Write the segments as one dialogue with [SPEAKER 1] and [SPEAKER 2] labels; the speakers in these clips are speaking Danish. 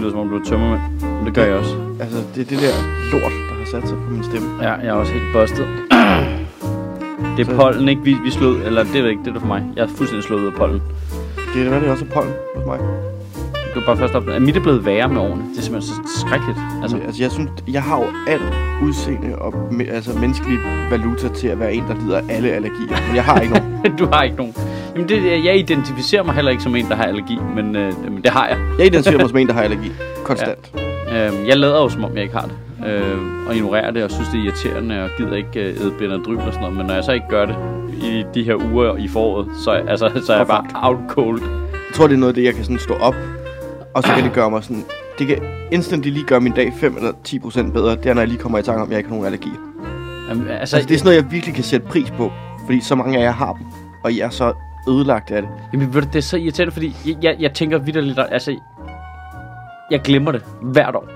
[SPEAKER 1] tømmermænd. Det gør jeg også.
[SPEAKER 2] Altså, det er det der lort, der har sat sig på min stemme.
[SPEAKER 1] Ja, jeg er også helt bustet. Det er
[SPEAKER 2] Så-
[SPEAKER 1] pollen, ikke? Vi, vi slog, eller det er det ikke, det er det for mig. Jeg er fuldstændig slået ud af pollen.
[SPEAKER 2] Det er det, det også er pollen hos mig.
[SPEAKER 1] Du kan bare først op. Mit er blevet værre med årene. Det er simpelthen så skrækkeligt. Altså,
[SPEAKER 2] Altså, altså jeg synes, jeg har jo alt udseende og me, altså menneskelig valuta til at være en, der lider af alle allergier. Men jeg har ikke nogen.
[SPEAKER 1] du har ikke nogen. Jamen, det, jeg identificerer mig heller ikke som en, der har allergi, men, øh, men det har jeg.
[SPEAKER 2] Jeg identificerer mig som en, der har allergi. Konstant. Ja.
[SPEAKER 1] Øh, jeg lader jo, som om jeg ikke har det. Øh, og ignorerer det, og synes, det er irriterende, og gider ikke øh, æde bind og dryl og sådan noget. Men når jeg så ikke gør det i de her uger i foråret, så, er- altså, så er jeg
[SPEAKER 2] Hvorfor?
[SPEAKER 1] bare out cold.
[SPEAKER 2] Jeg tror, det er noget af det, jeg kan sådan stå op, og så kan det gøre mig sådan... Det kan instantly lige gøre min dag 5 eller 10 procent bedre. Det er, når jeg lige kommer i tanke om, at jeg ikke har nogen allergier.
[SPEAKER 1] Jamen, altså,
[SPEAKER 2] Altså, det er sådan noget, jeg virkelig kan sætte pris på. Fordi så mange af jer har dem, og I er så ødelagt af det.
[SPEAKER 1] Jamen, ved du, det er så irriterende, fordi jeg, jeg, jeg tænker vidderligt, altså, jeg glemmer det hvert år.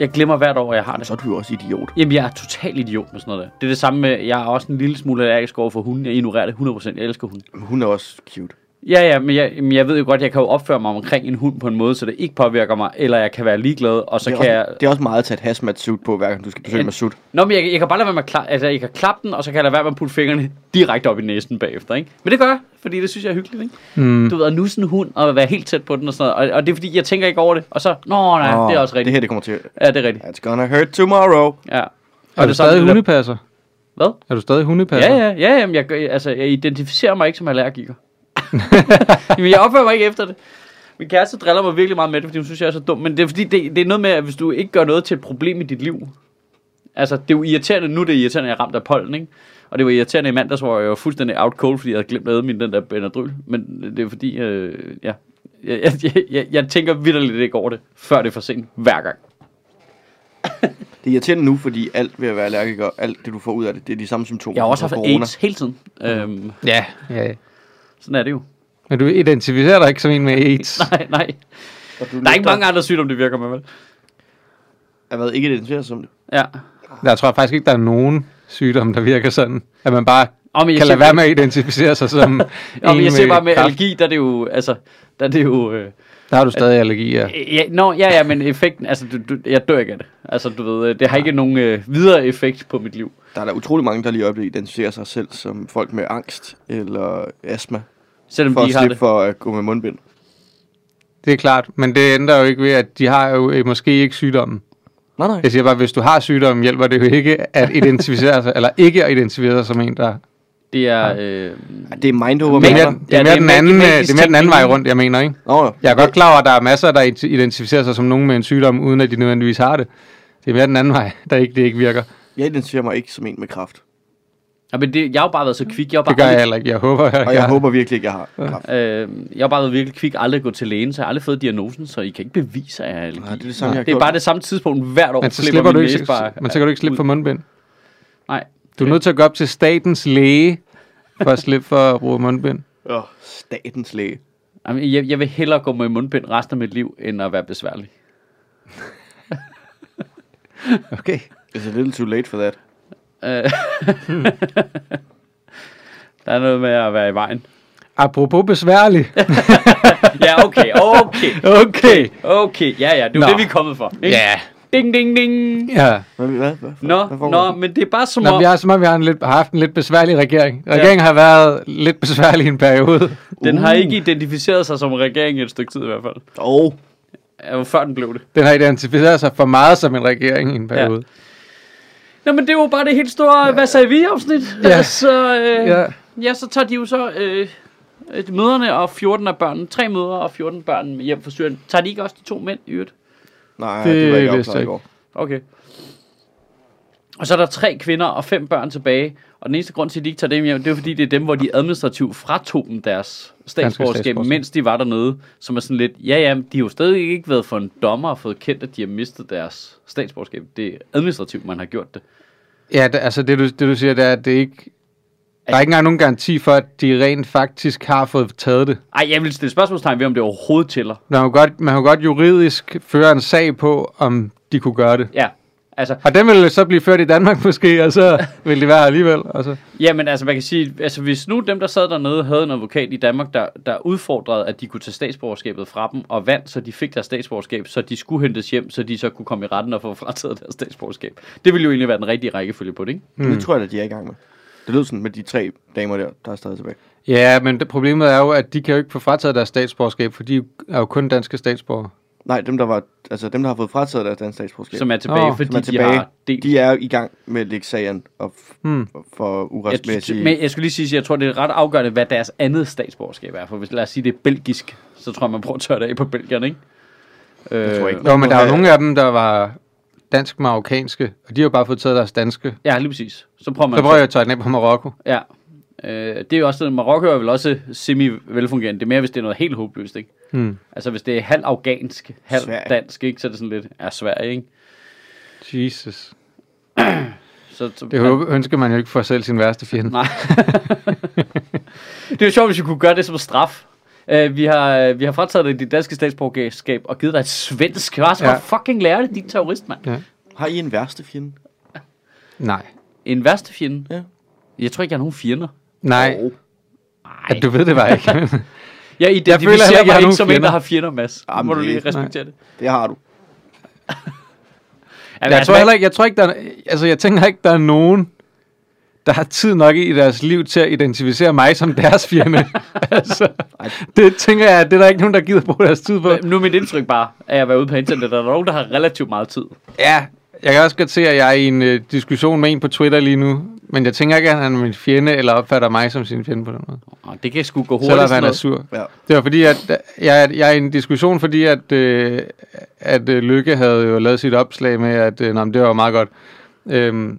[SPEAKER 1] Jeg glemmer hvert år, at jeg har det.
[SPEAKER 2] Så er du jo også idiot.
[SPEAKER 1] Jamen, jeg er total idiot med sådan noget der. Det er det samme med, jeg er også en lille smule allergisk over for hunden. Jeg ignorerer det 100%. Jeg elsker hunden.
[SPEAKER 2] Men hun er også cute.
[SPEAKER 1] Ja, ja, men jeg, men jeg ved jo godt, jeg kan jo opføre mig omkring en hund på en måde, så det ikke påvirker mig, eller jeg kan være ligeglad, og så
[SPEAKER 2] det, er
[SPEAKER 1] kan
[SPEAKER 2] også,
[SPEAKER 1] jeg...
[SPEAKER 2] det er også meget at tage et hazmat suit på, hver gang du skal besøge
[SPEAKER 1] En-
[SPEAKER 2] med suit.
[SPEAKER 1] Nå, men jeg, jeg kan bare lade være med at klappe, altså, jeg kan klappe den, og så kan jeg lade være med at putte fingrene direkte op i næsen bagefter, ikke? Men det gør jeg, fordi det synes jeg er hyggeligt, ikke? Mm. Du ved, at nusse en hund og være helt tæt på den og sådan noget, og, og det er fordi, jeg tænker ikke over det, og så, nå nej, oh, det er også
[SPEAKER 2] Det
[SPEAKER 1] rigtigt.
[SPEAKER 2] her, det kommer til.
[SPEAKER 1] Ja, det er rigtigt.
[SPEAKER 2] It's gonna hurt tomorrow.
[SPEAKER 1] Ja.
[SPEAKER 3] Er du
[SPEAKER 1] det samme
[SPEAKER 3] stadig
[SPEAKER 1] med det
[SPEAKER 3] hundepasser?
[SPEAKER 1] Hvad?
[SPEAKER 3] Er du stadig hundepasser?
[SPEAKER 1] Ja, ja, ja, jamen, jeg, gør- altså, jeg identificerer mig ikke som allergiker. jamen, jeg opfører mig ikke efter det. Min kæreste driller mig virkelig meget med det, fordi hun synes, jeg er så dum. Men det er fordi, det, det er noget med, at hvis du ikke gør noget til et problem i dit liv. Altså, det er jo irriterende. Nu er det irriterende, at jeg er ramt af pollen, ikke? Og det var irriterende i mandags, hvor jeg var fuldstændig out cold, fordi jeg havde glemt at æde min den der Benadryl. Men det er fordi, øh, ja. Jeg, jeg, jeg, jeg tænker vidderligt ikke over det, før det er for sent, hver gang.
[SPEAKER 2] Det er irriterende nu, fordi alt ved at være allergiker, alt det du får ud af det, det er de samme symptomer.
[SPEAKER 1] Jeg har også
[SPEAKER 2] som
[SPEAKER 1] haft
[SPEAKER 2] for corona.
[SPEAKER 1] AIDS hele tiden. Øhm,
[SPEAKER 3] Ja, ja, ja.
[SPEAKER 1] sådan er det jo.
[SPEAKER 3] Men du identificerer dig ikke som en med AIDS.
[SPEAKER 1] Nej, nej.
[SPEAKER 2] Og du
[SPEAKER 1] Der er ikke mange andre sygdomme, det virker med, vel?
[SPEAKER 2] Jeg ved ikke identificeret som det.
[SPEAKER 1] Ja.
[SPEAKER 3] Jeg tror faktisk ikke, der er nogen sygdom, der virker sådan. At man bare
[SPEAKER 1] Og men
[SPEAKER 3] kan lade være med at identificere sig som
[SPEAKER 1] Og men jeg ser bare med
[SPEAKER 3] kræft.
[SPEAKER 1] allergi, der er det jo, altså, der er det jo, øh,
[SPEAKER 3] Der har du stadig allergier.
[SPEAKER 1] ja, nå, ja, ja, men effekten, altså, du, du, jeg dør ikke af det. Altså, du ved, øh, det har ikke nogen øh, videre effekt på mit liv.
[SPEAKER 2] Der er der utrolig mange, der lige i øjeblikket identificerer sig selv som folk med angst eller astma,
[SPEAKER 1] Selvom
[SPEAKER 2] for at
[SPEAKER 1] de har
[SPEAKER 2] slippe
[SPEAKER 1] det.
[SPEAKER 2] for at gå med mundbind.
[SPEAKER 3] Det er klart, men det ændrer jo ikke ved, at de har jo øh, måske ikke sygdommen.
[SPEAKER 2] Nej, nej.
[SPEAKER 3] Jeg siger bare, hvis du har sygdommen, hjælper det jo ikke at identificere sig, eller ikke at identificere sig som en, der...
[SPEAKER 1] Det er, øh,
[SPEAKER 2] Ej, Det er mind over
[SPEAKER 3] Det er
[SPEAKER 2] matter.
[SPEAKER 3] mere, det er mere,
[SPEAKER 1] det er
[SPEAKER 3] den,
[SPEAKER 1] mag-
[SPEAKER 3] anden, øh, det
[SPEAKER 1] magisk
[SPEAKER 3] er mere den anden vej
[SPEAKER 1] tænkning.
[SPEAKER 3] rundt, jeg mener, ikke?
[SPEAKER 2] Nå, nå.
[SPEAKER 3] Jeg er godt klar over, at der er masser, der ident- identificerer sig som nogen med en sygdom, uden at de nødvendigvis har det. Det er mere den anden vej, der ikke, det ikke virker.
[SPEAKER 2] Jeg identificerer mig ikke som en med kraft.
[SPEAKER 1] ja, men det, jeg har jo bare været så kvik, jeg har bare
[SPEAKER 3] Det gør jeg
[SPEAKER 1] aldrig,
[SPEAKER 3] heller ikke. Jeg håber, jeg,
[SPEAKER 2] Og jeg håber virkelig ikke, jeg har kraft.
[SPEAKER 1] øh, jeg har bare været virkelig kvik, aldrig gået til lægen, så jeg har aldrig fået diagnosen, så I kan ikke bevise, at jeg er allergi.
[SPEAKER 2] Nej, det er det samme, jeg har
[SPEAKER 1] Det er
[SPEAKER 2] gjort.
[SPEAKER 1] bare det samme tidspunkt hvert år.
[SPEAKER 3] Men så
[SPEAKER 1] flipper
[SPEAKER 3] slipper
[SPEAKER 1] min
[SPEAKER 3] du ikke,
[SPEAKER 1] næsbar-
[SPEAKER 3] men så kan du ikke slippe for mundbind.
[SPEAKER 1] Nej,
[SPEAKER 3] Du er nødt til at gå op til statens læge, for at slippe for at bruge mundbind.
[SPEAKER 2] Åh, statens læge.
[SPEAKER 1] Jamen, jeg, jeg vil hellere gå med mundbind resten af mit liv, end at være besværlig.
[SPEAKER 3] Okay.
[SPEAKER 2] It's a little too late for that.
[SPEAKER 1] Øh. Der er noget med at være i vejen.
[SPEAKER 3] Apropos besværlig.
[SPEAKER 1] Ja, okay, okay,
[SPEAKER 3] Okay.
[SPEAKER 1] okay. Ja, ja, det er jo
[SPEAKER 3] Nå.
[SPEAKER 1] det, vi er kommet for. Ikke?
[SPEAKER 3] Ja.
[SPEAKER 1] Ding, ding, ding.
[SPEAKER 3] Ja.
[SPEAKER 2] Hvad, hvad, hvad,
[SPEAKER 1] Nå,
[SPEAKER 2] hvad foregår
[SPEAKER 1] nå,
[SPEAKER 2] der?
[SPEAKER 1] men det er bare som
[SPEAKER 3] Nå,
[SPEAKER 1] om,
[SPEAKER 3] vi har, som om vi har, en lidt, har haft en lidt besværlig regering. Regeringen ja. har været lidt besværlig i en periode.
[SPEAKER 1] den
[SPEAKER 3] Uh.
[SPEAKER 1] har ikke identificeret sig som regering i et stykke tid i hvert fald.
[SPEAKER 2] Åh,
[SPEAKER 1] Ja, jo, før den blev det.
[SPEAKER 3] Den har identificeret sig for meget som en regering i en periode.
[SPEAKER 1] Nå, men det var bare det helt store, ja. hvad sagde vi afsnit?
[SPEAKER 3] Ja.
[SPEAKER 1] Altså, øh,
[SPEAKER 3] Ja.
[SPEAKER 1] ja. ja, så tager de jo så øh, øh, møderne og 14 af børnene, tre mødre og 14 børn hjem fra Syrien. Tager de ikke også de to mænd i øvrigt?
[SPEAKER 2] nej,
[SPEAKER 3] Det
[SPEAKER 2] det, var ikke
[SPEAKER 3] vidste jeg
[SPEAKER 2] opklaret i
[SPEAKER 3] ikke.
[SPEAKER 2] går.
[SPEAKER 1] Okay. Og så er der tre kvinder og fem børn tilbage. Og den eneste grund til, at de ikke tager dem hjem, det er fordi, det er dem, hvor de administrativt fratog dem deres statsborgerskab,
[SPEAKER 3] statsborgerskab.
[SPEAKER 1] mens de var dernede. Som er sådan lidt, ja ja, men de har jo stadig ikke været for en dommer og fået kendt, at de har mistet deres statsborgerskab. Det er administrativt, man har gjort det.
[SPEAKER 3] Ja, det, altså det du, det du siger, det er, at det ikke... Der er ikke engang nogen garanti for, at de rent faktisk har fået taget det.
[SPEAKER 1] Ej, jeg vil stille spørgsmålstegn ved, om det overhovedet tæller.
[SPEAKER 3] Man kan jo godt, man kan jo godt juridisk føre en sag på, om de kunne gøre det.
[SPEAKER 1] Ja, Altså,
[SPEAKER 3] Og den ville så blive ført i Danmark måske, og så ville det være her alligevel. Og så.
[SPEAKER 1] jamen, altså, man kan sige, altså, hvis nu dem, der sad dernede, havde en advokat i Danmark, der, der udfordrede, at de kunne tage statsborgerskabet fra dem, og vandt, så de fik deres statsborgerskab, så de skulle hentes hjem, så de så kunne komme i retten og få frataget deres statsborgerskab. Det ville jo egentlig være den rigtige rækkefølge på det, ikke?
[SPEAKER 3] Hmm.
[SPEAKER 2] Mm. Det tror jeg, at de er i gang med. Det lød sådan med de tre damer der, der er stadig tilbage.
[SPEAKER 3] Ja, men det, problemet er jo, at de kan jo ikke få frataget deres statsborgerskab, for de er jo kun danske statsborgere.
[SPEAKER 2] Nej, dem der, var, altså, dem, der har fået frataget deres dansk statsborgerskab,
[SPEAKER 1] Som er tilbage,
[SPEAKER 3] Åh,
[SPEAKER 1] fordi
[SPEAKER 2] som er
[SPEAKER 1] de
[SPEAKER 2] tilbage,
[SPEAKER 1] har delt
[SPEAKER 2] de er i gang med at lægge sagen op
[SPEAKER 3] Hmm.
[SPEAKER 2] for
[SPEAKER 1] Jeg,
[SPEAKER 2] uretsmæssige...
[SPEAKER 1] men jeg skulle lige sige, at jeg tror, det er ret afgørende, hvad deres andet statsborgerskab er. For hvis, lad os sige, det er belgisk, så tror jeg, man prøver at tørre det af på belgierne, ikke?
[SPEAKER 2] Jeg tror ikke,
[SPEAKER 1] Øh,
[SPEAKER 2] man
[SPEAKER 3] Jo, men
[SPEAKER 2] må
[SPEAKER 3] der er jo
[SPEAKER 2] have-
[SPEAKER 3] nogle af dem, der var dansk-marokkanske, og de har jo bare fået taget deres danske.
[SPEAKER 1] Ja, lige præcis. Så prøver man
[SPEAKER 3] Så prøver jeg at tøjne af på Marokko.
[SPEAKER 1] Ja. Øh, det er jo også, Marokko er vel også semi-velfungerende. Det er mere, hvis det er noget helt håbløst, ikke?
[SPEAKER 3] Hmm.
[SPEAKER 1] Altså, hvis det er halv afghansk, halv
[SPEAKER 2] Sverige.
[SPEAKER 1] dansk, ikke? Så er det sådan lidt, er Sverige, ikke?
[SPEAKER 3] Jesus.
[SPEAKER 1] Så, så,
[SPEAKER 3] Det håber- ønsker man jo ikke for selv sin værste fjende.
[SPEAKER 1] Nej. det er jo sjovt, hvis vi kunne gøre det som straf. Uh, vi, har, vi har frataget dig dit danske statsborgerskab og givet dig et svensk. Hvad så
[SPEAKER 3] Ja.
[SPEAKER 1] ja. fucking lære det, din terrorist, mand?
[SPEAKER 2] Har I en værste fjende?
[SPEAKER 3] Nej.
[SPEAKER 1] En værste fjende?
[SPEAKER 2] Ja.
[SPEAKER 1] Jeg tror ikke, jeg har nogen fjender.
[SPEAKER 3] Nej.
[SPEAKER 2] Oh.
[SPEAKER 3] Ja, du ved det bare ikke.
[SPEAKER 1] Jeg
[SPEAKER 3] føler heller
[SPEAKER 1] identificerer
[SPEAKER 3] ikke,
[SPEAKER 1] jeg
[SPEAKER 3] jeg
[SPEAKER 1] mig
[SPEAKER 3] har
[SPEAKER 1] ikke
[SPEAKER 3] nogen
[SPEAKER 1] som en,
[SPEAKER 3] fjender.
[SPEAKER 1] der har fjender, Mads. Nu
[SPEAKER 2] Jamen,
[SPEAKER 1] må du lige
[SPEAKER 2] det-
[SPEAKER 1] respektere det.
[SPEAKER 2] Det har du.
[SPEAKER 1] Ja,
[SPEAKER 3] jeg tror heller ikke, jeg tror ikke, der er, altså jeg tænker ikke, der er nogen, der har tid nok i deres liv til at identificere mig som deres fjende. altså, det tænker jeg, at det er der ikke nogen, der gider bruge deres tid på.
[SPEAKER 1] Nu er mit indtryk bare, at jeg var ude på internet, der er nogen, der har relativt meget tid.
[SPEAKER 3] Ja, jeg kan også godt se, at jeg er i en øh, diskussion med en på Twitter lige nu, men jeg tænker ikke, at han er min fjende, eller opfatter mig som sin fjende på den måde.
[SPEAKER 1] Nå, Det kan sgu gå hurtigt.
[SPEAKER 3] Selvom
[SPEAKER 1] sådan
[SPEAKER 3] han er
[SPEAKER 1] noget.
[SPEAKER 3] sur.
[SPEAKER 2] Ja.
[SPEAKER 3] Det var fordi, at jeg, jeg er i en diskussion, fordi at, øh, at øh, Lykke havde jo lavet sit opslag med, at øh, nå, men det var meget godt. Øhm,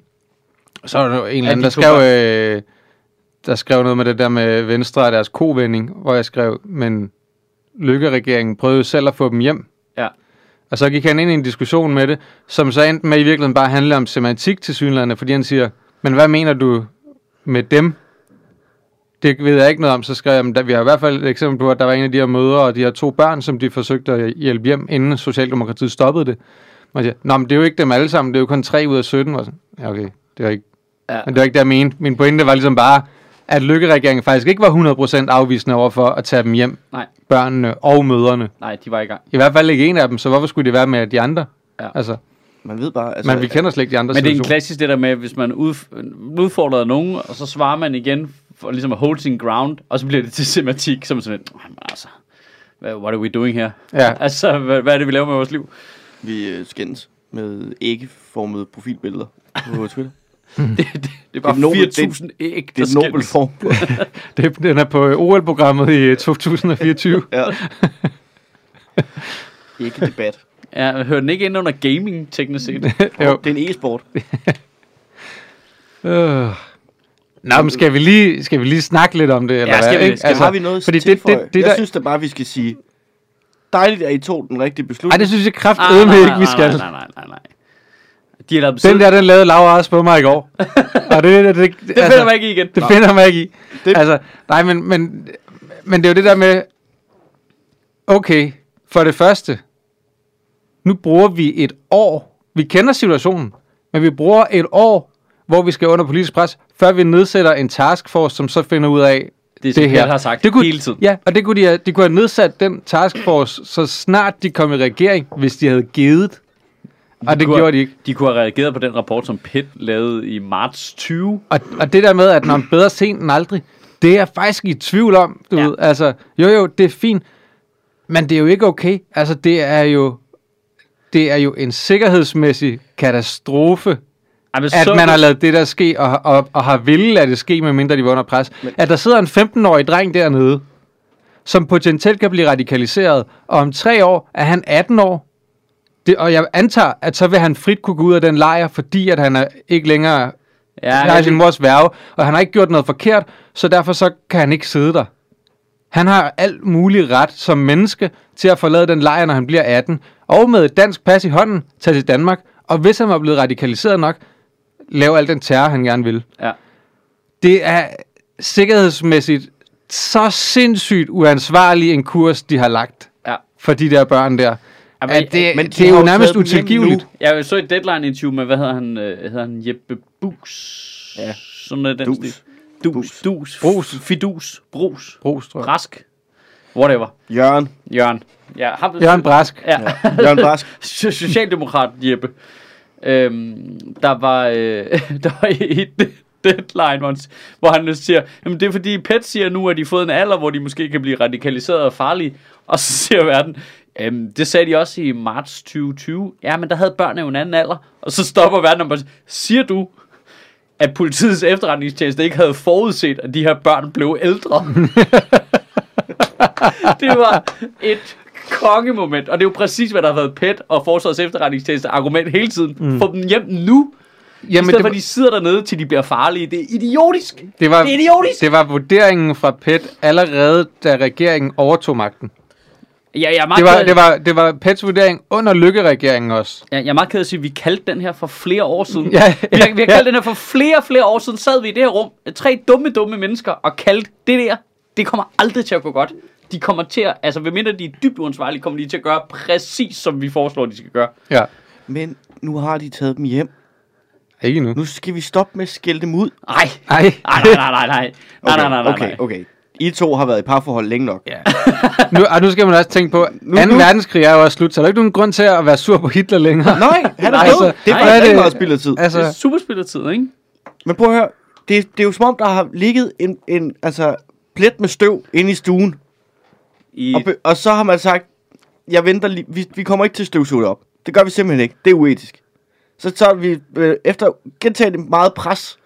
[SPEAKER 3] så var der jo en eller
[SPEAKER 1] Ja,
[SPEAKER 3] anden,
[SPEAKER 1] de
[SPEAKER 3] der
[SPEAKER 1] to
[SPEAKER 3] skrev, øh, der skrev noget med det der med Venstre og deres kovending, hvor jeg skrev, men Lykke-regeringen prøvede jo selv at få dem hjem.
[SPEAKER 1] Ja.
[SPEAKER 3] Og så gik han ind i en diskussion med det, som så endte med i virkeligheden bare handle om semantik til synlande, fordi han siger, men hvad mener du med dem? Det ved jeg ikke noget om, så skrev jeg, men der, vi har i hvert fald et eksempel på, at der var en af de her mødre, og de her to børn, som de forsøgte at hjælpe hjem, inden Socialdemokratiet stoppede det. Man siger, Nå, men det er jo ikke dem alle sammen, det er jo kun 3 ud af 17. Og sådan, ja, okay, det var ikke,
[SPEAKER 1] Ja.
[SPEAKER 3] ja. men det var ikke det, jeg mente. Min pointe var ligesom bare, at Lykke-regeringen faktisk ikke var 100% afvisende over for at tage dem hjem,
[SPEAKER 1] Nej,
[SPEAKER 3] børnene og møderne.
[SPEAKER 1] nej, de var i gang.
[SPEAKER 3] I hvert fald ikke en af dem, så hvorfor skulle det være med de andre?
[SPEAKER 1] Ja. øh,
[SPEAKER 3] Altså,
[SPEAKER 2] Man ved bare... Altså,
[SPEAKER 3] men vi kender slet ikke de andre
[SPEAKER 1] Men det er en
[SPEAKER 3] situationer.
[SPEAKER 1] klassisk det der med, hvis man udf- udfordrer nogen, og så svarer man igen, for ligesom at hold sin ground, og så bliver det til semantik, som sådan, "Åh, men altså, hvad- what are we doing here?
[SPEAKER 3] Ja. Mm.
[SPEAKER 1] Altså, hvad, hvad er det, vi laver med vores liv?
[SPEAKER 2] Vi øh, skændes med æggeformede profilbilleder på Twitter.
[SPEAKER 1] Det, det, det er bare
[SPEAKER 2] Det er nobel-
[SPEAKER 1] 4.000 æg,
[SPEAKER 2] Det
[SPEAKER 1] der
[SPEAKER 2] er en nobel
[SPEAKER 1] skændes.
[SPEAKER 2] form. på-
[SPEAKER 3] Det, den er på øh, OL-programmet i øh, 2024.
[SPEAKER 2] ja. Ikke debat.
[SPEAKER 1] Ja, hører den ikke ind under gaming, teknisk set?
[SPEAKER 3] jo.
[SPEAKER 2] Det er en e-sport.
[SPEAKER 3] Øh. Nå, men skal vi, lige, skal vi lige snakke lidt om det? Eller
[SPEAKER 1] skal
[SPEAKER 3] hvad,
[SPEAKER 1] vi-
[SPEAKER 3] ikke?
[SPEAKER 1] skal-
[SPEAKER 2] Altså, har vi noget
[SPEAKER 3] fordi
[SPEAKER 2] fordi
[SPEAKER 3] det, det, det,
[SPEAKER 2] Jeg
[SPEAKER 3] der,
[SPEAKER 2] synes da bare, vi skal sige, dejligt, at I tog den rigtige
[SPEAKER 3] Ej,
[SPEAKER 2] beslutning.
[SPEAKER 3] det synes jeg
[SPEAKER 1] Ah,
[SPEAKER 3] kraftedeme ikke, vi skal.
[SPEAKER 1] Nej, nej, nej, nej, nej. De har lavet dem
[SPEAKER 3] Den
[SPEAKER 1] siden.
[SPEAKER 3] der, den lavede Laura også på mig i går. Og det, det, det, det,
[SPEAKER 1] det finder man ikke i igen.
[SPEAKER 3] altså, Det finder man ikke i.
[SPEAKER 2] Det-
[SPEAKER 3] Det... Altså, nej, men, men, men det er jo det der med, okay, for det første, nu bruger vi et år, vi kender situationen, men vi bruger et år, hvor vi skal under politisk pres, før vi nedsætter en taskforce, som så finder ud af,
[SPEAKER 1] Det er
[SPEAKER 3] det,
[SPEAKER 1] som
[SPEAKER 3] det her.
[SPEAKER 1] Kjeld har sagt
[SPEAKER 3] det kunne,
[SPEAKER 1] hele tiden.
[SPEAKER 3] Ja, og det kunne de, have, de kunne have nedsat den taskforce, så snart de kom i regering, hvis de havde givet. Og det
[SPEAKER 1] kunne-
[SPEAKER 3] gjorde de ikke.
[SPEAKER 1] De kunne have reageret på den rapport, som PET lavede i marts 20.
[SPEAKER 3] Og, og det der med, at når man bedre sent end aldrig, det er jeg faktisk i tvivl om, du
[SPEAKER 1] Ja.
[SPEAKER 3] ja. ved. Altså, jo jo, det er fint, men det er jo ikke okay. Altså, det er jo, det er jo en sikkerhedsmæssig katastrofe,
[SPEAKER 1] Ej, men
[SPEAKER 3] at
[SPEAKER 1] så-
[SPEAKER 3] man har lavet det der ske, og, og, og har ville lade det ske, medmindre de var under pres. Men... At der sidder en 15-årig dreng dernede, som potentielt kan blive radikaliseret, og om tre år er han 18 år, det, og jeg antager, at så vil han frit kunne gå ud af den lejr, fordi at han er ikke længere
[SPEAKER 1] Ja,
[SPEAKER 3] han er sin mors værve, og han har ikke gjort noget forkert, så derfor så kan han ikke sidde der. Han har alt mulig ret som menneske til at forlade den lejr, når han bliver 18, og med et dansk pas i hånden tage til Danmark, og hvis han var blevet radikaliseret nok, lave al den terror, han gerne vil.
[SPEAKER 1] ja.
[SPEAKER 3] Det er sikkerhedsmæssigt så sindssygt uansvarlig en kurs, de har lagt
[SPEAKER 1] Ja.
[SPEAKER 3] for de der børn der.
[SPEAKER 1] Jamen,
[SPEAKER 3] at det,
[SPEAKER 2] men
[SPEAKER 3] men
[SPEAKER 2] de
[SPEAKER 3] det er
[SPEAKER 2] har
[SPEAKER 3] jo
[SPEAKER 2] jo
[SPEAKER 3] nærmest
[SPEAKER 2] taget dem hjem
[SPEAKER 3] utilgiveligt.
[SPEAKER 1] Jeg, jeg så et deadline interview med, hvad hedder han? Øh, hedder han Jeppe Bus?
[SPEAKER 2] Ja.
[SPEAKER 1] Sådan noget i den
[SPEAKER 2] Dus.
[SPEAKER 1] stil. Dus. Dus.
[SPEAKER 2] Bus.
[SPEAKER 1] dus.
[SPEAKER 3] Brus.
[SPEAKER 1] Fidus. Brus.
[SPEAKER 3] Brugs, tror jeg.
[SPEAKER 1] Rask. Whatever.
[SPEAKER 2] Jørgen.
[SPEAKER 1] Jørgen. Ja, ham,
[SPEAKER 3] Jørgen Brask.
[SPEAKER 1] Ja.
[SPEAKER 2] Ja. Jørgen Brask.
[SPEAKER 1] So- Socialdemokrat Jeppe. Øhm, der var, øh, der var et deadline, hvor han, hvor han siger, jamen det er fordi PET siger nu, at de har fået en alder, hvor de måske kan blive radikaliseret og farlige. Og så siger verden, øhm, det sagde de også i marts 2020. Ja, men der havde børnene jo en anden alder. Og så stopper verden og bare siger, siger du, at politiets efterretningstjeneste ikke havde forudset, at de her børn blev ældre. det var et kongemoment, og det er jo præcis, hvad der har været PET og Forsvarets efterretningstjeneste argument hele tiden. Mm. Få dem hjem nu, Jamen, i
[SPEAKER 3] Jamen,
[SPEAKER 1] stedet det... for at
[SPEAKER 3] det,
[SPEAKER 1] de sidder dernede, til de bliver farlige. Det er idiotisk.
[SPEAKER 3] det, var,
[SPEAKER 1] Det er idiotisk.
[SPEAKER 3] det var vurderingen fra PET allerede, da regeringen overtog magten.
[SPEAKER 1] Ja, jeg, er meget
[SPEAKER 3] Det var,
[SPEAKER 1] ked af-
[SPEAKER 3] det var, det var PETs vurdering under Lykke-regeringen også.
[SPEAKER 1] Jeg, jeg er meget ked af at sige, at vi kaldte den her for flere år siden.
[SPEAKER 3] Ja,
[SPEAKER 1] vi,
[SPEAKER 3] ja,
[SPEAKER 1] har, vi har kaldt
[SPEAKER 3] ja.
[SPEAKER 1] den her for flere, flere år siden. Sad vi i det her rum, tre dumme, dumme mennesker, og kaldte det der, det kommer aldrig til at gå godt. De kommer til at, altså medmindre de er dybt uansvarlige, kommer de til at gøre præcis, som vi foreslår, de skal gøre.
[SPEAKER 3] Ja,
[SPEAKER 2] Men nu har de taget dem hjem.
[SPEAKER 3] ikke nu.
[SPEAKER 2] Nu skal vi stoppe med at skælde dem ud.
[SPEAKER 1] Ej,
[SPEAKER 3] Nej,
[SPEAKER 1] Ej, nej, nej, nej, nej. Nej, nej, nej, nej,
[SPEAKER 2] okay,
[SPEAKER 1] nej.
[SPEAKER 2] okay. I to har været i parforhold længe nok. Ja.
[SPEAKER 3] nu, og nu skal man også tænke på,
[SPEAKER 2] Nu-
[SPEAKER 3] nu, 2.
[SPEAKER 2] nu-
[SPEAKER 3] verdenskrig er jo også slut, så er der ikke nogen grund til at være sur på Hitler længere.
[SPEAKER 2] Nej, han er
[SPEAKER 1] Nej,
[SPEAKER 2] død.
[SPEAKER 1] altså,
[SPEAKER 2] det
[SPEAKER 1] nej,
[SPEAKER 2] var
[SPEAKER 1] hvad
[SPEAKER 3] er
[SPEAKER 2] ikke
[SPEAKER 3] det?
[SPEAKER 2] meget spild af tid.
[SPEAKER 1] Det er
[SPEAKER 3] Altså,
[SPEAKER 1] superspillertid, ikke?
[SPEAKER 2] Men prøv at høre. Det, det er jo som om, der har ligget en, en altså, plet med støv inde i stuen.
[SPEAKER 1] I,
[SPEAKER 2] Og, be, og så har man sagt, jeg venter lige, vi, vi kommer ikke til at støvsuge det op. Det gør vi simpelthen ikke. Det er uetisk. Så tager vi, øh, efter gentagende meget pres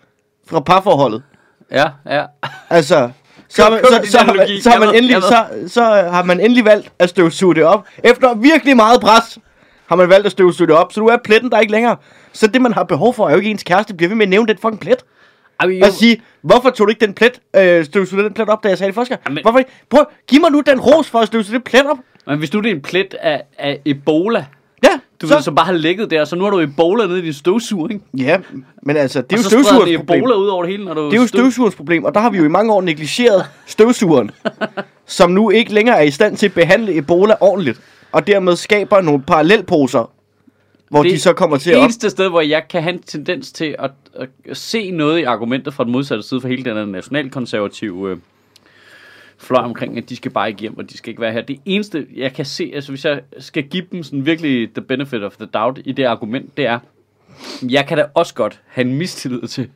[SPEAKER 2] fra parforholdet,
[SPEAKER 1] ja, ja.
[SPEAKER 2] altså, så,
[SPEAKER 1] Kom-
[SPEAKER 2] har man-
[SPEAKER 1] kom med
[SPEAKER 2] så,
[SPEAKER 1] din
[SPEAKER 2] så, har man-
[SPEAKER 1] analogi.
[SPEAKER 2] så, har
[SPEAKER 1] Jeg
[SPEAKER 2] man
[SPEAKER 1] ved,
[SPEAKER 2] endelig,
[SPEAKER 1] jeg
[SPEAKER 2] så, så øh, har man endelig valgt at støvsuge det op. Efter virkelig meget pres har man valgt at støvsuge det op, så nu er pletten der ikke længere. Så det, man har behov for, er jo ikke ens kæreste bliver ved med at nævne den fucking plet.
[SPEAKER 1] Ej, men jo,
[SPEAKER 2] Og sige, hvorfor tog du ikke den plet, øh, støvsugede den plet op, da jeg sagde det første gang?
[SPEAKER 1] Jamen-
[SPEAKER 2] Hvorfor ikke? Prøv, giv mig nu den ros for at støvsuge den plet op.
[SPEAKER 1] men hvis nu det er en plet af, af Ebola,
[SPEAKER 2] Ja,
[SPEAKER 1] du så... ved, så bare har ligget der, så nu har du Ebola nede i din støvsuger, ikke?
[SPEAKER 2] Ja, men altså, det er
[SPEAKER 1] og
[SPEAKER 2] jo
[SPEAKER 1] så spreder
[SPEAKER 2] støvsugerens
[SPEAKER 1] det
[SPEAKER 2] problem.
[SPEAKER 1] Ebola ud over det hele, når du
[SPEAKER 2] Det er jo støvsugerens problem, og der har vi jo i mange år negligeret støvsugeren, som nu ikke længere er i stand til at behandle Ebola ordentligt, og dermed skaber nogle parallelposer, hvor
[SPEAKER 1] Det
[SPEAKER 2] de så kommer til
[SPEAKER 1] Det
[SPEAKER 2] at op...
[SPEAKER 1] eneste sted, hvor jeg kan have en tendens til at, at se noget i argumentet fra den modsatte side for hele den her nationalkonservative øh, fløj omkring, at de skal bare ikke hjem, og de skal ikke være her. Det eneste, jeg kan se, altså hvis jeg skal give dem sådan virkelig the benefit of the doubt i det argument, det er, jeg kan da også godt have en mistillid til,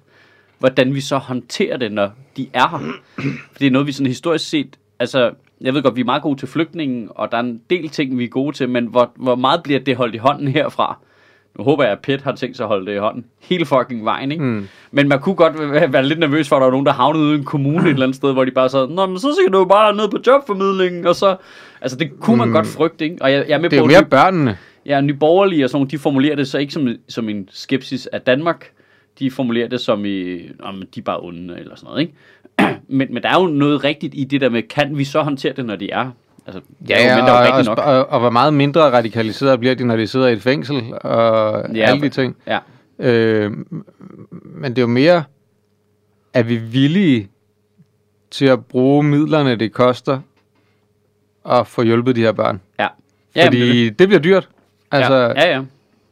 [SPEAKER 1] hvordan vi så håndterer det, når de er her. For det er noget, vi sådan historisk set, altså, jeg ved godt, vi er meget gode til flygtningen, og der er en del ting, vi er gode til, men hvor, hvor meget bliver det holdt i hånden herfra? Nu håber jeg, at PET har tænkt sig at holde det i hånden hele fucking vejen, ikke? Mm. Men man kunne godt være være lidt nervøs for, at der var nogen, der havnede ude i en kommune et eller andet sted, hvor de bare sad, Nå, men så skal du jo bare ned på jobformidlingen, og så... Altså, det kunne man mm. godt frygte, ikke? Og jeg, jeg er med
[SPEAKER 3] det er
[SPEAKER 1] på,
[SPEAKER 3] jo
[SPEAKER 1] at du-
[SPEAKER 3] mere børnene.
[SPEAKER 1] Ja, nyborgerlige og sådan nogle, de formulerer det så ikke som, som en skepsis af Danmark. De formulerer det som i, om de er bare onde eller sådan noget, ikke? men, men der er jo noget rigtigt i det der med, kan vi så håndtere det, når de er? Altså, det er jo mindre
[SPEAKER 3] og,
[SPEAKER 1] rigtigt
[SPEAKER 3] og,
[SPEAKER 1] nok.
[SPEAKER 3] og, og hvor meget mindre radikaliseret bliver de, når de sidder i et fængsel, og
[SPEAKER 1] Ja,
[SPEAKER 3] ja, alle de ting.
[SPEAKER 1] Ja.
[SPEAKER 3] Øh, men det er jo mere, er vi villige til at bruge midlerne, det koster, at få hjulpet de her børn?
[SPEAKER 1] Ja.
[SPEAKER 3] Ja,
[SPEAKER 1] Ja,
[SPEAKER 3] fordi
[SPEAKER 1] jamen, det, er
[SPEAKER 3] det bliver dyrt.
[SPEAKER 1] det.
[SPEAKER 3] Altså,
[SPEAKER 1] ja, ja, ja.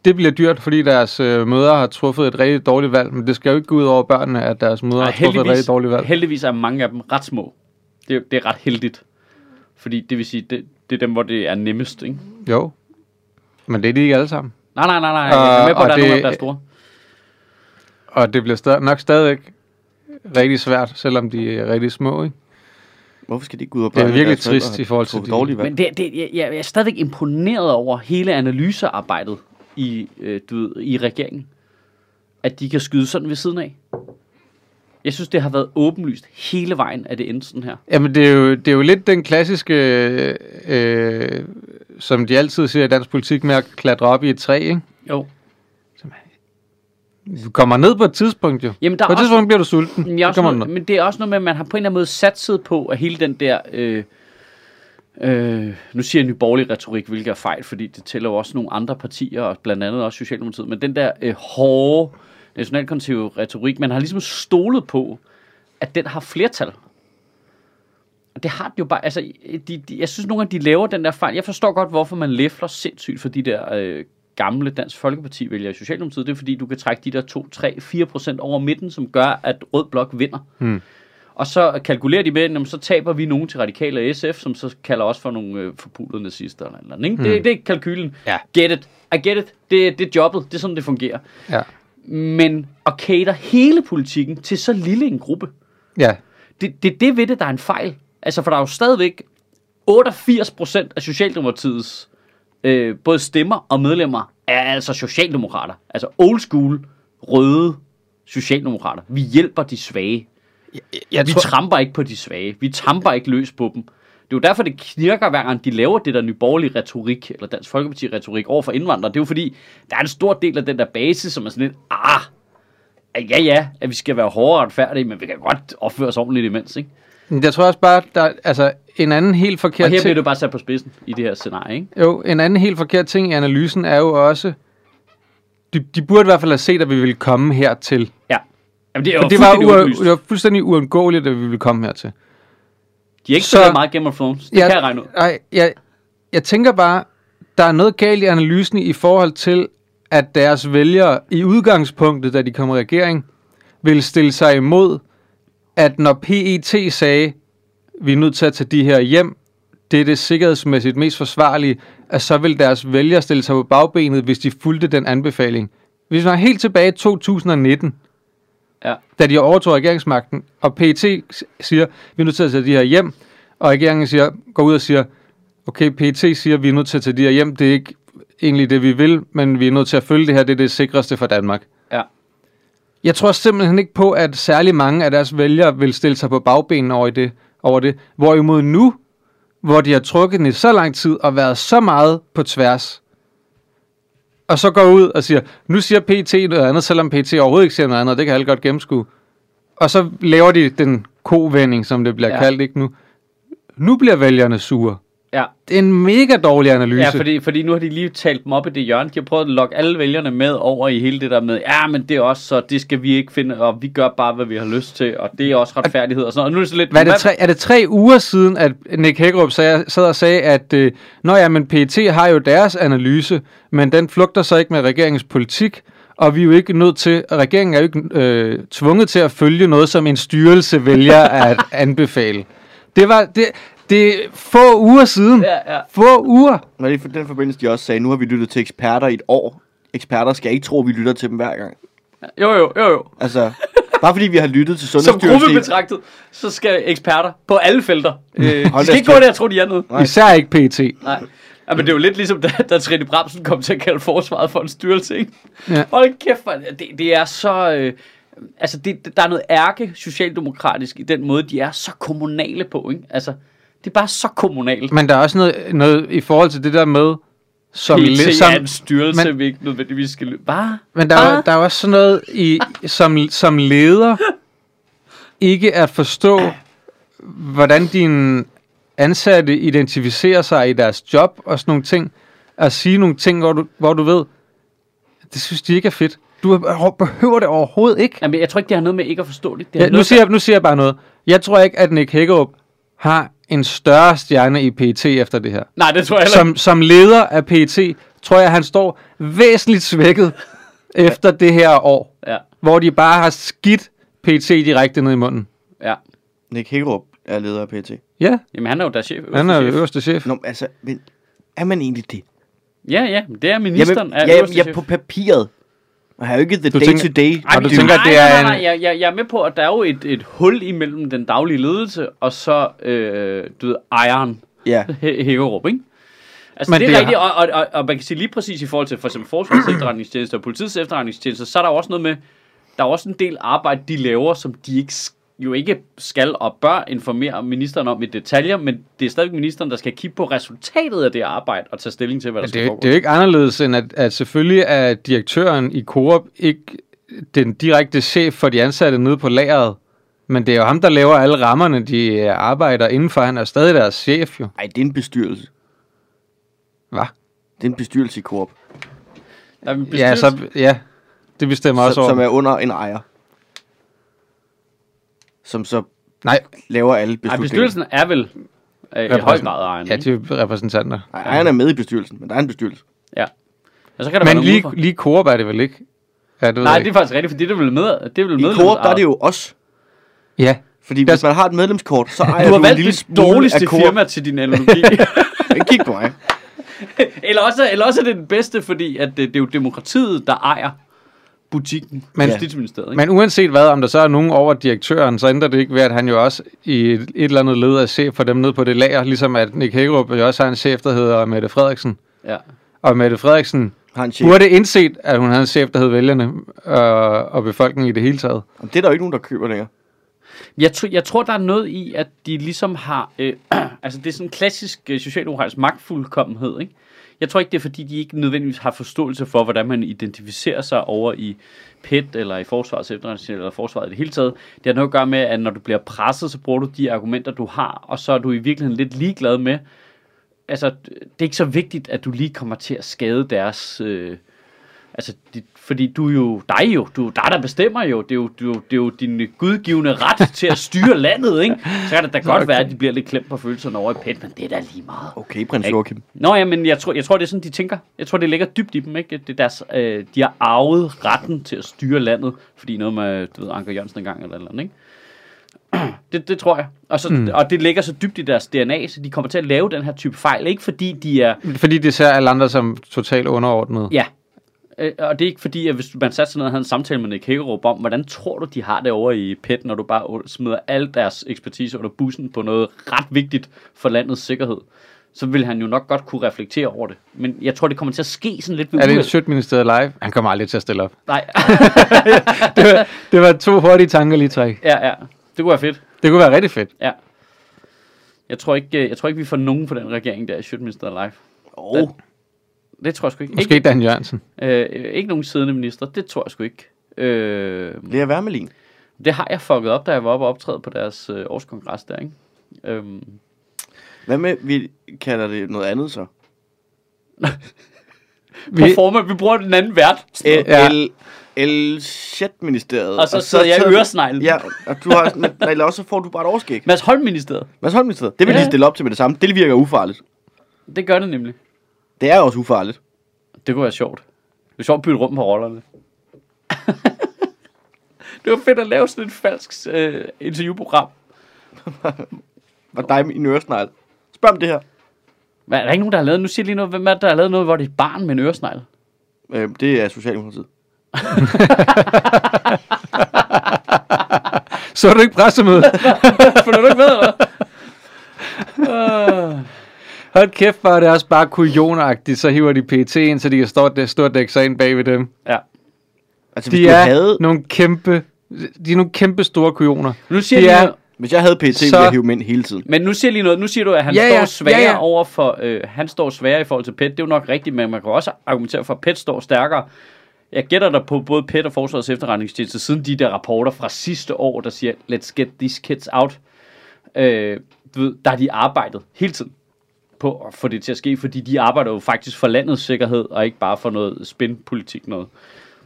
[SPEAKER 3] det bliver dyrt, fordi deres øh, mødre har truffet et rigtig dårligt valg, men det skal jo ikke gå ud over børnene, at deres mødre
[SPEAKER 1] Ej,
[SPEAKER 3] har truffet et rigtig dårligt valg.
[SPEAKER 1] heldigvis er mange af dem ret små. Det, er- det er ret heldigt. Fordi det vil sige, det, det er dem, hvor det er nemmest, ikke?
[SPEAKER 3] Jo, men det er de ikke alle sammen.
[SPEAKER 1] Nej, nej, nej, nej.
[SPEAKER 3] Og-
[SPEAKER 1] Jeg er med på, at
[SPEAKER 3] og
[SPEAKER 1] der er nogle af
[SPEAKER 3] det-
[SPEAKER 1] dem, der er store.
[SPEAKER 3] Og det bliver stad- nok stadigvæk rigtig svært, selvom de er rigtig små, ikke?
[SPEAKER 2] Hvorfor skal de ikke gå ud og
[SPEAKER 3] Det er
[SPEAKER 2] børnene
[SPEAKER 3] virkelig
[SPEAKER 2] deres forældre
[SPEAKER 3] trist
[SPEAKER 2] har
[SPEAKER 3] i forhold til
[SPEAKER 2] truffet
[SPEAKER 3] de-
[SPEAKER 2] dårlige valg?
[SPEAKER 1] Men det, det, jeg, jeg jeg er stadigvæk imponeret over hele analysearbejdet i, øh, du ved, i regeringen. At de kan skyde sådan ved siden af. Jeg synes, det har været åbenlyst hele vejen, at det endte sådan her.
[SPEAKER 3] Jamen, det er jo, det er jo lidt den klassiske, øh, øh, som de altid siger i dansk politik, med at klatre op i et træ, ikke?
[SPEAKER 1] Jo.
[SPEAKER 3] Du kommer ned på et tidspunkt, jo.
[SPEAKER 1] Jamen, der
[SPEAKER 3] på
[SPEAKER 1] er
[SPEAKER 3] et
[SPEAKER 1] også,
[SPEAKER 3] tidspunkt bliver du sulten.
[SPEAKER 1] men, jeg er også
[SPEAKER 3] Så kommer du ned.
[SPEAKER 1] noget, men det er også noget med, at man har på en eller anden måde satset på, at hele den der... Øh, øh, nu siger jeg nyborgerlig retorik, hvilket er fejl, fordi det tæller jo også nogle andre partier, og blandt andet også Socialdemokratiet, men den der øh, hårde nationalkonservative retorik, man har ligesom stolet på, at den har flertal. det har det jo bare, altså, de, de, jeg synes nogle gange, de laver den der fejl. Jeg forstår godt, hvorfor man læfler sindssygt for de der øh, gamle Dansk Folkeparti vælgere i Socialdemokratiet. Det er fordi, du kan trække de der 2, 3, 4 procent over midten, som gør, at Rød Blok vinder.
[SPEAKER 3] Hmm.
[SPEAKER 1] Og så kalkulerer de med, at jamen, så taber vi nogen til radikale og SF, som så kalder os for nogle øh, forpulede nazister eller et eller andet. Ikke? Det, det er kalkylen.
[SPEAKER 3] Ja.
[SPEAKER 1] Get it. I get it. Det, det er jobbet. Det er sådan, det fungerer.
[SPEAKER 3] Ja.
[SPEAKER 1] Men at cater hele politikken til så lille en gruppe,
[SPEAKER 3] Ja.
[SPEAKER 1] det, det er det ved det, der er en fejl. Altså, for der er jo stadigvæk 88 procent af Socialdemokratiets øh, både stemmer og medlemmer er altså socialdemokrater. Altså old school, røde socialdemokrater. Vi hjælper de svage.
[SPEAKER 3] Jeg
[SPEAKER 1] Vi tramper ikke på de svage. Vi tramper ikke løs på dem. Det er jo derfor, det knirker hver gang, de laver det der nyborgerlige retorik, eller Dansk Folkeparti-retorik over for indvandrere. Det er jo fordi, der er en stor del af den der base, som er sådan lidt, ah, at ja ja, at vi skal være hårde og retfærdige, men vi kan godt opføre os ordentligt imens, ikke?
[SPEAKER 3] Jeg tror også bare, der altså en anden helt forkert
[SPEAKER 1] Og her bliver
[SPEAKER 3] ting,
[SPEAKER 1] du bare sat på spidsen i det her scenarie, ikke?
[SPEAKER 3] jo, en anden helt forkert ting i analysen er jo også, de, de burde i hvert fald have set, at vi ville komme hertil.
[SPEAKER 1] Ja. Jamen, det er jo
[SPEAKER 3] For det var,
[SPEAKER 1] fuldstændig
[SPEAKER 3] uer,
[SPEAKER 1] oplyst.
[SPEAKER 3] det var fuldstændig uundgåeligt, at vi ville komme hertil.
[SPEAKER 1] De har ikke
[SPEAKER 3] så-
[SPEAKER 1] så meget Game of Thrones. Det kan jeg regne ud.
[SPEAKER 3] Nej, jeg, jeg tænker bare, der er noget galt i analysen i forhold til, at deres vælgere i udgangspunktet, da de kom i regering, ville stille sig imod, at når PET sagde, vi er nødt til at tage de her hjem, det er det sikkerhedsmæssigt mest forsvarlige, at så vil deres vælgere stille sig på bagbenet, hvis de fulgte den anbefaling. Hvis man er helt tilbage i 2019,
[SPEAKER 1] Ja.
[SPEAKER 3] da de overtog regeringsmagten, og PT siger, vi er nødt til at tage de her hjem, og regeringen siger, går ud og siger, okay, PT siger, vi er nødt til at tage de her hjem, det er ikke egentlig det, vi vil, men vi er nødt til at følge det her, det er det sikreste for Danmark.
[SPEAKER 1] Ja.
[SPEAKER 3] Jeg tror simpelthen ikke på, at særlig mange af deres vælgere vil stille sig på bagbenen over i det, over det. Hvorimod nu, hvor de har trukket den i så lang tid og været så meget på tværs, og så går ud og siger, nu siger PT noget andet, selvom PT overhovedet ikke siger noget andet, og det kan alle godt gennemskue. Og så laver de den kovending, som det bliver
[SPEAKER 1] Ja.
[SPEAKER 3] ja. kaldt, ikke nu. Nu bliver vælgerne sure.
[SPEAKER 1] Ja.
[SPEAKER 3] Det er en mega dårlig analyse.
[SPEAKER 1] Ja, fordi, fordi nu har de lige talt dem op i det hjørne. De har prøvet at lokke alle vælgerne med over i hele det der med, ja, men det er også så, det skal vi ikke finde, og vi gør bare, hvad vi har lyst til, og det er også retfærdighed og sådan noget. Og nu er det så lidt...
[SPEAKER 3] Hvad er, det tre, er det tre uger siden, at Nick Hækkerup sagde, sad og sagde, at øh, Nå ja, men PET har jo deres analyse, men den flugter så ikke med regeringens politik, og vi er jo ikke nødt til, regeringen er jo ikke øh, tvunget til at følge noget, som en styrelse vælger at anbefale. Det var det, det er få uger siden.
[SPEAKER 1] Ja, ja.
[SPEAKER 3] Få uger.
[SPEAKER 2] Men i den forbindelse, de også sagde, nu har vi lyttet til eksperter i et år. Eksperter skal ikke tro, at vi lytter til dem hver gang.
[SPEAKER 1] Jo, jo, jo, jo.
[SPEAKER 2] Altså, bare fordi vi har lyttet til
[SPEAKER 1] Som
[SPEAKER 2] Sundhedsstyrelsen...
[SPEAKER 1] gruppe betragtet, så skal eksperter på alle felter. Øh, de skal
[SPEAKER 2] deres
[SPEAKER 1] ikke gå
[SPEAKER 2] tøj.
[SPEAKER 1] der og tro, de er noget.
[SPEAKER 2] Nej.
[SPEAKER 3] Især ikke E PET.
[SPEAKER 1] Nej. Ja, men det er jo lidt ligesom, da, da Trine Bramsen kom til at kalde forsvaret for en styrelse, ikke?
[SPEAKER 3] Ja.
[SPEAKER 1] Hold kæft, man. Det, det er så... Øh, altså, det, det- der er noget ærke socialdemokratisk i den måde, de er så kommunale på, ikke? Altså, det er bare så kommunalt.
[SPEAKER 3] Men der er også noget, noget i forhold til det der med, som,
[SPEAKER 1] PT
[SPEAKER 3] lidt-
[SPEAKER 1] er
[SPEAKER 3] som,
[SPEAKER 1] en styrelse, men,
[SPEAKER 3] men-
[SPEAKER 1] vi ikke nødvendigvis skal løbe. Bare,
[SPEAKER 3] Men der,
[SPEAKER 1] bare,
[SPEAKER 3] er, der er også sådan noget i, som, som leder, ikke at forstå, hvordan dine ansatte identificerer sig i deres job og sådan nogle ting. At sige nogle ting, hvor du, hvor du ved, det synes de ikke er fedt. Du behøver det overhovedet ikke.
[SPEAKER 1] Jamen, jeg tror ikke, det har noget med ikke at forstå det. det har
[SPEAKER 3] Ja, nu,
[SPEAKER 1] noget
[SPEAKER 3] siger jeg, nu siger jeg bare noget. Jeg tror ikke, at Nick Hækkerup har en større stjerne i PET efter det her.
[SPEAKER 1] Nej, det tror jeg heller
[SPEAKER 3] Som, som leder af PET, tror jeg, han står væsentligt svækket efter det her år
[SPEAKER 1] ikke. Ja,
[SPEAKER 3] hvor de bare har skidt PT direkte ned i munden.
[SPEAKER 1] ja.
[SPEAKER 2] Nick Hækkerup er leder af PT.
[SPEAKER 3] Ja,
[SPEAKER 1] Jamen, han er jo der chef.
[SPEAKER 3] han er
[SPEAKER 1] øverste chef.
[SPEAKER 3] jo øverste chef.
[SPEAKER 2] Nå, men altså, men er man egentlig det?
[SPEAKER 1] Ja, ja, men det er ministeren.
[SPEAKER 2] Jamen,
[SPEAKER 1] er
[SPEAKER 2] ja,
[SPEAKER 1] øverste
[SPEAKER 2] ja,
[SPEAKER 1] chef.
[SPEAKER 2] på papiret. Og har jo ikke the
[SPEAKER 3] Du
[SPEAKER 2] day
[SPEAKER 3] tænker-
[SPEAKER 2] to day.
[SPEAKER 3] Ej,
[SPEAKER 1] men
[SPEAKER 3] du tænker, at det
[SPEAKER 1] nej,
[SPEAKER 3] er
[SPEAKER 1] nej, nej,
[SPEAKER 3] en-
[SPEAKER 1] jeg, jeg, jeg er med på, at der er jo et, et hul imellem den daglige ledelse, og så, øh, du ved, ejeren,
[SPEAKER 2] Ja.
[SPEAKER 1] Hæ- Hækkerup, ikke? Altså, Men
[SPEAKER 3] Men
[SPEAKER 1] det er
[SPEAKER 3] det
[SPEAKER 1] rigtigt, og, og, og, og man kan sige lige præcis i forhold til for eksempel Forsvarets efterretningstjeneste og politiets efterretningstjeneste, så er der jo også noget med, der er jo også en del arbejde, de laver, som de ikke, s- jo ikke skal og bør informere ministeren om i detaljer, men det er stadigvæk ministeren, der skal kigge på resultatet af det arbejde og tage stilling altså, til, hvad der
[SPEAKER 3] Men
[SPEAKER 1] skal
[SPEAKER 3] det, er jo-
[SPEAKER 1] foregå.
[SPEAKER 3] det er jo ikke anderledes end, at, at selvfølgelig er direktøren i Coop ikke den direkte chef for de ansatte nede på lageret, men det er jo ham, der laver alle rammerne, de øh, arbejder indenfor. Han er stadig deres chef, jo.
[SPEAKER 2] Ej, det er en bestyrelse.
[SPEAKER 3] Hva?
[SPEAKER 2] Det er en bestyrelse i Coop,
[SPEAKER 1] Der er en
[SPEAKER 3] Ja,
[SPEAKER 1] bestyrelse.
[SPEAKER 3] så, ja, det bestemmer også
[SPEAKER 2] som,
[SPEAKER 3] over.
[SPEAKER 2] som er under en ejer. Som så
[SPEAKER 3] Nej,
[SPEAKER 2] laver alle
[SPEAKER 1] Nej,
[SPEAKER 2] beslutninger.
[SPEAKER 1] bestyrelsen er vel øh, i høj
[SPEAKER 3] Repræsentant-
[SPEAKER 1] grad ejeren.
[SPEAKER 3] ja,
[SPEAKER 1] Ja,
[SPEAKER 3] de er repræsentanter.
[SPEAKER 2] Nej, ejeren er med i bestyrelsen, men der er en bestyrelse.
[SPEAKER 1] ja. Og så kan der
[SPEAKER 3] Men
[SPEAKER 1] være
[SPEAKER 3] lige,
[SPEAKER 1] nogen udefra.
[SPEAKER 3] lige Coop er det vel ikke? Ja, det ved
[SPEAKER 1] Nej,
[SPEAKER 3] jeg
[SPEAKER 1] det er
[SPEAKER 3] ikke.
[SPEAKER 1] faktisk rigtigt, for det er vel med. Det er vel
[SPEAKER 2] I Coop, der er det jo os.
[SPEAKER 3] Ja.
[SPEAKER 2] Fordi
[SPEAKER 3] Der-
[SPEAKER 2] hvis man har et medlemskort, så ejer
[SPEAKER 1] Du
[SPEAKER 2] du,
[SPEAKER 1] har
[SPEAKER 2] en
[SPEAKER 1] valgt
[SPEAKER 2] lille
[SPEAKER 1] det
[SPEAKER 2] smule
[SPEAKER 1] dårligste
[SPEAKER 2] af Coop.
[SPEAKER 1] firma til din analogi.
[SPEAKER 2] Kig på mig.
[SPEAKER 1] eller, også, eller også er det den bedste, fordi at det, det er jo demokratiet, der ejer butikken.
[SPEAKER 3] Men-
[SPEAKER 1] Men, Justitsministeriet, ikke?
[SPEAKER 3] Men uanset hvad, om der så er nogen over direktøren, så ændrer det ikke ved, at han jo også i et, et eller andet led er chef for dem nede på det lager, ligesom at Nick Hagerup jo også har en chef, der hedder Mette Frederiksen.
[SPEAKER 1] Men, ja.
[SPEAKER 3] Og Mette Frederiksen
[SPEAKER 2] Har en chef.
[SPEAKER 3] burde indset, at hun havde en chef, der hed vælgerne øh, og befolkningen i det hele taget.
[SPEAKER 2] Det er der jo ikke nogen, der køber længere.
[SPEAKER 1] Jeg, tr- jeg tror, der er noget i, at de ligesom har... Øh, altså, det er sådan en klassisk øh, socialdemokratisk magtfuldkommenhed, ikke? Jeg tror ikke, det er, fordi de ikke nødvendigvis har forståelse for, hvordan man identificerer sig over i PET, eller i Forsvarets Efterretningstjeneste, eller Forsvaret i det hele taget. Det har noget at gøre med, at når du bliver presset, så bruger du de argumenter, du har, og så er du i virkeligheden lidt ligeglad med... Altså, det er ikke så vigtigt, at du lige kommer til at skade deres... Øh, Altså, det, fordi du er jo dig jo, du er jo dig, der bestemmer jo. Det er jo, du, det er jo din gudgivende ret til at styre landet, ikke? Så kan det da godt være, at de bliver lidt klemt på følelserne over i pet, men det er da lige meget.
[SPEAKER 2] Okay, prins
[SPEAKER 1] Ikke?
[SPEAKER 2] Joachim.
[SPEAKER 1] Nå ja, men jeg tror, jeg tror, det er sådan, de tænker. Jeg tror, det ligger dybt i dem, ikke? Det er deres, øh, de har arvet retten til at styre landet, fordi noget med, du ved, Anker Jørgensen engang eller et eller andet, ikke? Det, det tror jeg. Og, så, mm. og det ligger så dybt i deres DNA, så de kommer til at lave den her type fejl. Ikke fordi de er
[SPEAKER 3] Fordi de ser alle andre som totalt underordnet.
[SPEAKER 1] Ja. Øh, Og det er ikke fordi, at hvis man satte sig ned og havde en samtale med Nick Hækkerup om, hvordan tror du, de har det over i PET, når du bare smider al deres ekspertise under bussen på noget ret vigtigt for landets sikkerhed, så vil han jo nok godt kunne reflektere over det. Men jeg tror, det kommer til at ske sådan lidt ved
[SPEAKER 3] Er det
[SPEAKER 1] uheld.
[SPEAKER 3] en sødt ministeriet live? Han kommer aldrig til at stille op.
[SPEAKER 1] Nej,
[SPEAKER 3] Det var, det var to hurtige tanker lige træk.
[SPEAKER 1] ja, ja. Det kunne være fedt.
[SPEAKER 3] Det kunne være rigtig fedt.
[SPEAKER 1] Ja. Jeg tror ikke, øh, jeg tror ikke vi får nogen på den regering der i Sjøtministeriet Live.
[SPEAKER 2] Åh, oh,
[SPEAKER 1] Det tror jeg sgu ikke.
[SPEAKER 3] Måske ikke Dan Jørgensen.
[SPEAKER 1] Ikke, øh, ikke nogen siddende minister. Det tror jeg sgu ikke. Øh,
[SPEAKER 2] Lea Wermelin.
[SPEAKER 1] Det har jeg fucket op, da jeg var oppe og optræde på deres øh, årskongres der, ikke? Øhm,
[SPEAKER 2] Hvad med, vi kalder det noget andet så?
[SPEAKER 1] vi... Øh, Performa, vi bruger den anden vært.
[SPEAKER 2] Æ,
[SPEAKER 3] Ja.
[SPEAKER 2] El, el ministeriet
[SPEAKER 1] Og så sidder jeg i øresneglen.
[SPEAKER 2] Ja, og du har, men, nej, eller også så får du bare et overskæg.
[SPEAKER 1] Mads Holm ministeriet.
[SPEAKER 2] Mads Holm ministeriet. Det vil
[SPEAKER 1] Ja.
[SPEAKER 2] ja. lige stille op til med det samme. Det virker ufarligt.
[SPEAKER 1] Det gør det nemlig.
[SPEAKER 2] Det er også ufarligt.
[SPEAKER 1] Det kunne være sjovt. Det er sjovt at bytte rum på rollerne. det var fedt at lave sådan et falsk øh, interviewprogram.
[SPEAKER 2] Var dig med en øresnegl. Spørg om det her.
[SPEAKER 1] Hvad, er der ikke nogen, der har lavet... Nu siger jeg lige noget. Hvem er det, der har lavet noget, hvor det er et barn med en øresnegl?
[SPEAKER 2] Øh, det er Socialdemokratiet.
[SPEAKER 3] Så er du ikke pressemøde.
[SPEAKER 1] For du ikke ved, eller hvad? Øh.
[SPEAKER 3] Hold kæft, hvor er det også bare kujonagtigt. Så hiver de PT ind, så de kan stå, og- stå og dække sig ind bag ved dem.
[SPEAKER 1] ja.
[SPEAKER 2] Altså, hvis,
[SPEAKER 3] De
[SPEAKER 2] du
[SPEAKER 3] er
[SPEAKER 2] havde,
[SPEAKER 3] nogle kæmpe... De er nogle kæmpe store kujoner.
[SPEAKER 1] Nu siger
[SPEAKER 3] Det
[SPEAKER 1] jeg
[SPEAKER 3] er-
[SPEAKER 1] lige noget.
[SPEAKER 2] hvis jeg havde PT, så...
[SPEAKER 3] Så-
[SPEAKER 2] ville jeg hive dem ind hele tiden.
[SPEAKER 1] Men nu siger jeg lige noget. Nu siger du, at han ja,
[SPEAKER 3] Ja,
[SPEAKER 1] står
[SPEAKER 3] ja.
[SPEAKER 1] ja, sværere
[SPEAKER 3] Ja, ja.
[SPEAKER 1] over for... Øh, han står sværere i forhold til PET. Det er jo nok rigtigt, men man kan også argumentere for, at PET står stærkere. Jeg gætter dig på både PET og Forsvarets Efterretningstjeneste, siden de der rapporter fra sidste år, der siger, let's get these kids out. Øh, du ved, der har de arbejdet hele tiden på at få det til at ske, fordi de arbejder jo faktisk for landets sikkerhed, og ikke bare for noget spinpolitik noget.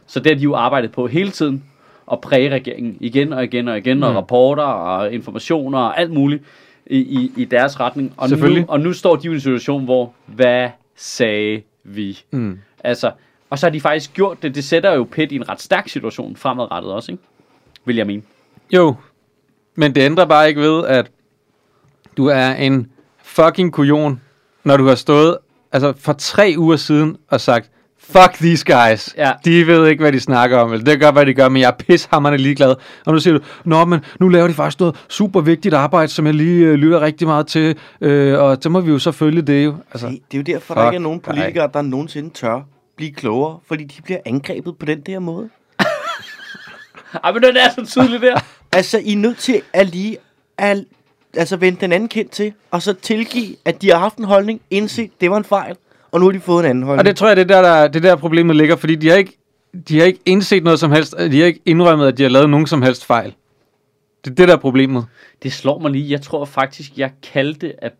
[SPEAKER 1] Så det har de jo arbejdet på hele tiden, at præge regeringen igen og igen og igen, mm. og rapporter og informationer og alt muligt i, i, i deres retning. Og nu,
[SPEAKER 3] Selvfølgelig.
[SPEAKER 1] og nu står de jo i en situation, hvor hvad sagde vi?
[SPEAKER 3] Mm.
[SPEAKER 1] Altså, og så har de faktisk gjort det. Det sætter jo PET i en ret stærk situation fremadrettet også, ikke? Vil jeg mene.
[SPEAKER 3] Jo, men det ændrer bare ikke ved, at du er en fucking kujon, når du har stået altså for tre uger siden og sagt, fuck these guys,
[SPEAKER 1] Ja.
[SPEAKER 3] de ved ikke, hvad de snakker om, eller det gør, hvad de gør, men jeg er pishammerne ligeglad. Og nu siger du, nå, men nu laver de faktisk noget super vigtigt arbejde, som jeg lige øh, lytter rigtig meget til, øh, og så må vi jo så følge det jo. Altså,
[SPEAKER 2] Det, det er jo derfor,
[SPEAKER 3] Fuck
[SPEAKER 2] der ikke er nogen
[SPEAKER 3] dig.
[SPEAKER 2] politikere, der nogensinde tør blive klogere, fordi de bliver angrebet på den der måde.
[SPEAKER 1] Ej, men den er så tydelig der.
[SPEAKER 2] Altså, I er nødt til at lige at, altså, vende den anden kendt til, og så tilgive, at de har haft en holdning, indse, det var en fejl, og nu har de fået en anden holdning.
[SPEAKER 3] Og det tror jeg, det er der, der, det er der problemet ligger, fordi de har, ikke, de har ikke indset noget som helst, de har ikke indrømmet, at de har lavet nogen som helst fejl. Det er det, der er problemet.
[SPEAKER 1] Det slår mig lige. Jeg tror faktisk, jeg kaldte, at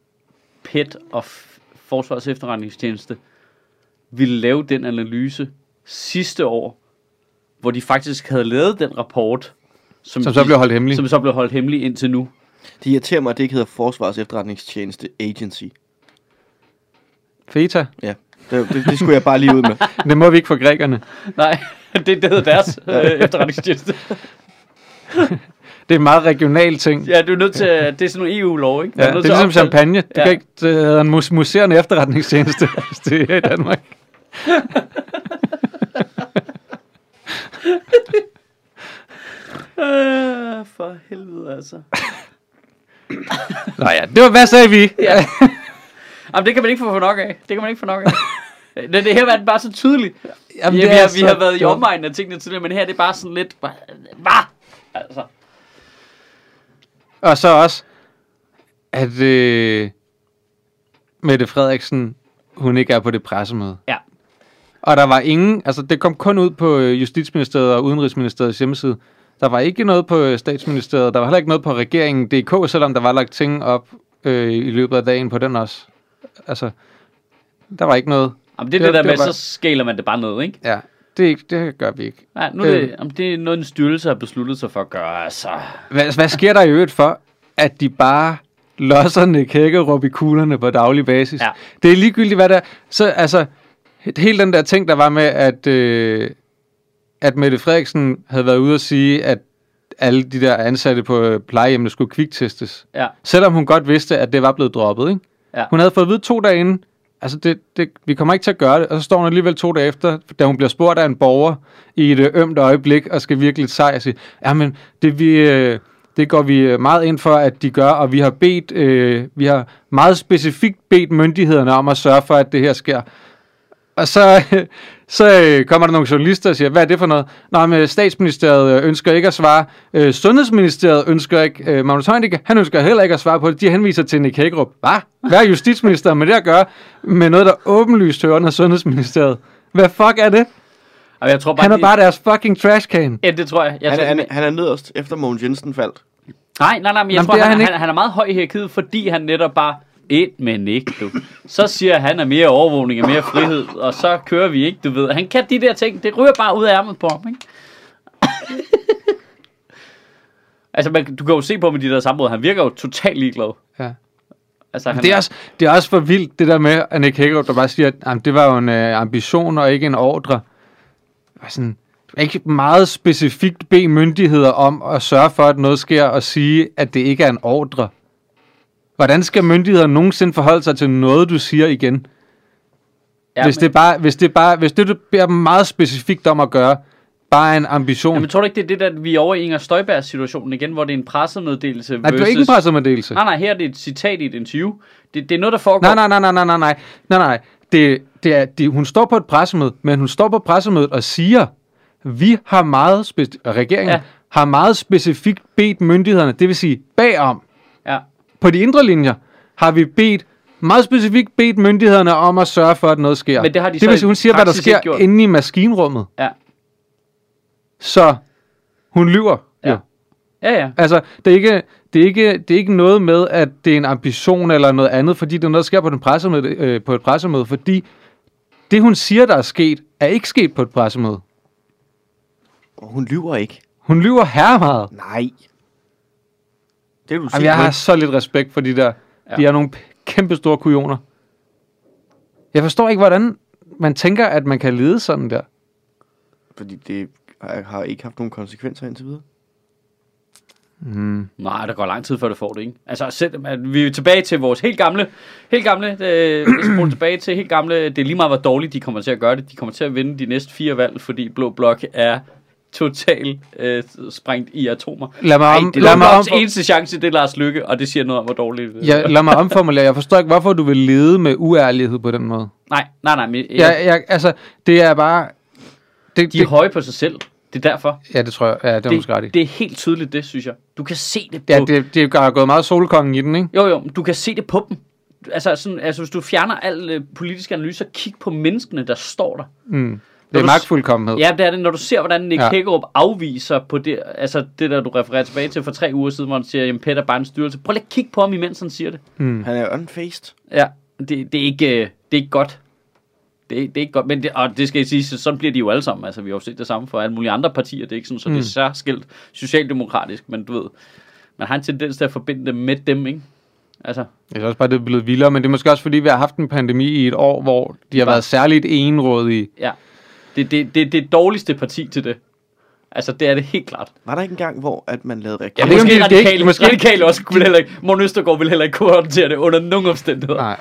[SPEAKER 1] PET og F- Forsvarets Efterretningstjeneste ville lave den analyse sidste år, hvor de faktisk havde lavet den rapport,
[SPEAKER 3] Som så
[SPEAKER 1] de-
[SPEAKER 3] blev holdt hemmelig.
[SPEAKER 1] Som så blev holdt hemmelig indtil nu.
[SPEAKER 2] Det irriterer mig, at det ikke hedder Forsvars Efterretningstjeneste Agency.
[SPEAKER 3] Feta.
[SPEAKER 2] Ja, det, det, det skulle jeg bare lige ud med.
[SPEAKER 3] Det må vi ikke for grækerne.
[SPEAKER 1] Nej, det, det hedder deres øh, efterretningstjeneste.
[SPEAKER 3] Det er en meget regional ting.
[SPEAKER 1] Ja, du er nødt til, at- det er sådan nogle EU-lov, ikke? Man
[SPEAKER 3] Ja, det er
[SPEAKER 1] nødt til at
[SPEAKER 3] ligesom
[SPEAKER 1] opkalde-
[SPEAKER 3] champagne. Det,
[SPEAKER 1] Ja.
[SPEAKER 3] kan ikke, det hedder en mus- museerende efterretningstjeneste, hvis det er i Danmark.
[SPEAKER 1] Øh, for helvede, altså.
[SPEAKER 3] Nå ja, det var, hvad sagde vi?
[SPEAKER 1] Ja. Jamen, det kan man ikke få for nok af. Det kan man ikke få nok af. Det, det her var den bare så tydeligt. Jamen, ja,
[SPEAKER 3] det
[SPEAKER 1] vi,
[SPEAKER 3] er
[SPEAKER 1] har, vi
[SPEAKER 3] så
[SPEAKER 1] har været i
[SPEAKER 3] dumt.
[SPEAKER 1] omegnen af tingene tidligere, men her er det bare sådan lidt... bare, Hvad? Altså,
[SPEAKER 3] Og så også, at øh, Mette Frederiksen, hun ikke er på det pressemøde.
[SPEAKER 1] Ja.
[SPEAKER 3] Og der var ingen, altså det kom kun ud på øh, Justitsministeriet og Udenrigsministeriets hjemmeside. Der var ikke noget på øh, Statsministeriet, der var heller ikke noget på regeringen DK, selvom der var lagt ting op øh, i løbet af dagen på den også. Altså, der var ikke noget.
[SPEAKER 1] jamen, det er det,
[SPEAKER 3] Det-
[SPEAKER 1] det der
[SPEAKER 3] det
[SPEAKER 1] med,
[SPEAKER 3] var bare-
[SPEAKER 1] så skaler man det bare ned, ikke?
[SPEAKER 3] Ja, det, er ikke, det gør vi ikke.
[SPEAKER 1] Nej, nu er det,
[SPEAKER 3] Øh.
[SPEAKER 1] jamen, det er noget, en styrelse har besluttet sig for at gøre, altså.
[SPEAKER 3] Hvad, hvad sker der i øvrigt for, at de bare losser Nick Hækkerup i kuglerne på daglig basis?
[SPEAKER 1] Ja.
[SPEAKER 3] Det er ligegyldigt, hvad der... Så altså, he- hele den der ting, der var med, at, øh, at Mette Frederiksen havde været ude og sige, at alle de der ansatte på øh, plejehjemmene skulle kviktestes.
[SPEAKER 1] Ja,
[SPEAKER 3] Selvom hun godt vidste, at det var blevet droppet, ikke?
[SPEAKER 1] Ja.
[SPEAKER 3] Hun havde fået at vide to dage inden, altså det, det, vi kommer ikke til at gøre det, og så står hun alligevel to dage efter, da hun bliver spurgt af en borger i et øh, ømt øjeblik, og skal virkelig sej og sige, jamen det, vi, øh, det går vi øh, meget ind for, at de gør, og vi har bedt, øh, vi har meget specifikt bedt myndighederne om at sørge for, at det her sker. Og så, så øh, kommer der nogle journalister og siger, hvad er det for noget? Nå, men øh, statsministeriet øh, ønsker ikke at svare. Øh, Sundhedsministeriet ønsker ikke. Øh, Magnus Heunicke, han ønsker heller ikke at svare på det. De henviser til Nick Hagerup. Hvad? Hvad er justitsministeren med det at gøre? Med noget, der åbenlyst hører under Sundhedsministeriet. Hvad fuck er det?
[SPEAKER 1] og jeg tror bare...
[SPEAKER 3] Han er
[SPEAKER 1] de-
[SPEAKER 3] bare deres fucking trashcan.
[SPEAKER 1] Ja, det tror jeg.
[SPEAKER 3] Altså,
[SPEAKER 1] jeg
[SPEAKER 2] Han
[SPEAKER 1] tror,
[SPEAKER 2] er, han, er- han er nederst, efter Mogens Jensen faldt.
[SPEAKER 1] Nej, nej, nej, men jeg
[SPEAKER 3] Jamen,
[SPEAKER 1] Jamen, tror,
[SPEAKER 3] det er
[SPEAKER 1] han,
[SPEAKER 3] han
[SPEAKER 1] han,
[SPEAKER 3] ikke.
[SPEAKER 1] han, han er meget høj i hierarkiet, fordi han netop bare et men ikke, du. Så siger han, at mere overvågning er mere frihed, og så kører vi ikke, du ved. Han kan de der ting, det ryger bare ud af ærmet på ham, ikke? altså, man, du kan jo se på med de der samråd, han virker jo totalt ligeglad.
[SPEAKER 3] Ja.
[SPEAKER 1] Altså, han,
[SPEAKER 3] Det er, også, det er også for vildt, det der med, at Nick Hagerup, der bare siger, at "Jamen, det var jo en øh, ambition og ikke en ordre. Det var sådan, du kan ikke meget specifikt bede myndigheder om at sørge for, at noget sker, og sige, at det ikke er en ordre. Hvordan skal myndigheder nogensinde forholde sig til noget, du siger igen? Ja, hvis, det bare, hvis, det bare, hvis det, du beder dem meget specifikt om at gøre, bare er en ambition.
[SPEAKER 1] Jamen, tror du ikke, det er det, der, vi er over i Inger Støjbergs-situationen igen, hvor det er en pressemeddelelse
[SPEAKER 3] Nej, det var ikke en pressemeddelelse.
[SPEAKER 1] Nej, nej, her er det et citat i et interview. Det, det er noget, der foregår.
[SPEAKER 3] Nej, nej, nej, nej, nej, nej, nej, nej, nej. Det, det er, det, hun står på et pressemøde, men hun står på pressemødet og siger, vi har meget, speci- og regeringen
[SPEAKER 1] Ja.
[SPEAKER 3] ja. har meget specifikt bedt myndighederne, det vil sige bagom,
[SPEAKER 1] Ja.
[SPEAKER 3] på de indre linjer, har vi bedt, meget specifikt bedt myndighederne om at sørge for, at noget sker.
[SPEAKER 1] Men det har de så
[SPEAKER 3] det vil
[SPEAKER 1] i
[SPEAKER 3] sige, hun siger, hvad der
[SPEAKER 1] praksis ikke
[SPEAKER 3] sker
[SPEAKER 1] gjort.
[SPEAKER 3] inde i maskinrummet.
[SPEAKER 1] Ja.
[SPEAKER 3] Så hun lyver.
[SPEAKER 1] Ja.
[SPEAKER 3] jo.
[SPEAKER 1] Ja, ja.
[SPEAKER 3] Altså, det er, ikke, det, er ikke, det er ikke noget med, at det er en ambition eller noget andet, fordi det er noget, der sker på, den pressemøde, øh, på et pressemøde, fordi det, hun siger, der er sket, er ikke sket på et pressemøde.
[SPEAKER 2] Og hun lyver ikke.
[SPEAKER 3] Hun lyver herre meget.
[SPEAKER 2] Nej. Det er du
[SPEAKER 3] Jamen,
[SPEAKER 2] sige.
[SPEAKER 3] jeg har så lidt respekt for de der. Ja. De er nogle p- kæmpe store kujoner. Jeg forstår ikke, hvordan man tænker, at man kan lede sådan der.
[SPEAKER 2] Fordi det har, har ikke haft nogen konsekvenser indtil videre.
[SPEAKER 3] Mm.
[SPEAKER 1] Nej, der går lang tid, før det får det, ikke? Altså, selv, at vi er tilbage til vores helt gamle, helt gamle, øh, hvis vi spoler tilbage til helt gamle, det er lige meget, hvor dårligt de kommer til at gøre det. De kommer til at vinde de næste fire valg, fordi Blå Blok er totalt øh, sprængt i atomer.
[SPEAKER 3] Lad mig,
[SPEAKER 1] Ej,
[SPEAKER 3] om,
[SPEAKER 1] det
[SPEAKER 3] lad,
[SPEAKER 1] er
[SPEAKER 3] mig
[SPEAKER 1] Bloks
[SPEAKER 3] omfor-
[SPEAKER 1] eneste chance, det er Lars Lykke, og det siger noget om, hvor dårligt øh, det er.
[SPEAKER 3] ja, lad mig omformulere. Jeg forstår ikke, hvorfor du vil lede med uærlighed på den måde.
[SPEAKER 1] Nej, nej, nej, men, øh,
[SPEAKER 3] Ja. Jeg, jeg, altså, det er bare... Det,
[SPEAKER 1] de er høje på sig selv. Det er derfor.
[SPEAKER 3] Ja, det tror jeg. Ja, det er måske ret i.
[SPEAKER 1] Det, det er helt tydeligt, det synes jeg. Du kan se det på
[SPEAKER 3] Ja, det, det er gået meget solkongen i den, ikke?
[SPEAKER 1] Jo, jo, men du kan se det på dem. Altså, sådan, altså hvis du fjerner al øh, politisk analyse, så kig på menneskene, der står der.
[SPEAKER 3] Mm.
[SPEAKER 1] Når
[SPEAKER 3] Det
[SPEAKER 1] du
[SPEAKER 3] er
[SPEAKER 1] s-
[SPEAKER 3] magtfuldkommenhed.
[SPEAKER 1] Ja, det er det, når du ser, hvordan Nick
[SPEAKER 3] Ja.
[SPEAKER 1] ja. Hækkerup afviser på det, altså det der, du refererer tilbage til for tre uger siden, hvor han siger, jamen Peter bare en styrelse. Prøv lige at kigge på ham, imens han siger det.
[SPEAKER 3] Mm.
[SPEAKER 2] Han er unfaced.
[SPEAKER 1] Ja, det, det, er, ikke, øh, det er ikke godt. Det, det er ikke godt, men det, og det skal jeg sige, så sådan bliver de jo alle sammen. Altså, vi har jo set det samme for alle mulige andre partier. Det er ikke sådan, så mm. det er særskilt socialdemokratisk, men du ved. man har en tendens til at forbinde dem med dem, ikke? Altså,
[SPEAKER 3] Jeg synes også bare, det er blevet vildere, men det er måske også, fordi vi har haft en pandemi i et år, hvor de har
[SPEAKER 1] Bare-
[SPEAKER 3] været særligt enrådige.
[SPEAKER 1] ja. Det, det, det, det dårligste parti til det. Altså, det er det helt klart.
[SPEAKER 2] Var der ikke engang, hvor at man lavede
[SPEAKER 3] Jeg
[SPEAKER 2] reklame?
[SPEAKER 1] Og
[SPEAKER 3] ved ikke, om
[SPEAKER 1] måske
[SPEAKER 3] de- det er ikke-
[SPEAKER 1] radikale, ikke,
[SPEAKER 3] måske-
[SPEAKER 1] måske radikale også kunne heller ikke. Morten Østergaard ville heller ikke kunne håndtere det under nogen omstændigheder.
[SPEAKER 3] Nej.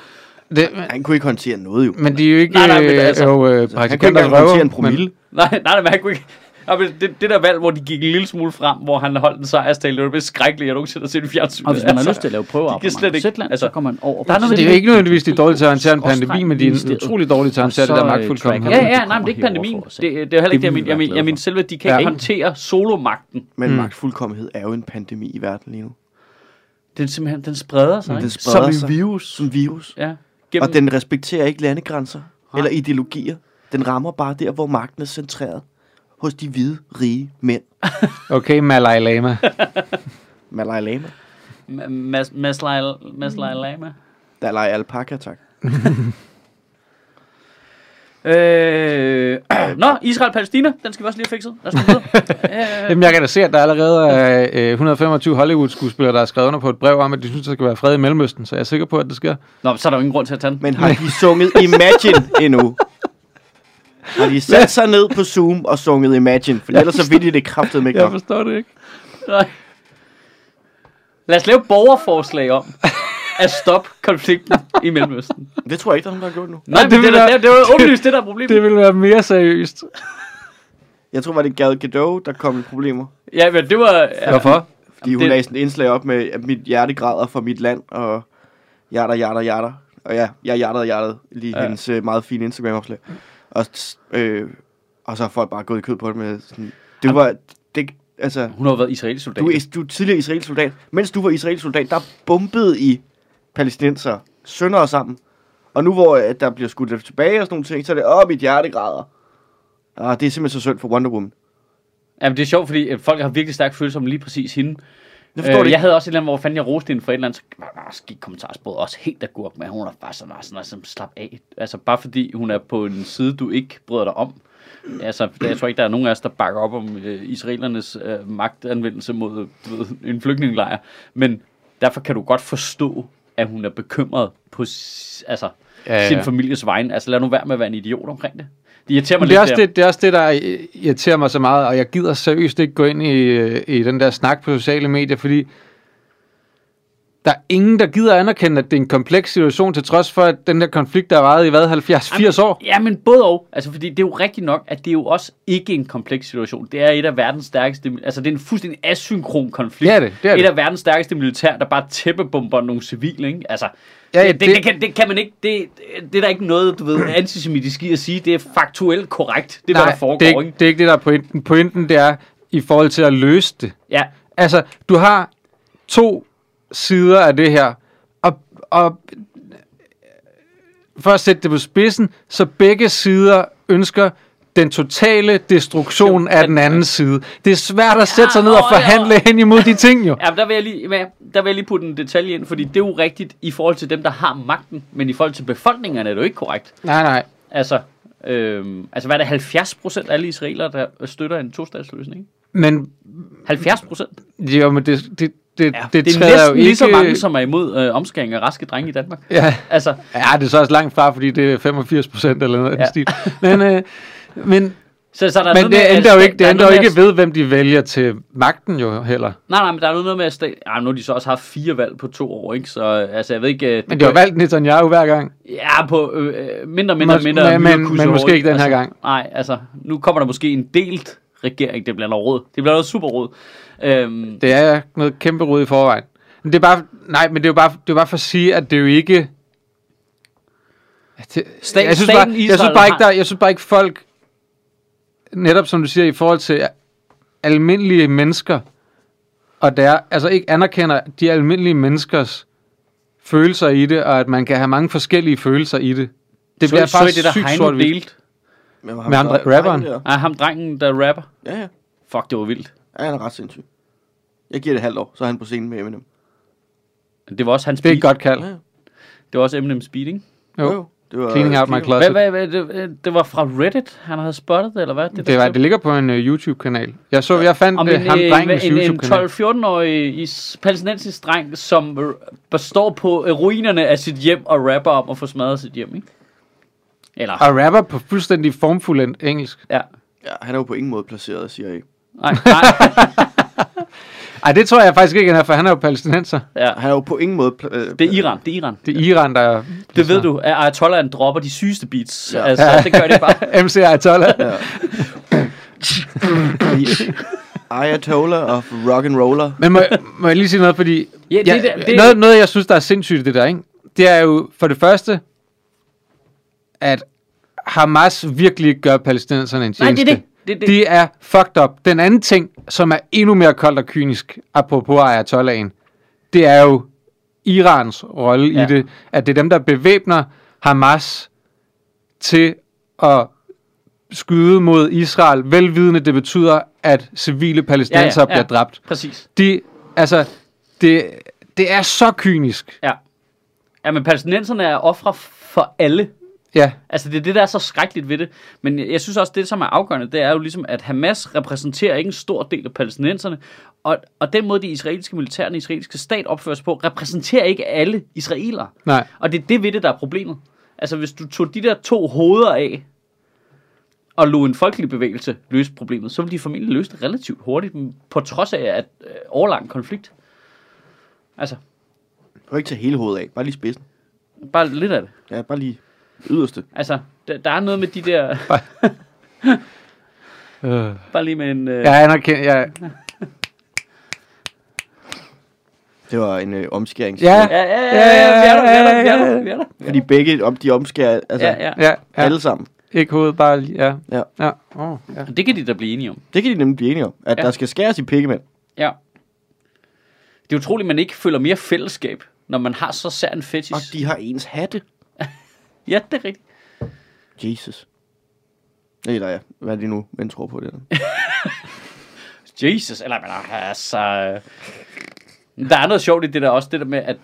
[SPEAKER 3] Det,
[SPEAKER 2] Han kunne ikke håndtere noget, jo. Altså,
[SPEAKER 3] men de er jo ikke
[SPEAKER 1] Nej, nej, men
[SPEAKER 3] øh,
[SPEAKER 1] altså-
[SPEAKER 3] jo, øh,
[SPEAKER 2] han kunne ikke
[SPEAKER 3] praktikanter
[SPEAKER 2] engang
[SPEAKER 3] røver,
[SPEAKER 2] håndtere en promille.
[SPEAKER 3] Men,
[SPEAKER 1] Nej, nej, nej, men han kunne ikke... Nej, men Det, det der valg, hvor de gik en lille smule frem, hvor han holdt en sejrstale, det var det mest skrækkelige, jeg nogensinde har set i fjernsynet.
[SPEAKER 4] Og hvis man har
[SPEAKER 1] Altså,
[SPEAKER 4] lyst til at lave prøver
[SPEAKER 1] de kan slet
[SPEAKER 4] på
[SPEAKER 1] ikke-
[SPEAKER 4] Zetland,
[SPEAKER 1] altså,
[SPEAKER 4] så kommer man over på
[SPEAKER 1] der er noget
[SPEAKER 3] så
[SPEAKER 1] ved
[SPEAKER 3] det er jo ikke nødvendigvis, de er dårlige til at håndtere en pandemi, men de er
[SPEAKER 4] Skråstreg
[SPEAKER 3] utrolig dårlige til at håndtere det
[SPEAKER 4] Og
[SPEAKER 3] der
[SPEAKER 4] så, øh,
[SPEAKER 3] magtfuldkommenhed.
[SPEAKER 4] tracker.
[SPEAKER 1] Ja, ja,
[SPEAKER 4] Det
[SPEAKER 1] nej, men det er ikke
[SPEAKER 4] kommer herover
[SPEAKER 1] pandemien.
[SPEAKER 4] for os,
[SPEAKER 1] Det,
[SPEAKER 4] ikke?
[SPEAKER 1] det er jo heller
[SPEAKER 4] Det
[SPEAKER 1] ikke det, jeg
[SPEAKER 4] ville
[SPEAKER 1] mener. Jeg
[SPEAKER 4] vi
[SPEAKER 1] mener,
[SPEAKER 4] være
[SPEAKER 1] jeg
[SPEAKER 4] glade
[SPEAKER 1] mener selve, at de kan
[SPEAKER 3] Ja.
[SPEAKER 1] ikke håndtere solomagten.
[SPEAKER 2] Men magtfuldkommenhed er jo en pandemi i verden lige nu.
[SPEAKER 1] Den, simpelthen, den spreder sig,
[SPEAKER 2] Den
[SPEAKER 1] ikke?
[SPEAKER 2] spreder sig. sig. virus. Som virus.
[SPEAKER 1] Ja.
[SPEAKER 2] Og
[SPEAKER 1] Gennem,
[SPEAKER 2] den respekterer ikke landegrænser eller ideologier. Den rammer bare der, hvor magten er centreret. Hos de hvide, rige mænd.
[SPEAKER 3] Okay, Malai Lama.
[SPEAKER 2] Malai Lama.
[SPEAKER 1] Ma- Mas- Maslai Maslai Lama.
[SPEAKER 2] Der leger alpaka, tak.
[SPEAKER 1] Øh, nå, Israel-Palæstina, den skal vi også lige have fikset. Lad os komme videre. øh,
[SPEAKER 3] Jamen, jeg kan da se, at der allerede er øh, 125 Hollywood-skuespillere, der har skrevet under på et brev om, at de synes, der skal være fred i Mellemøsten, så jeg er sikker på, at det sker.
[SPEAKER 1] nå, men så er der jo ingen grund til at tage den.
[SPEAKER 2] Men har de sunget Imagine endnu? Har de sat sig ned på Zoom og sunget Imagine? For ellers så vil de det kraftedeme ikke
[SPEAKER 3] Jeg
[SPEAKER 2] nok.
[SPEAKER 3] forstår det ikke.
[SPEAKER 1] Nej. Lad os lave borgerforslag om at stoppe konflikten i Mellemøsten.
[SPEAKER 2] Det tror jeg ikke, der er nogen, der har gjort nu.
[SPEAKER 1] Nej, men
[SPEAKER 3] det
[SPEAKER 1] det,
[SPEAKER 3] vil
[SPEAKER 1] det,
[SPEAKER 3] jeg-
[SPEAKER 1] det, det er jo åbenlyst det, der er problemet.
[SPEAKER 3] Det ville være mere seriøst.
[SPEAKER 2] Jeg tror, var det Gad Gadot, der kom i problemer.
[SPEAKER 1] Ja, men det var... Ja,
[SPEAKER 3] Hvorfor?
[SPEAKER 2] Fordi hun
[SPEAKER 1] det-
[SPEAKER 2] lagde sådan et indslag op med, at mit hjerte græder for mit land, og hjerter, hjerter, hjerter. Og ja, jeg hjertede, hjertede lige
[SPEAKER 1] Ja.
[SPEAKER 2] ja. hendes øh, meget fine Instagram-opslag. Og, s- øh, og så har folk bare gået i kød på det med sådan... Det var... Det, altså,
[SPEAKER 1] hun har jo været israelsk soldat.
[SPEAKER 2] du, er, du er tidligere israelsk soldat. Mens du var israelsk soldat, der bombede I palæstinenser sønder og sammen. Og nu hvor øh, der bliver skudt tilbage og sådan nogle ting, så er det op i hjertegræder. Og Ah, det er simpelthen så synd for Wonder Woman.
[SPEAKER 1] Jamen, det er sjovt, fordi øh, folk har virkelig stærke følelser om lige præcis hende.
[SPEAKER 2] Jeg forstår øh,
[SPEAKER 1] Øh,
[SPEAKER 2] det
[SPEAKER 1] jeg
[SPEAKER 2] ikke.
[SPEAKER 1] havde også et eller andet, hvor fanden jeg roste hende for et eller andet, så var der i kommentarsporet også helt agurk med, at hun er bare sådan, sådan, sådan, sådan slap af. Altså, bare fordi hun er på en side, du ikke bryder dig om. Altså, der- jeg tror ikke, der er nogen af os, der bakker op om øh, israelernes øh, magtanvendelse mod øh, du ved, en flygtningelejr. Men derfor kan du godt forstå, at hun er bekymret på s- altså,
[SPEAKER 3] Ja, ja.
[SPEAKER 1] ja, sin families vegne. Altså, lad nu være med at være en idiot omkring det. Det irriterer mig
[SPEAKER 3] Men det, er
[SPEAKER 1] lidt
[SPEAKER 3] også det, det er også det, der øh, irriterer mig så meget, og jeg gider seriøst ikke gå ind i, øh, i den der snak på sociale medier, fordi der er ingen, der gider anerkende, at det er en kompleks situation, til trods for, at den der konflikt, der har varet i hvad, 70-80 år?
[SPEAKER 1] Ja, men både og. Altså, fordi det er jo rigtigt nok, at det er jo også ikke en kompleks situation. Det er et af verdens stærkeste... Altså, det er en fuldstændig asynkron konflikt.
[SPEAKER 3] Ja, det- det er
[SPEAKER 1] et
[SPEAKER 3] det.
[SPEAKER 1] af verdens stærkeste militær, der bare tæppebomber nogle civile, ikke? Altså,
[SPEAKER 3] Ja, ja,
[SPEAKER 1] det, det,
[SPEAKER 3] det-
[SPEAKER 1] det, kan, det kan man ikke... Det, det er der ikke noget, du ved, antisemitisk i at sige. Det er faktuelt korrekt. Det er, hvad der foregår,
[SPEAKER 3] det er, ikke,
[SPEAKER 1] ikke?
[SPEAKER 3] det er ikke det, der er pointen. Pointen, det er i forhold til at løse det.
[SPEAKER 1] Ja,
[SPEAKER 3] Altså, du har to sider af det her, og, og for at sætte det på spidsen, så begge sider ønsker den totale destruktion af den anden side. Det er svært at sætte sig ned og
[SPEAKER 1] nå, ja.
[SPEAKER 3] forhandle hen imod de ting, jo.
[SPEAKER 1] ja men der, vil jeg lige, ja, der vil jeg lige putte en detalje ind, fordi det er jo rigtigt i forhold til dem, der har magten, men i forhold til befolkningerne er det jo ikke korrekt.
[SPEAKER 3] Nej, nej.
[SPEAKER 1] Altså, øhm, altså hvad er det, 70 procent af alle israelere, der støtter en tostatsløsning?
[SPEAKER 3] Men,
[SPEAKER 1] 70 procent?
[SPEAKER 3] jo, men det, det, det, ja, det,
[SPEAKER 1] det er
[SPEAKER 3] træder jo
[SPEAKER 1] næsten
[SPEAKER 3] ikke...
[SPEAKER 1] lige så mange, som er imod øh, omskæring af raske drenge i Danmark.
[SPEAKER 3] Ja.
[SPEAKER 1] Altså,
[SPEAKER 3] ja, det er så også langt fra, fordi det er 85 procent eller noget af den
[SPEAKER 1] Ja.
[SPEAKER 3] stil. Men, øh, men,
[SPEAKER 1] så, så er der
[SPEAKER 3] men
[SPEAKER 1] noget med,
[SPEAKER 3] det
[SPEAKER 1] at
[SPEAKER 3] ændrer jo
[SPEAKER 1] sta-
[SPEAKER 3] ikke,
[SPEAKER 1] der
[SPEAKER 3] det
[SPEAKER 1] er
[SPEAKER 3] ændrer jo
[SPEAKER 1] noget med,
[SPEAKER 3] ikke ved, hvem de vælger til magten jo heller.
[SPEAKER 1] at- Nej, nej, men der er noget med, at stat... Ej, nu har de så også haft fire valg på to år, ikke? Så øh, altså, jeg ved ikke... øh,
[SPEAKER 3] Men det var valgt Netanyahu hver gang.
[SPEAKER 1] Ja, på øh, mindre, mindre,
[SPEAKER 3] Mås-
[SPEAKER 1] mindre...
[SPEAKER 3] men-
[SPEAKER 1] mindre
[SPEAKER 3] men-
[SPEAKER 1] kusse
[SPEAKER 3] men
[SPEAKER 1] over,
[SPEAKER 3] måske ikke den her
[SPEAKER 1] altså,
[SPEAKER 3] gang.
[SPEAKER 1] Nej, altså, nu kommer der måske en delt regering. Det bliver noget råd. Det bliver noget super råd. Øhm,
[SPEAKER 3] Det er noget kæmpe rod i forvejen. Men det er bare, nej, men det er jo bare, det er bare for at sige, at det er jo ikke... Det,
[SPEAKER 1] Stat-
[SPEAKER 3] jeg, synes
[SPEAKER 1] staten
[SPEAKER 3] bare, jeg, synes
[SPEAKER 1] Israel
[SPEAKER 3] bare ikke,
[SPEAKER 1] har-
[SPEAKER 3] der, jeg synes bare ikke folk, netop som du siger, i forhold til almindelige mennesker, og der, altså ikke anerkender de almindelige menneskers følelser i det, og at man kan have mange forskellige følelser i det. Det bliver
[SPEAKER 1] så, så
[SPEAKER 3] faktisk
[SPEAKER 1] det, der
[SPEAKER 3] sygt
[SPEAKER 1] Heino
[SPEAKER 3] sort
[SPEAKER 1] delt.
[SPEAKER 2] Men
[SPEAKER 3] med ham,
[SPEAKER 2] der-
[SPEAKER 3] rapperen.
[SPEAKER 2] der-
[SPEAKER 1] Ah, ham drengen, der rapper.
[SPEAKER 2] Ja, ja.
[SPEAKER 1] Fuck, det var vildt.
[SPEAKER 2] Ja, han er ret sindssyg. Jeg giver det et halvt år, så er han på scenen med Eminem.
[SPEAKER 1] Det var også hans
[SPEAKER 3] Det er
[SPEAKER 1] beat.
[SPEAKER 3] et godt kald.
[SPEAKER 2] Ja,
[SPEAKER 1] Det var også Eminem's beat, ikke?
[SPEAKER 3] Jo.
[SPEAKER 2] jo. Det var,
[SPEAKER 3] Cleaning out my
[SPEAKER 1] Hvad,
[SPEAKER 3] closet.
[SPEAKER 1] hvad, hvad, det, det var fra Reddit, han havde spottet det, eller hvad?
[SPEAKER 3] Det, var, det ligger på en uh, YouTube-kanal. Jeg så, jeg fandt
[SPEAKER 1] om
[SPEAKER 3] uh,
[SPEAKER 1] en,
[SPEAKER 3] ham
[SPEAKER 1] øh,
[SPEAKER 3] drengens
[SPEAKER 1] en, en, en
[SPEAKER 3] YouTube-kanal.
[SPEAKER 1] 12-14-årig is- palæstinensisk dreng, som øh, består på øh, ruinerne af sit hjem og rapper om at få smadret sit hjem, ikke? Eller,
[SPEAKER 3] Og rapper på fuldstændig formfuldt engelsk.
[SPEAKER 1] ja.
[SPEAKER 2] Ja, han er jo på ingen måde placeret, siger jeg.
[SPEAKER 1] Nej, nej,
[SPEAKER 3] Ej, det tror jeg faktisk ikke, han er, for han er jo palæstinenser.
[SPEAKER 1] ja.
[SPEAKER 2] Han er jo på ingen måde... Pla- øh,
[SPEAKER 1] Det er Iran, det er Iran.
[SPEAKER 3] Det er Iran, der er...
[SPEAKER 1] Det ved du, at Ayatollaherne dropper de sygeste beats.
[SPEAKER 2] Ja.
[SPEAKER 1] Ja. Altså, det gør det bare.
[SPEAKER 3] MC Ayatollah.
[SPEAKER 2] Ja. Ayatollah of rock and roller.
[SPEAKER 3] Men må, må jeg lige sige noget, fordi...
[SPEAKER 1] Ja, det-
[SPEAKER 3] jeg,
[SPEAKER 1] det- det-
[SPEAKER 3] noget, noget, jeg synes, der er sindssygt i det der, ikke? Det er jo for det første, at Hamas virkelig ikke gør palæstinenserne en
[SPEAKER 1] Nej, det
[SPEAKER 3] tjeneste.
[SPEAKER 1] er det. det, er det.
[SPEAKER 3] De er fucked up. Den anden ting, som er endnu mere koldt og kynisk, apropos Ayatollahen, det er jo Irans rolle ja.
[SPEAKER 1] Ja.
[SPEAKER 3] i det, at det er dem, der bevæbner Hamas til at skyde mod Israel, velvidende det betyder, at civile palæstinenser ja, ja, ja. bliver dræbt.
[SPEAKER 1] Præcis,
[SPEAKER 3] De, altså, det, det er så kynisk.
[SPEAKER 1] ja. Ja, men palæstinenserne er ofre for alle.
[SPEAKER 3] Ja,
[SPEAKER 1] Altså, det er det, der er så skrækkeligt ved det. Men jeg jeg synes også, det, som er afgørende, det er jo ligesom, at Hamas repræsenterer ikke en stor del af palæstinenserne, og, og den måde, de israelske militære, den israelske stat opfører sig på, repræsenterer ikke alle israelere.
[SPEAKER 3] nej.
[SPEAKER 1] Og det er det ved det, der er problemet. Altså, hvis du tog de der to hoveder af, og lod en folkelig bevægelse løse problemet, så ville de formentlig løse det relativt hurtigt, men på trods af at øh, overlang konflikt. Altså,
[SPEAKER 2] Du ikke tage hele hovedet af. Bare lige spidsen.
[SPEAKER 1] bare lidt af det.
[SPEAKER 2] Ja, bare lige yderste.
[SPEAKER 1] Altså, der, der er noget med de der...
[SPEAKER 3] Øh.
[SPEAKER 1] Bare lige med en... Øh,
[SPEAKER 3] Jeg anerkender, jeg,
[SPEAKER 2] Det var en øh, omskæring.
[SPEAKER 3] Ja.
[SPEAKER 1] Ja, ja, ja, ja, vi er der, vi er der, vi er der, vi er der.
[SPEAKER 2] Fordi begge om de omskærer, altså
[SPEAKER 1] Ja,
[SPEAKER 2] ja, ja.
[SPEAKER 1] ja.
[SPEAKER 3] ja, ja,
[SPEAKER 2] alle sammen.
[SPEAKER 3] ikke hovedet, bare, lige- ja,
[SPEAKER 2] Ja.
[SPEAKER 3] ja, oh, ja.
[SPEAKER 1] Det kan de da blive enige om.
[SPEAKER 2] Det kan de nemlig blive enige om. At ja.
[SPEAKER 1] Ja.
[SPEAKER 2] der skal skæres i pikkemænd.
[SPEAKER 1] Ja. Det er utroligt, man ikke føler mere fællesskab, når man har så sær en
[SPEAKER 2] Og
[SPEAKER 1] fetish.
[SPEAKER 2] de har ens hatte.
[SPEAKER 1] Ja, det er rigtigt.
[SPEAKER 2] Jesus. Eller ja, hvad er det nu, men tror på det? der?
[SPEAKER 1] Jesus, eller men altså... Der er noget sjovt i det der også, det der med, at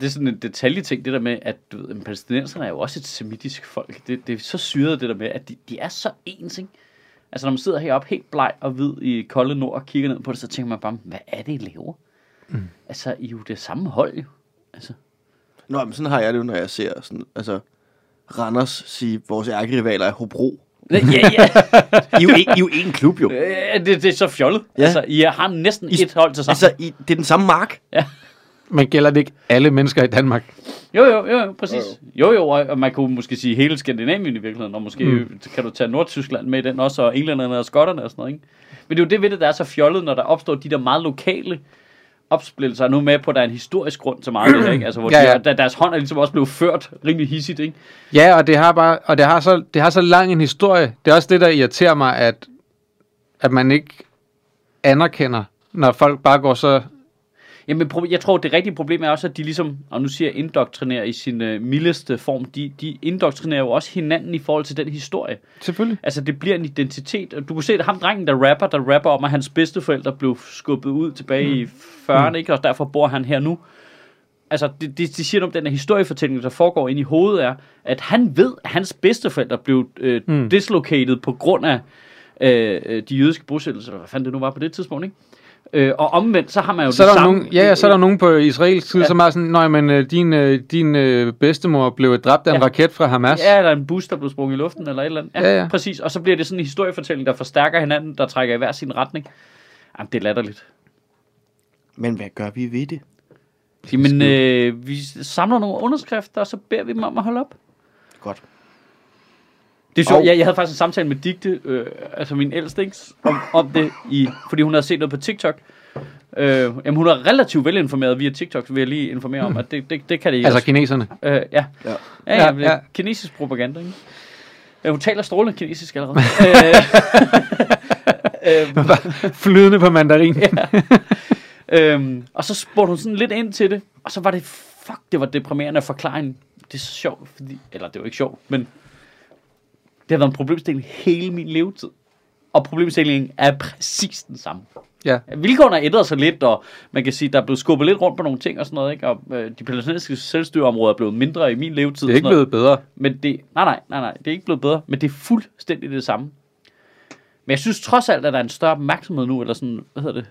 [SPEAKER 1] det er sådan en detaljeting, det der med, at du ved, men palæstinenserne er jo også et semitisk folk. Det, det er så syret, det der med, at de, de er så ens, ikke? Altså, når man sidder heroppe helt bleg og hvid i kolde nord og kigger ned på det, så tænker man bare, hvad er det, I laver? Mm. Altså, I er jo det samme hold, jo. Altså,
[SPEAKER 2] Nå, men sådan har jeg det jo, når jeg ser sådan, altså, Randers sige, vores ærkerivaler er Hobro.
[SPEAKER 1] Ja, ja.
[SPEAKER 2] I er jo en, I er jo en klub, jo.
[SPEAKER 1] ja det, det er så fjollet.
[SPEAKER 2] Ja.
[SPEAKER 1] Ja. Altså, I har næsten
[SPEAKER 2] I-
[SPEAKER 1] et hold til sammen.
[SPEAKER 2] Altså, I, det er den samme mark.
[SPEAKER 3] Men gælder det ikke alle mennesker i Danmark?
[SPEAKER 1] Jo, jo, jo, jo, præcis. Jo, jo, og og man kunne måske sige hele Skandinavien i virkeligheden, og måske mm. kan du tage Nordtyskland med i den også, og englænderne og skotterne og sådan noget, ikke? Men det er jo det ved det, der er så fjollet, når der opstår de der meget lokale opsplittelser. Nu er jeg med på, at der er en historisk grund til meget af det her, ikke? Altså, hvor
[SPEAKER 3] Ja,
[SPEAKER 1] ja, ja.
[SPEAKER 3] ja.
[SPEAKER 1] De, der, deres hånd er ligesom også blevet ført rimelig hissigt, ikke?
[SPEAKER 3] Ja, og det har bare og det har så det har så lang en historie. Det er også det der irriterer mig at at man ikke anerkender, når folk bare går så
[SPEAKER 1] Jamen, pro- jeg tror, det rigtige problem er også, at de ligesom, og nu siger jeg indoktrinerer i sin øh, mildeste form, de, de indoktrinerer jo også hinanden i forhold til den historie.
[SPEAKER 3] selvfølgelig.
[SPEAKER 1] Altså, det bliver en identitet. Og Du kunne se, at ham drengen, der rapper, der rapper om, at hans bedsteforældre blev skubbet ud tilbage mm. i 40'erne, ikke? og derfor bor han her nu. Altså, det, det, de siger noget om den her historiefortælling, der foregår inde i hovedet, er, at han ved, at hans bedsteforældre blev øh, mm. dislocated på grund af øh, øh, de jødiske bosættelser, eller hvad fanden det nu var på det tidspunkt, ikke? Øh, og omvendt, så har man jo
[SPEAKER 3] Så er
[SPEAKER 1] det
[SPEAKER 3] der jo
[SPEAKER 1] samme.
[SPEAKER 3] nogen, ja, ja, så er der jo nogen på israelsk side,
[SPEAKER 1] Ja.
[SPEAKER 3] ja. som er sådan, nej, men øh, din, øh, din øh, bedstemor blev dræbt af en
[SPEAKER 1] Ja.
[SPEAKER 3] ja. raket fra Hamas.
[SPEAKER 1] Ja, eller en bus, der blev sprunget i luften, eller et eller andet. Ja,
[SPEAKER 3] Ja,
[SPEAKER 1] ja,
[SPEAKER 3] ja.
[SPEAKER 1] ja. præcis. Og så bliver det sådan en historiefortælling, der forstærker hinanden, der trækker i hver sin retning. Jamen, det er latterligt.
[SPEAKER 2] Men hvad gør vi ved det?
[SPEAKER 1] Jamen, øh, vi samler nogle underskrifter, og så beder vi dem om at holde op.
[SPEAKER 2] Godt.
[SPEAKER 1] Det er sjovt.
[SPEAKER 2] Og-
[SPEAKER 1] Jeg, jeg havde faktisk en samtale med Digte, øh, altså min ældste, ikke? Om, om det, i, fordi hun havde set noget på TikTok. Øh, jamen, hun er relativt velinformeret via TikTok, vil jeg lige informere om, at det, det, det kan det ikke.
[SPEAKER 3] Altså kineserne.
[SPEAKER 1] Øh, ja.
[SPEAKER 2] Ja.
[SPEAKER 1] Ja, ja,
[SPEAKER 3] Ja,
[SPEAKER 1] ja, men det er
[SPEAKER 3] ja.
[SPEAKER 1] Kinesisk propaganda, ikke? Ja, hun taler strålende kinesisk allerede. øh, øh,
[SPEAKER 3] Flydende på mandarin. Ja.
[SPEAKER 1] Øhm, og så spurgte hun sådan lidt ind til det, og så var det, fuck, det var deprimerende at forklare hende. Det er så sjovt, fordi, eller det var ikke sjovt, men det har været en problemstilling hele min levetid. og problemstillingen er præcis den samme.
[SPEAKER 3] Ja.
[SPEAKER 1] Vilkårene har ændret sig lidt, og man kan sige, der er blevet skubbet lidt rundt på nogle ting og sådan noget, ikke? og øh, de palæstinensiske selvstyreområder er blevet mindre i min levetid.
[SPEAKER 3] Det er ikke
[SPEAKER 1] og sådan
[SPEAKER 3] blevet bedre.
[SPEAKER 1] noget. Men det, nej, nej, nej, nej, det er ikke blevet bedre, men det er fuldstændig det samme. Men jeg synes trods alt, at der er en større opmærksomhed nu, eller sådan, hvad hedder det?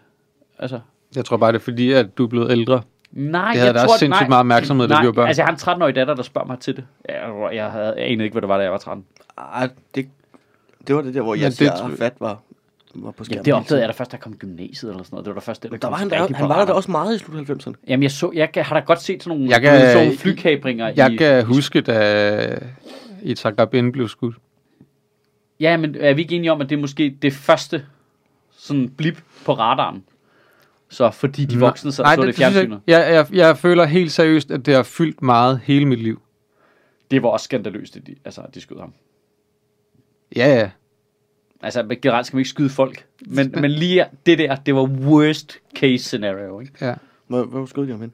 [SPEAKER 1] Altså,
[SPEAKER 3] Jeg tror bare, det er fordi, at du er blevet ældre.
[SPEAKER 1] Nej,
[SPEAKER 3] Det havde
[SPEAKER 1] jeg
[SPEAKER 3] da
[SPEAKER 1] tror,
[SPEAKER 3] også sindssygt
[SPEAKER 1] nej.
[SPEAKER 3] meget opmærksomhed, da
[SPEAKER 1] nej,
[SPEAKER 3] vi var børn.
[SPEAKER 1] Altså, jeg har en 13-årig datter, der spørger mig til det. Jeg, jeg, havde, jeg anede ikke, hvad det var, da jeg var 13.
[SPEAKER 2] Ej, det, det var det der, hvor
[SPEAKER 3] Men
[SPEAKER 2] jeg
[SPEAKER 3] det
[SPEAKER 2] ja,
[SPEAKER 3] tror-
[SPEAKER 2] det, fat var, var på
[SPEAKER 1] Ja, det
[SPEAKER 2] skærmen. hele tiden.
[SPEAKER 1] opdagede jeg da først, da jeg kom i gymnasiet eller sådan noget. Det var da først, det, der,
[SPEAKER 2] Der
[SPEAKER 1] kom
[SPEAKER 2] var han,
[SPEAKER 1] sådan
[SPEAKER 2] der,
[SPEAKER 1] rigtig
[SPEAKER 2] han
[SPEAKER 1] på
[SPEAKER 2] var der da
[SPEAKER 1] radaren.
[SPEAKER 2] også meget i slut 90'erne.
[SPEAKER 1] Jamen, jeg, så, jeg kan- har da godt set sådan nogle,
[SPEAKER 3] Jeg
[SPEAKER 1] jeg
[SPEAKER 3] kan- øh,
[SPEAKER 1] kan, sådan nogle flykabringer
[SPEAKER 3] Jeg
[SPEAKER 1] i...
[SPEAKER 3] kan huske, da Itzhak Rabin blev skudt.
[SPEAKER 1] Ja, men er vi ikke enige om, at det er måske det første sådan blip på radaren? Så fordi de voksne så, så det, det
[SPEAKER 3] synes jeg,
[SPEAKER 1] fjernsynet.
[SPEAKER 3] ikke. jeg, jeg, jeg føler helt seriøst, at det har fyldt meget hele mit liv.
[SPEAKER 1] Det var også skandaløst, at de, altså, at de skød ham.
[SPEAKER 3] Ja, ja.
[SPEAKER 1] Altså, men generelt skal man ikke skyde folk. Men, men lige det der, det var worst case scenario, ikke?
[SPEAKER 3] ja.
[SPEAKER 2] Hvor, hvor skød de ham hen?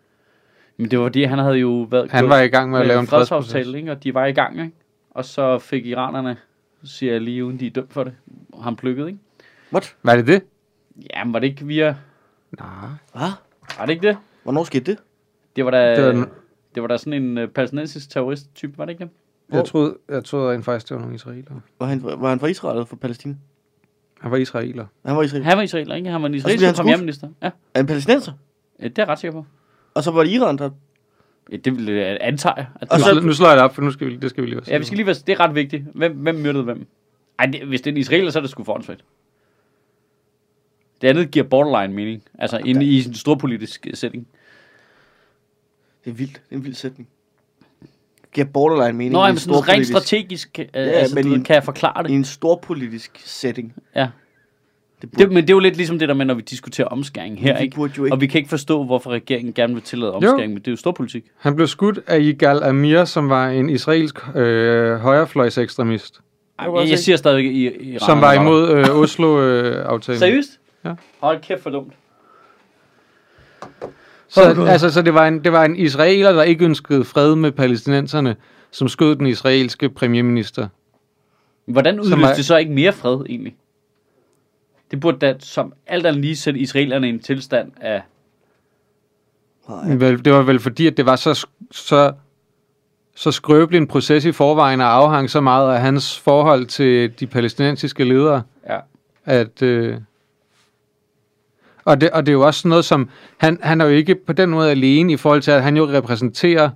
[SPEAKER 1] Men det var fordi, han havde jo været...
[SPEAKER 3] Han var i gang med at
[SPEAKER 1] med
[SPEAKER 3] lave en fredsproces.
[SPEAKER 1] fredsaftale, ikke? og de var i gang, ikke? Og så fik iranerne, siger jeg lige, uden de er dømt for det, ham plukket, ikke?
[SPEAKER 2] What?
[SPEAKER 3] Var det det?
[SPEAKER 1] Jamen, var det ikke via...
[SPEAKER 3] Nej.
[SPEAKER 2] Hvad?
[SPEAKER 1] Var det ikke det?
[SPEAKER 2] Hvornår skete det?
[SPEAKER 1] Det var da,
[SPEAKER 3] Det
[SPEAKER 1] det
[SPEAKER 3] var
[SPEAKER 1] var,
[SPEAKER 3] den-
[SPEAKER 1] det var da sådan en øh, palæstinensisk terrorist-type, var det ikke det?
[SPEAKER 3] Jeg troede, jeg troede rent faktisk, det var nogle israelere.
[SPEAKER 2] Var han, var han fra Israel eller fra Palæstina?
[SPEAKER 3] Han var israeler.
[SPEAKER 2] Han var Israel.
[SPEAKER 1] Han var israeler, ikke? Han var en
[SPEAKER 2] blev Altså, han
[SPEAKER 1] israelsk
[SPEAKER 2] skudt?
[SPEAKER 1] premierminister. Ja,
[SPEAKER 2] Er han palæstinenser?
[SPEAKER 1] Ja, det er jeg ret sikker på.
[SPEAKER 2] Og så var det Iran, der...
[SPEAKER 1] Ja, det vil øh, jeg antage. At det
[SPEAKER 2] Og
[SPEAKER 3] Nu,
[SPEAKER 1] var.
[SPEAKER 3] slår, nu slår jeg det op, for nu skal vi, det skal vi lige være
[SPEAKER 1] Ja, vi skal lige være, det er ret vigtigt. Hvem, hvem myrdede hvem? Ej, det, hvis det er en israeler, så er det sgu forhåndsvægt. Det andet giver borderline mening. Altså inde i sådan en storpolitisk øh, setting.
[SPEAKER 2] Det er vildt. Det er en vild sætning. Giver borderline mening
[SPEAKER 1] Nå,
[SPEAKER 2] i,
[SPEAKER 1] jamen,
[SPEAKER 2] en
[SPEAKER 1] sådan rent
[SPEAKER 2] storpolitisk-
[SPEAKER 1] strategisk, øh, ja, altså, men
[SPEAKER 2] men
[SPEAKER 1] du,
[SPEAKER 2] i
[SPEAKER 1] ved,
[SPEAKER 2] en-
[SPEAKER 1] kan jeg forklare
[SPEAKER 2] i
[SPEAKER 1] det.
[SPEAKER 2] en storpolitisk setting.
[SPEAKER 1] Ja.
[SPEAKER 2] Det burde,
[SPEAKER 1] det. Men det er jo lidt ligesom det der med, når vi diskuterer omskæring her,
[SPEAKER 2] vi
[SPEAKER 1] ikke?
[SPEAKER 2] burde jo ikke.
[SPEAKER 1] Og vi kan ikke forstå, hvorfor regeringen gerne vil tillade omskæring, men det er jo storpolitik.
[SPEAKER 3] Han blev skudt af Igal Amir, som var en israelsk øh, højrefløjs ekstremist,
[SPEAKER 1] Ej,
[SPEAKER 2] Jeg kunne
[SPEAKER 1] jeg,
[SPEAKER 2] også
[SPEAKER 1] jeg
[SPEAKER 2] se-
[SPEAKER 1] siger stadig i, i
[SPEAKER 3] som var imod øh, Oslo-aftalen.
[SPEAKER 1] Seriøst?
[SPEAKER 3] Ja.
[SPEAKER 1] Hold kæft for dumt.
[SPEAKER 3] Så, altså, så det, var en, det var en israeler, der ikke ønskede fred med palæstinenserne, som skød den israelske premierminister.
[SPEAKER 1] Hvordan
[SPEAKER 3] Som er-
[SPEAKER 1] udløste det så ikke mere fred, egentlig? Det burde da som alt andet lige sætte israelerne i en tilstand af...
[SPEAKER 2] Nej,
[SPEAKER 3] Vel, det var vel fordi, at det var så, sk- så, så skrøbelig en proces i forvejen, og afhang så meget af hans forhold til de palæstinensiske ledere.
[SPEAKER 1] Ja.
[SPEAKER 3] at øh, og, det, og det er jo også sådan noget som han, han er jo ikke på den måde alene i forhold til at han jo repræsenterer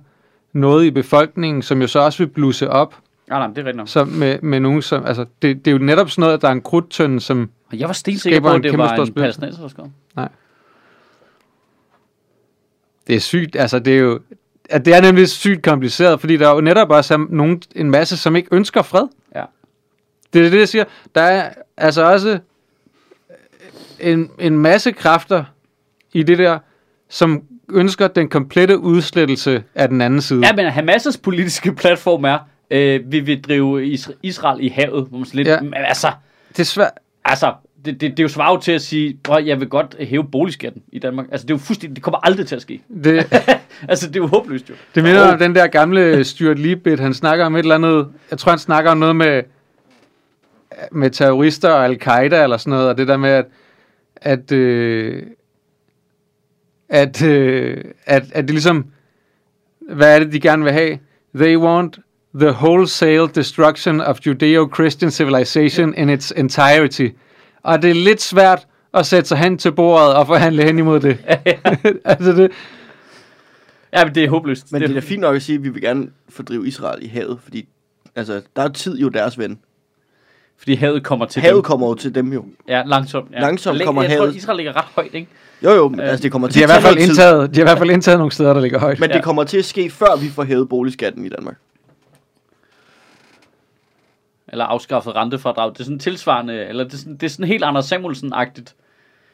[SPEAKER 3] noget i befolkningen som jo så også vil blusse op
[SPEAKER 1] Ah, Nej, nej, det er rigtigt nok.
[SPEAKER 3] som med, med nogen som altså det, det er jo netop sådan noget at der er en krudtønde som
[SPEAKER 1] Og jeg var stensikker
[SPEAKER 3] Skaber
[SPEAKER 1] på,
[SPEAKER 3] en
[SPEAKER 1] at det
[SPEAKER 3] kæmpe
[SPEAKER 1] var
[SPEAKER 3] stor
[SPEAKER 1] en
[SPEAKER 3] splittelse.
[SPEAKER 1] palæstinenser, der skrev.
[SPEAKER 3] det er sygt altså det er jo at det er nemlig sygt kompliceret fordi der er jo netop også er nogen, en masse som ikke ønsker fred
[SPEAKER 1] Ja.
[SPEAKER 3] det er det jeg siger der er altså også øh, en, en masse kræfter i det der, som ønsker den komplette udslettelse af den anden side.
[SPEAKER 1] Ja, men Hamas' politiske platform er, øh, vi vil drive Isra- Israel i havet. Hvor man sådan lidt,
[SPEAKER 3] Ja.
[SPEAKER 1] ja. men altså,
[SPEAKER 3] Det er svært.
[SPEAKER 1] altså det, det, det er jo svaret til at sige, at jeg vil godt hæve boligskatten i Danmark. Altså, det er jo fuldstændig, det kommer aldrig til at ske.
[SPEAKER 3] Det,
[SPEAKER 1] altså, det er jo håbløst jo.
[SPEAKER 3] det minder
[SPEAKER 1] Og-
[SPEAKER 3] om den der gamle Stuart Liebit, han snakker om et eller andet, jeg tror han snakker om noget med, med terrorister og al-Qaida eller sådan noget, og det der med, at, at, øh, at, øh, at, at det ligesom, hvad er det, de gerne vil have? They want the wholesale destruction of Judeo-Christian civilization in its entirety. Og det er lidt svært at sætte sig hen til bordet og forhandle hen imod det. altså det,
[SPEAKER 1] Ja, men det er håbløst.
[SPEAKER 2] men det er da fint nok at sige, at vi vil gerne fordrive Israel i havet, fordi altså, der er tid jo deres ven.
[SPEAKER 1] Fordi havet kommer til
[SPEAKER 2] Havet
[SPEAKER 1] dem.
[SPEAKER 2] kommer jo til dem jo.
[SPEAKER 1] Ja, langsomt. Ja.
[SPEAKER 2] Langsomt
[SPEAKER 1] Læ-
[SPEAKER 2] kommer
[SPEAKER 1] jeg Jeg
[SPEAKER 2] havet.
[SPEAKER 1] tror, Israel ligger ret højt, ikke?
[SPEAKER 2] Jo jo,
[SPEAKER 1] Øh,
[SPEAKER 2] men, altså det kommer til
[SPEAKER 3] De har, i hvert
[SPEAKER 2] at tage
[SPEAKER 3] fald
[SPEAKER 2] noget tid,
[SPEAKER 3] indtaget, de har i hvert fald indtaget nogle steder, der ligger højt.
[SPEAKER 2] men
[SPEAKER 1] Ja.
[SPEAKER 2] det kommer til at ske, før vi får hævet boligskatten i Danmark.
[SPEAKER 1] Eller afskaffet rentefradrag. Det er sådan tilsvarende, eller det er sådan, det er sådan helt Anders Samuelsen-agtigt.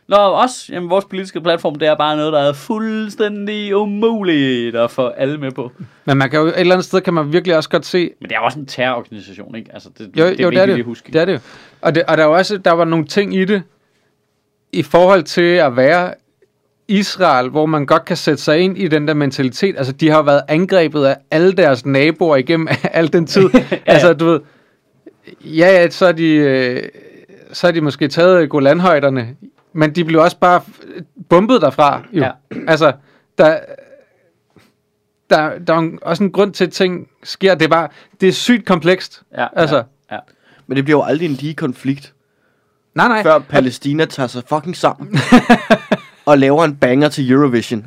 [SPEAKER 1] Nå, os, jamen, vores politiske platform, det er bare noget, der er fuldstændig umuligt at få alle med på.
[SPEAKER 3] Men man kan jo, et eller andet sted kan man virkelig også godt se...
[SPEAKER 1] Men det er også en terrororganisation, ikke? Altså, det,
[SPEAKER 3] Jo,
[SPEAKER 1] det
[SPEAKER 3] jo,
[SPEAKER 1] er
[SPEAKER 3] det er
[SPEAKER 1] vigtigt
[SPEAKER 3] det,
[SPEAKER 1] lige
[SPEAKER 3] jo.
[SPEAKER 1] at huske.
[SPEAKER 3] det er det jo. Og, det, og der, er jo også, der var nogle ting i det, i forhold til at være Israel, hvor man godt kan sætte sig ind i den der mentalitet. Altså, de har jo været angrebet af alle deres naboer igennem al den tid. Altså, du ved, ja, ja, så er de... Øh, så har de måske taget Golanhøjderne, men de blev også bare f- bumpet derfra. Jo.
[SPEAKER 1] Ja.
[SPEAKER 3] Ja. Altså, der, der, der er jo også en grund til, at ting sker. Det er bare, det er sygt komplekst.
[SPEAKER 1] Ja,
[SPEAKER 3] altså,
[SPEAKER 1] ja.
[SPEAKER 2] Men det bliver jo aldrig en lige konflikt,
[SPEAKER 3] nej, nej.
[SPEAKER 2] før Palæstina tager sig fucking sammen og laver en banger til Eurovision.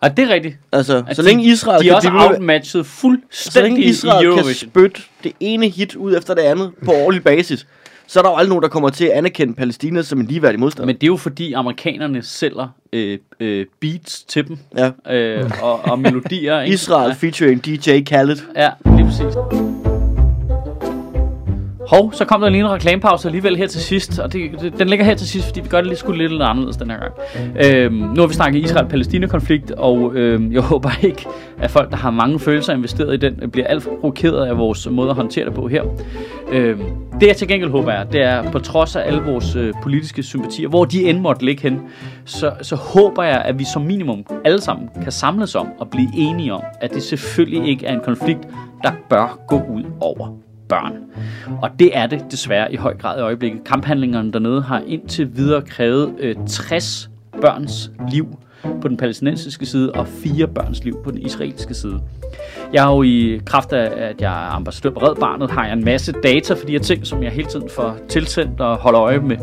[SPEAKER 1] Og det er rigtigt.
[SPEAKER 2] Altså,
[SPEAKER 1] At
[SPEAKER 2] så
[SPEAKER 1] de-
[SPEAKER 2] længe Israel
[SPEAKER 1] De er
[SPEAKER 2] kan,
[SPEAKER 1] også
[SPEAKER 2] blive ved-
[SPEAKER 1] outmatchet
[SPEAKER 2] så længe
[SPEAKER 1] fuldstændig i
[SPEAKER 2] Israel kan
[SPEAKER 1] Eurovision.
[SPEAKER 2] spytte det ene hit ud efter det andet på årlig basis, så er der jo aldrig nogen, der kommer til at anerkende Palæstina som en ligeværdig modstander.
[SPEAKER 1] Men det er jo fordi amerikanerne sælger øh, øh, beats til dem
[SPEAKER 2] ja.
[SPEAKER 1] øh, og, og melodier. Ikke?
[SPEAKER 2] Mm. Israel featuring DJ Khaled.
[SPEAKER 1] Ja, lige præcis. Hov, så kom der lige en reklamepause alligevel her til sidst, og det, det, den ligger her til sidst, fordi vi gør det lige sgu lidt, lidt anderledes den her gang. Øhm, nu har vi snakket Israel-Palæstina-konflikt, og øhm, jeg håber ikke, at folk, der har mange følelser investeret i den, øh, bliver alt for provokeret af vores måde at håndtere det på her. Øhm, det jeg til gengæld håber er, det er på trods af alle vores øh, politiske sympatier, hvor de end måtte ligge hen, så, så håber jeg, at vi som minimum alle sammen kan samles om og blive enige om, at det selvfølgelig ikke er en konflikt, der bør gå ud over børn. Og det er det desværre i høj grad i øjeblikket. Kamphandlingerne dernede har indtil videre krævet øh, 60 børns liv på den palæstinensiske side og fire børns liv på den israelske side. Jeg er jo i kraft af, at jeg er ambassadør på Red Barnet, har jeg en masse data for de her ting, som jeg hele tiden får tilsendt og holder øje med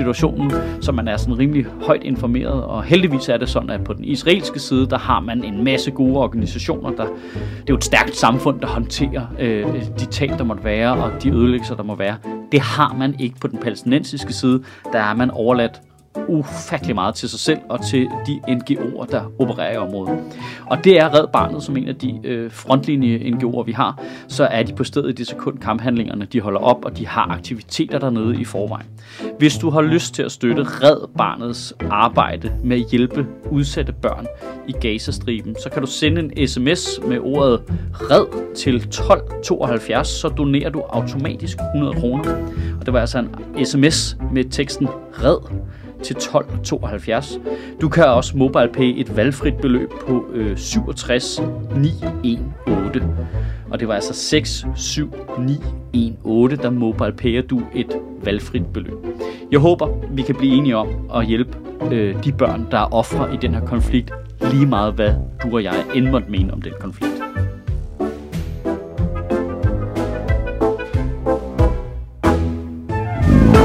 [SPEAKER 1] situationen, så man er sådan rimelig højt informeret. Og heldigvis er det sådan, at på den israelske side, der har man en masse gode organisationer. Der, det er jo et stærkt samfund, der håndterer øh, de tab, der måtte være, og de ødelæggelser, der må være. Det har man ikke på den palæstinensiske side. Der er man overladt ufattelig meget til sig selv og til de NGO'er, der opererer i området. Og det er Red Barnet som en af de øh, frontlinje NGO'er, vi har. Så er de på stedet i det sekund kamphandlingerne, de holder op, og de har aktiviteter dernede i forvejen. Hvis du har lyst til at støtte Red Barnets arbejde med at hjælpe udsatte børn i Gazastriben, så kan du sende en sms med ordet RED til 1272, så donerer du automatisk 100 kroner. Og det var altså en sms med teksten RED til 1272. Du kan også MobilePay et valgfrit beløb på øh, 67 918. Og det var altså 67918, der MobilePay'er du et valgfrit beløb. Jeg håber, vi kan blive enige om at hjælpe øh, de børn, der er ofre i den her konflikt, lige meget hvad du og jeg end måtte mene om den konflikt.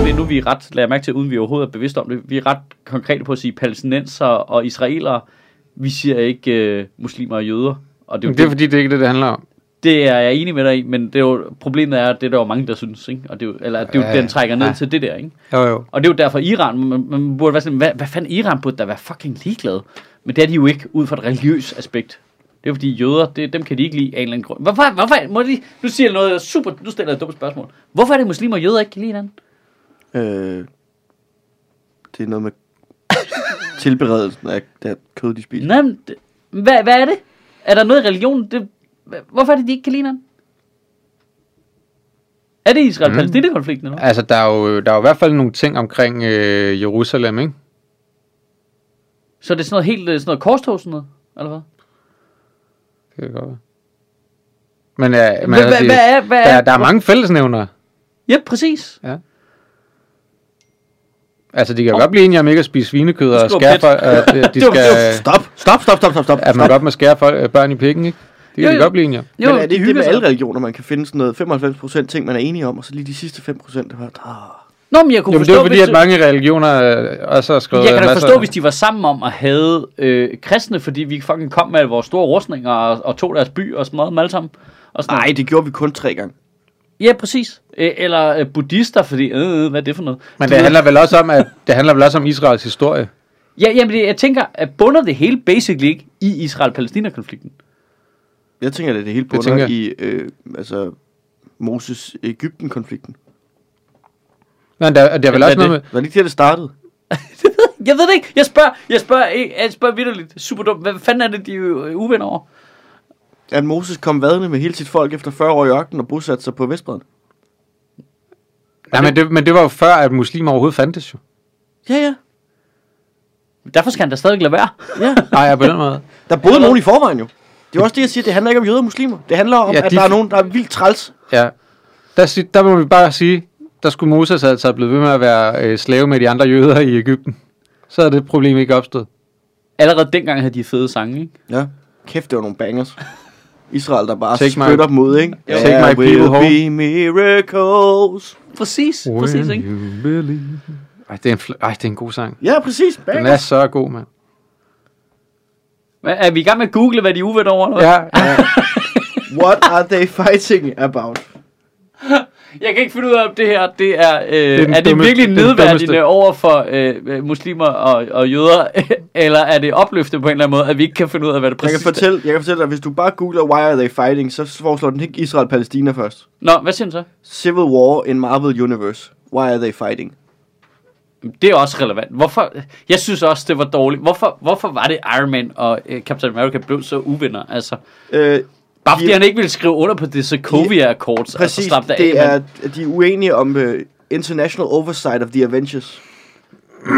[SPEAKER 1] Men nu er vi ret, lad jeg mærke til, uden vi overhovedet er bevidste om det, vi er ret konkrete på at sige palæstinenser og israelere. Vi siger ikke øh, muslimer og jøder. Og det, er jo
[SPEAKER 3] Det er fordi, det er ikke det, det handler om.
[SPEAKER 1] det er jeg enig med dig i, men det er jo, problemet er, at det er der jo mange, der synes, ikke? Og det er jo, eller det er jo,
[SPEAKER 3] Ja,
[SPEAKER 1] den trækker ned
[SPEAKER 3] ja.
[SPEAKER 1] til det der, ikke?
[SPEAKER 3] Jo, jo.
[SPEAKER 1] Og det er jo derfor Iran, man, man burde være sådan, hvad, hvad fanden Iran burde da være fucking ligeglad? Men det er de jo ikke, ud fra et religiøst aspekt. Det er jo fordi jøder, det, dem kan de ikke lide af en eller anden grund. Hvorfor, hvorfor må de, nu siger jeg noget super, nu stiller jeg et dumt spørgsmål. Hvorfor er det muslimer og jøder ikke kan lide hinanden?
[SPEAKER 2] Øh, det er noget med tilberedelsen af det kød, de spiser.
[SPEAKER 1] Nej, men, det- hvad, hvad er det? Er der noget i religionen? Det, hva- hvorfor er det, de ikke kan lide hinanden? Er det Israel-Palæstina-konflikten eller hvad?
[SPEAKER 3] Altså, der er jo, der er jo i hvert fald nogle ting omkring øh, Jerusalem, ikke?
[SPEAKER 2] Mm.
[SPEAKER 1] Så er det sådan noget helt øh, sådan noget korstog sådan noget, eller hvad?
[SPEAKER 3] Det kan godt være. Men, ja, men
[SPEAKER 1] Hvad- hvad-
[SPEAKER 3] altså,
[SPEAKER 1] hvad er- hvad er-
[SPEAKER 3] der, der er mange fællesnævnere.
[SPEAKER 1] Ja, præcis.
[SPEAKER 3] Altså, de kan jo godt blive enige om ikke at spise svinekød og
[SPEAKER 1] stor
[SPEAKER 3] skære
[SPEAKER 1] plet.
[SPEAKER 3] folk, at øh, de
[SPEAKER 1] Det var- det var-
[SPEAKER 3] skal,
[SPEAKER 2] Stop, stop, stop, stop, stop, stop.
[SPEAKER 3] at man godt må skære folk, øh, børn i pikken, ikke? Det
[SPEAKER 1] Jo,
[SPEAKER 3] kan de
[SPEAKER 1] jo.
[SPEAKER 3] godt blive enige om.
[SPEAKER 2] Jo, Men er det ikke det
[SPEAKER 1] hygger
[SPEAKER 2] med
[SPEAKER 1] sig.
[SPEAKER 2] alle religioner, man kan finde sådan noget 95% ting, man er enige om, og så lige de sidste 5%, der var, ah.
[SPEAKER 1] Nå, men jeg kunne
[SPEAKER 3] Jamen,
[SPEAKER 1] forstå,
[SPEAKER 3] det er jo fordi,
[SPEAKER 1] hvis,
[SPEAKER 3] at mange religioner øh, også har skrevet...
[SPEAKER 1] Jeg kan da
[SPEAKER 3] masser-
[SPEAKER 1] forstå, hvis de var sammen om at have øh, kristne, fordi vi fucking kom med vores store rustninger og, og tog deres by og smadrede dem alle sammen. Og sådan
[SPEAKER 2] Nej,
[SPEAKER 1] noget.
[SPEAKER 2] det gjorde vi kun tre gange.
[SPEAKER 1] Ja, præcis. Øh, eller øh, buddhister, fordi øh, øh, hvad er det for noget?
[SPEAKER 3] Men
[SPEAKER 1] Du
[SPEAKER 3] det
[SPEAKER 1] ved-
[SPEAKER 3] handler vel også om, at det handler vel også om Israels historie.
[SPEAKER 1] Ja, jamen, det- jeg tænker, at bunder det hele basically ikke i Israel-Palæstina-konflikten?
[SPEAKER 2] Jeg tænker, det er det hele bunder
[SPEAKER 3] tænker jeg.
[SPEAKER 2] i øh, altså, Moses-Ægypten-konflikten.
[SPEAKER 3] Men der, der er vel
[SPEAKER 1] Hvad er
[SPEAKER 3] også noget med...
[SPEAKER 1] det?
[SPEAKER 2] Var det ikke der, det startede?
[SPEAKER 1] Jeg ved det ikke. Jeg spørger, jeg spørger, ikke- jeg spørger vidderligt. Super dumt. Hvad fanden er det, de er øh, uvenner over?
[SPEAKER 2] At Moses kom vadende med hele sit folk efter 40 år i ørkenen og bosatte sig på Vestbredden.
[SPEAKER 3] Nej, men det, men det var jo før, at muslimer overhovedet fandtes jo.
[SPEAKER 2] Ja, ja.
[SPEAKER 1] Derfor skal han da stadig lade være.
[SPEAKER 2] ja.
[SPEAKER 3] Nej, ja, på den måde.
[SPEAKER 2] Der boede nogen i forvejen jo. Det er også det, jeg siger. Det handler ikke om jøder og muslimer. Det handler om, ja,
[SPEAKER 3] Ja,
[SPEAKER 2] at
[SPEAKER 3] de-
[SPEAKER 2] der er nogen, der er vildt træls.
[SPEAKER 3] Ja. Der, sig- der må vi bare sige, der der skulle Moses altså have blevet ved med at være øh, slave med de andre jøder i Ægypten. Så er det problem ikke opstået.
[SPEAKER 1] Allerede dengang havde de fede sange, ikke?
[SPEAKER 2] Ja. Kæft, det var nogle bangers. Israel, der bare
[SPEAKER 3] Take my-
[SPEAKER 2] spytter dem ud, ikke?
[SPEAKER 3] Take my people home.
[SPEAKER 2] be miracles.
[SPEAKER 1] Præcis, præcis, ikke?
[SPEAKER 3] you believe. Ej, det er en, fl- Ej, det er en god sang.
[SPEAKER 2] Ja, præcis.
[SPEAKER 3] Den er
[SPEAKER 2] Bangers.
[SPEAKER 3] så god, mand.
[SPEAKER 1] Hvad, Er vi i gang med at google, hvad de er uvenner over? Eller? hvad?
[SPEAKER 3] Ja, ja.
[SPEAKER 2] What are they fighting about?
[SPEAKER 1] Jeg kan ikke finde ud af, om det her det er, øh, det er,
[SPEAKER 3] den
[SPEAKER 1] er det
[SPEAKER 3] dumme-
[SPEAKER 1] virkelig
[SPEAKER 3] den
[SPEAKER 1] nedværdigende
[SPEAKER 3] dummeste.
[SPEAKER 1] over for øh, øh, muslimer og, og jøder, eller er det opløftende på en eller anden måde, at vi ikke kan finde ud af, hvad det
[SPEAKER 2] Jeg
[SPEAKER 1] præcis
[SPEAKER 2] kan, fortælle, jeg kan fortælle dig, hvis du bare googler, why are they fighting, så foreslår den ikke Israel-Palæstina først.
[SPEAKER 1] er? Nå, hvad siger den så?
[SPEAKER 2] Civil War in Marvel Universe. Why are they fighting?
[SPEAKER 1] Det er også relevant. Hvorfor? Jeg synes også, det var dårligt. Hvorfor, hvorfor var det Iron Man og øh, Captain America blev så uvenner? Altså,
[SPEAKER 2] Øh,
[SPEAKER 1] bare fordi
[SPEAKER 2] De-
[SPEAKER 1] han ikke ville skrive under på det Sokovia Accords.
[SPEAKER 2] præcis,
[SPEAKER 1] altså, slap dig
[SPEAKER 2] det
[SPEAKER 1] af,
[SPEAKER 2] er,
[SPEAKER 1] mand.
[SPEAKER 2] de er uenige om uh, International Oversight of the Avengers.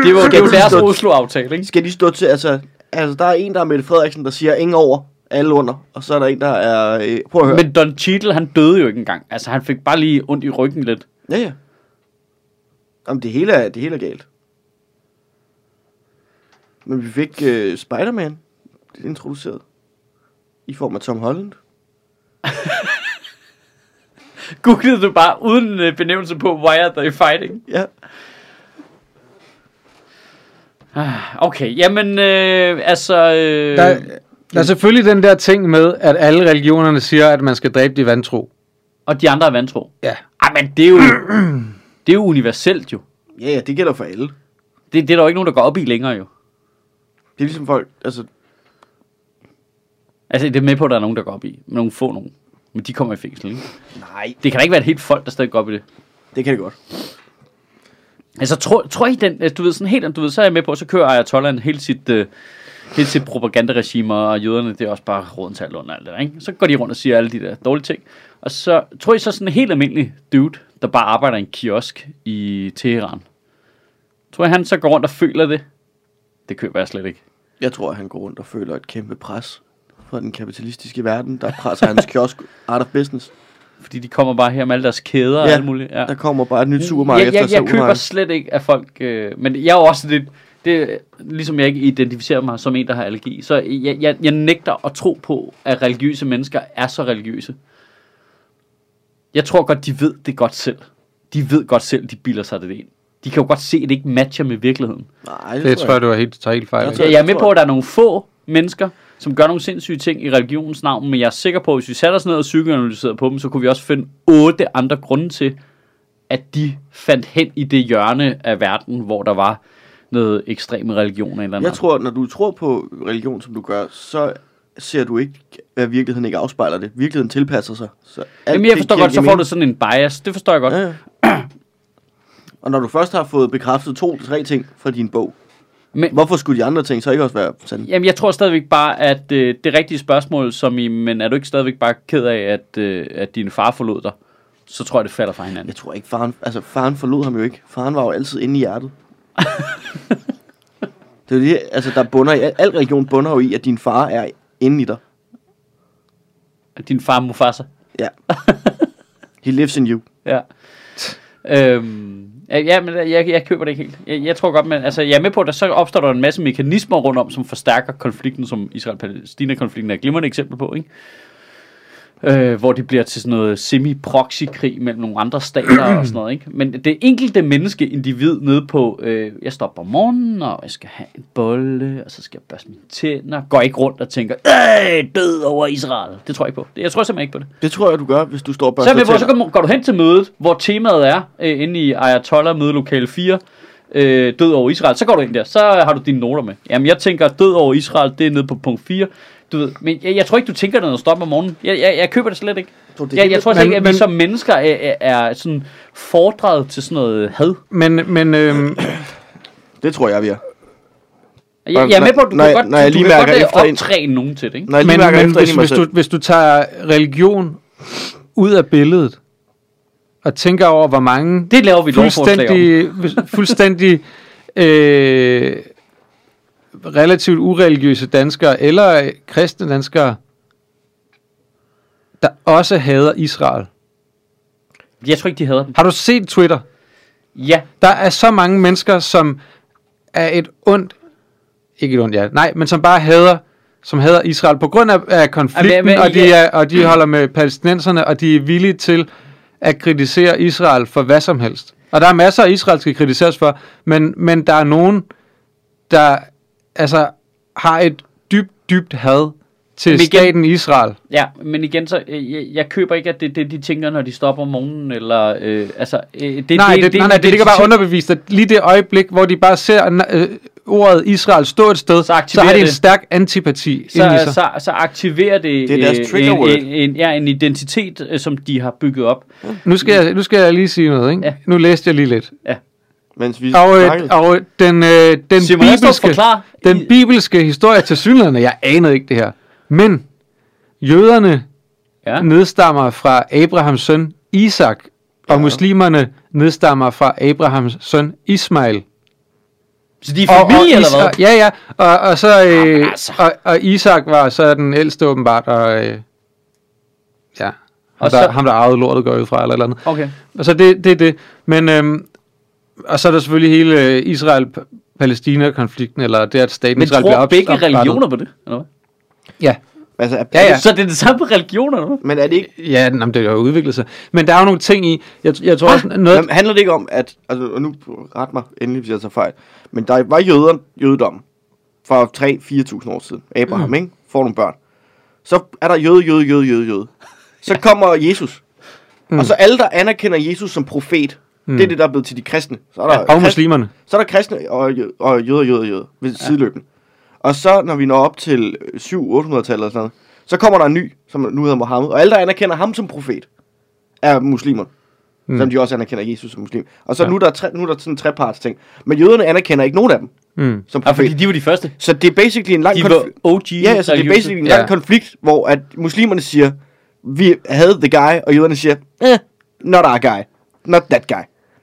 [SPEAKER 1] det var, det var
[SPEAKER 2] Skal
[SPEAKER 1] deres
[SPEAKER 2] forstå-
[SPEAKER 1] Oslo-aftale, ikke?
[SPEAKER 2] Skal de stå til, altså, altså der er en, der er Mette Frederiksen, der siger ingen over, alle under, og så er der en, der er, øh, prøv at høre. Men,
[SPEAKER 1] Men Don Cheadle, han døde jo ikke engang. Altså, han fik bare lige ondt i ryggen lidt.
[SPEAKER 2] ja, ja. Jamen, det hele er, det hele er galt. Men vi fik uh, Spider-Man introduceret i form af Tom Holland.
[SPEAKER 1] Googlede du bare uden øh, benævnelse på, why are they fighting?
[SPEAKER 2] Ja.
[SPEAKER 1] Okay, jamen, øh, altså... Øh,
[SPEAKER 3] der, der er selvfølgelig den der ting med, at alle religionerne siger, at man skal dræbe de vantro.
[SPEAKER 1] Og de andre er vantro.
[SPEAKER 3] Ja.
[SPEAKER 1] Ej, men det er jo... det er jo universelt, jo.
[SPEAKER 2] Ja, ja, det gælder for alle.
[SPEAKER 1] Det, det er der jo ikke nogen, der går op i længere, jo.
[SPEAKER 2] Det er ligesom folk, altså,
[SPEAKER 1] Altså, det er med på, at der er nogen, der går op i. Men nogle få nogen. Men de kommer i fængsel, ikke?
[SPEAKER 2] nej,
[SPEAKER 1] Det kan da ikke være et helt folk, der stadig går op i det.
[SPEAKER 2] det kan det godt.
[SPEAKER 1] Altså, tror, tror I den, altså, du ved, sådan helt, om du ved, så er jeg med på, så kører Ayatollah hele sit, øh, hele sit propagandaregime, og jøderne, det er også bare råden til alt under alt det der, ikke? Så går de rundt og siger alle de der dårlige ting. Og så tror I så sådan en helt almindelig dude, der bare arbejder i en kiosk i Teheran. Tror jeg, han så går rundt og føler det? Det køber jeg slet ikke.
[SPEAKER 2] Jeg tror, at han går rundt og føler et kæmpe pres fra den kapitalistiske verden, der presser hans kiosk out of business.
[SPEAKER 1] Fordi de kommer bare her med alle deres kæder og
[SPEAKER 2] Ja,
[SPEAKER 1] alt muligt. Ja.
[SPEAKER 2] Der kommer bare et nyt supermarked
[SPEAKER 1] Jeg, jeg,
[SPEAKER 2] efter
[SPEAKER 1] jeg
[SPEAKER 2] Saudi-Arabien.
[SPEAKER 1] køber slet ikke af folk, øh, men jeg er jo også lidt, det, ligesom jeg ikke identificerer mig som en, der har allergi, så jeg, jeg, jeg nægter at tro på, at religiøse mennesker er så religiøse. Jeg tror godt, de ved det godt selv. De ved godt selv, de bilder sig det ind. De kan jo godt se, at det ikke matcher med virkeligheden.
[SPEAKER 2] Nej, det,
[SPEAKER 3] Det tror jeg,
[SPEAKER 2] du.
[SPEAKER 3] du har helt, tager helt fejl.
[SPEAKER 2] Jeg
[SPEAKER 3] af.
[SPEAKER 2] tror-
[SPEAKER 1] Jeg, jeg er med
[SPEAKER 2] tror
[SPEAKER 1] på,
[SPEAKER 2] jeg.
[SPEAKER 1] at der er nogle få mennesker, som gør nogle sindssyge ting i religionens navn, men jeg er sikker på, at hvis vi satte os ned og psykoanalyserede på dem, så kunne vi også finde otte andre grunde til, at de fandt hen i det hjørne af verden, hvor der var noget ekstreme religioner eller
[SPEAKER 2] Jeg
[SPEAKER 1] andet.
[SPEAKER 2] tror, når du tror på religion, som du gør, så ser du ikke, at virkeligheden ikke afspejler det. Virkeligheden tilpasser sig. Så alt
[SPEAKER 1] Jamen, jeg
[SPEAKER 2] det
[SPEAKER 1] forstår
[SPEAKER 2] giver
[SPEAKER 1] godt, så
[SPEAKER 2] mening.
[SPEAKER 1] får du sådan en bias. Det forstår jeg godt.
[SPEAKER 2] Ja, ja. Og når du først har fået bekræftet to-tre ting fra din bog,
[SPEAKER 1] Men-
[SPEAKER 2] men... hvorfor skulle de andre ting så ikke også være sande?
[SPEAKER 1] Jamen, jeg tror stadigvæk bare, at øh, det rigtige spørgsmål, som I, men er du ikke stadigvæk bare ked af, at, øh, at din far forlod dig, så tror jeg, det falder fra hinanden.
[SPEAKER 2] Jeg tror ikke, faren... Altså, faren forlod ham jo ikke. Faren var jo altid inde i hjertet. det er jo det, altså, der bunder i... Al, al religion bunder jo i, at din far er inde i dig.
[SPEAKER 1] Din far Mufasa.
[SPEAKER 2] He lives in you.
[SPEAKER 1] Ja. øhm, ja, ja, men jeg, jeg køber det ikke helt. Jeg, jeg tror godt, men altså, jeg er med på, at der så opstår der en masse mekanismer rundt om, som forstærker konflikten, som Israel-Palæstina-konflikten er et glimrende eksempel på, ikke? Øh, hvor det bliver til sådan noget semi-proxy-krig mellem nogle andre stater og sådan noget, ikke? Men det enkelte menneske, individ, nede på, øh, jeg stopper om morgenen, og jeg skal have en bolle, og så skal jeg børste mine tænder, går ikke rundt og tænker, øh, død over Israel. Det tror jeg ikke på. Det- Jeg tror simpelthen ikke på det.
[SPEAKER 2] Det tror jeg, du gør, hvis du står og
[SPEAKER 1] Så,
[SPEAKER 2] børster
[SPEAKER 1] er vi på, så
[SPEAKER 2] tænder.
[SPEAKER 1] går, går du hen til mødet, hvor temaet er øh, inde i Ayatollah mødelokale 4, øh, død over Israel. Så går du ind der, så har du dine noter med. Jamen, jeg tænker, død over Israel, det er nede på punkt 4. Du ved, men jeg, jeg tror ikke, du tænker det, når du stopper om morgenen. Jeg, jeg, jeg køber det slet ikke.
[SPEAKER 2] Tror du, det er
[SPEAKER 1] Jeg, jeg
[SPEAKER 2] helt-
[SPEAKER 1] tror slet
[SPEAKER 3] Men-
[SPEAKER 1] ikke, at vi
[SPEAKER 3] men-
[SPEAKER 1] som mennesker er, er, er sådan fordret til sådan noget had.
[SPEAKER 3] Men, men øhm,
[SPEAKER 2] Det tror jeg, vi er.
[SPEAKER 1] Jeg, jeg er med på, at du
[SPEAKER 2] Når
[SPEAKER 1] kan
[SPEAKER 2] jeg-
[SPEAKER 1] godt,
[SPEAKER 2] når jeg
[SPEAKER 1] du
[SPEAKER 2] lige
[SPEAKER 1] kan godt
[SPEAKER 2] mærker
[SPEAKER 1] lade
[SPEAKER 2] efter en-
[SPEAKER 1] optræne nogen til det, ikke?
[SPEAKER 2] Når jeg lige
[SPEAKER 3] men,
[SPEAKER 2] mærker
[SPEAKER 3] men
[SPEAKER 2] efter
[SPEAKER 3] hvis,
[SPEAKER 2] ind i mig
[SPEAKER 3] hvis, du,
[SPEAKER 2] selv.
[SPEAKER 3] hvis du tager religion ud af billedet, og tænker over, hvor mange
[SPEAKER 1] Det laver vi et lovforslag om.
[SPEAKER 3] fuldstændig, fuldstændig øh, relativt ureligiøse danskere, eller øh, kristne danskere, der også hader Israel.
[SPEAKER 1] Jeg tror ikke, de hader dem.
[SPEAKER 3] Har du set Twitter?
[SPEAKER 1] Ja,
[SPEAKER 3] Der er så mange mennesker, som er et ondt, ikke et ondt ja, nej, men som bare hader, som hader Israel på grund af, af konflikten,
[SPEAKER 1] Jamen, hvad-
[SPEAKER 3] og, de
[SPEAKER 1] ja.
[SPEAKER 3] er, og de holder med palæstinenserne, og de er villige til at kritisere Israel for hvad som helst. Og der er masser af Israel, skal kritiseres for, men, men der er nogen, der altså, har et dybt, dybt had til
[SPEAKER 1] Men igen-
[SPEAKER 3] staten Israel.
[SPEAKER 1] ja, men igen, så, øh, jeg, jeg køber ikke, at det er det, de tænker, når de stopper om morgenen, eller, øh, altså, øh, det,
[SPEAKER 3] Nej, det, nej, nej, det, det ligger bare
[SPEAKER 1] sådan-
[SPEAKER 3] underbevist, at lige det øjeblik, hvor de bare ser øh, ordet Israel stå et sted,
[SPEAKER 1] Så
[SPEAKER 3] så,
[SPEAKER 1] aktiverer
[SPEAKER 3] så har de en
[SPEAKER 1] det.
[SPEAKER 3] stærk antipati så, ind i
[SPEAKER 1] så,
[SPEAKER 3] sig. Så,
[SPEAKER 1] så, så aktiverer det, øh,
[SPEAKER 2] Det er deres trigger
[SPEAKER 1] en,
[SPEAKER 2] word.
[SPEAKER 1] en, en, ja, en identitet, øh, som de har bygget op.
[SPEAKER 3] nu, skal jeg, nu skal jeg lige sige noget, ikke?
[SPEAKER 1] Ja.
[SPEAKER 3] Ja. Nu læste jeg lige lidt.
[SPEAKER 2] Mens vi
[SPEAKER 3] Og, øh,
[SPEAKER 2] snakkede.
[SPEAKER 3] og øh, den, øh, den,
[SPEAKER 1] Simon Astrup
[SPEAKER 3] bibelske,
[SPEAKER 1] forklarer.
[SPEAKER 3] den bibelske historie til synlæderne, jeg anede ikke det her, men jøderne
[SPEAKER 1] Ja.
[SPEAKER 3] ja. nedstammer fra Abrahams søn Isak, og
[SPEAKER 2] Ja.
[SPEAKER 3] muslimerne nedstammer fra Abrahams søn Ismail.
[SPEAKER 1] Så de er familie, eller hvad?
[SPEAKER 3] Isak, Ja, ja. Og, og så... Øh,
[SPEAKER 1] Jamen, altså.
[SPEAKER 3] og, og Isak var så den ældste åbenbart, og... Øh, ja. Ham,
[SPEAKER 1] Og
[SPEAKER 3] og der,
[SPEAKER 1] så-
[SPEAKER 3] så, ham, der ejede lortet, går jeg ud fra, eller et eller andet.
[SPEAKER 1] Okay.
[SPEAKER 3] Og så det, det er det. Men... Øhm, og så er der selvfølgelig hele øh, Israel-Palæstina-konflikten, eller det, at staten
[SPEAKER 1] Men
[SPEAKER 3] Israel
[SPEAKER 1] tror
[SPEAKER 3] bliver op,
[SPEAKER 1] begge
[SPEAKER 3] oprettet.
[SPEAKER 1] religioner på det? Eller hvad?
[SPEAKER 3] Ja.
[SPEAKER 2] altså, er,
[SPEAKER 3] Ja, ja.
[SPEAKER 1] Så det er det samme med religioner, eller hvad?
[SPEAKER 2] Men er det ikke...
[SPEAKER 3] Ja, jamen, det har jo udviklet sig. Men der er jo nogle ting i... Jeg, jeg tror ah, også, noget...
[SPEAKER 2] Jamen, handler det ikke om, at... Altså, og nu ret mig endelig, hvis jeg tager fejl. Men der var jøder, jødedom for 3-4.000 år siden. Abraham, mm. ikke? Får nogle børn. Så er der jøde, jøde, jøde, jøde, jøde. Så kommer Jesus. Mm. Og så alle, der anerkender Jesus som profet, mm. det er det, der er blevet til de kristne. Så er der
[SPEAKER 3] og muslimerne.
[SPEAKER 2] Så er der kristne og, jø- og jøder, jøder, jøder ved sideløbende. Og så, når vi når op til øh, 7-800-tallet eller sådan noget, så kommer der en ny, som nu hedder Mohammed. Og alle, der anerkender ham som profet, er muslimer. Mm. Selvom de også anerkender Jesus som muslim. Og så ja. nu, er der tre, nu er der sådan en treparts ting. Men jøderne anerkender ikke nogen af dem
[SPEAKER 3] Mm.
[SPEAKER 2] som
[SPEAKER 1] Ja,
[SPEAKER 2] profet.
[SPEAKER 1] Ah, fordi de var de første.
[SPEAKER 2] Så det er basically en lang
[SPEAKER 1] De var
[SPEAKER 2] konflikt.
[SPEAKER 1] OG.
[SPEAKER 2] Ja, ja, så det er basically en lang
[SPEAKER 3] Ja.
[SPEAKER 2] konflikt, hvor at muslimerne siger, vi havde the guy, og jøderne siger, eh, not our guy, not that guy.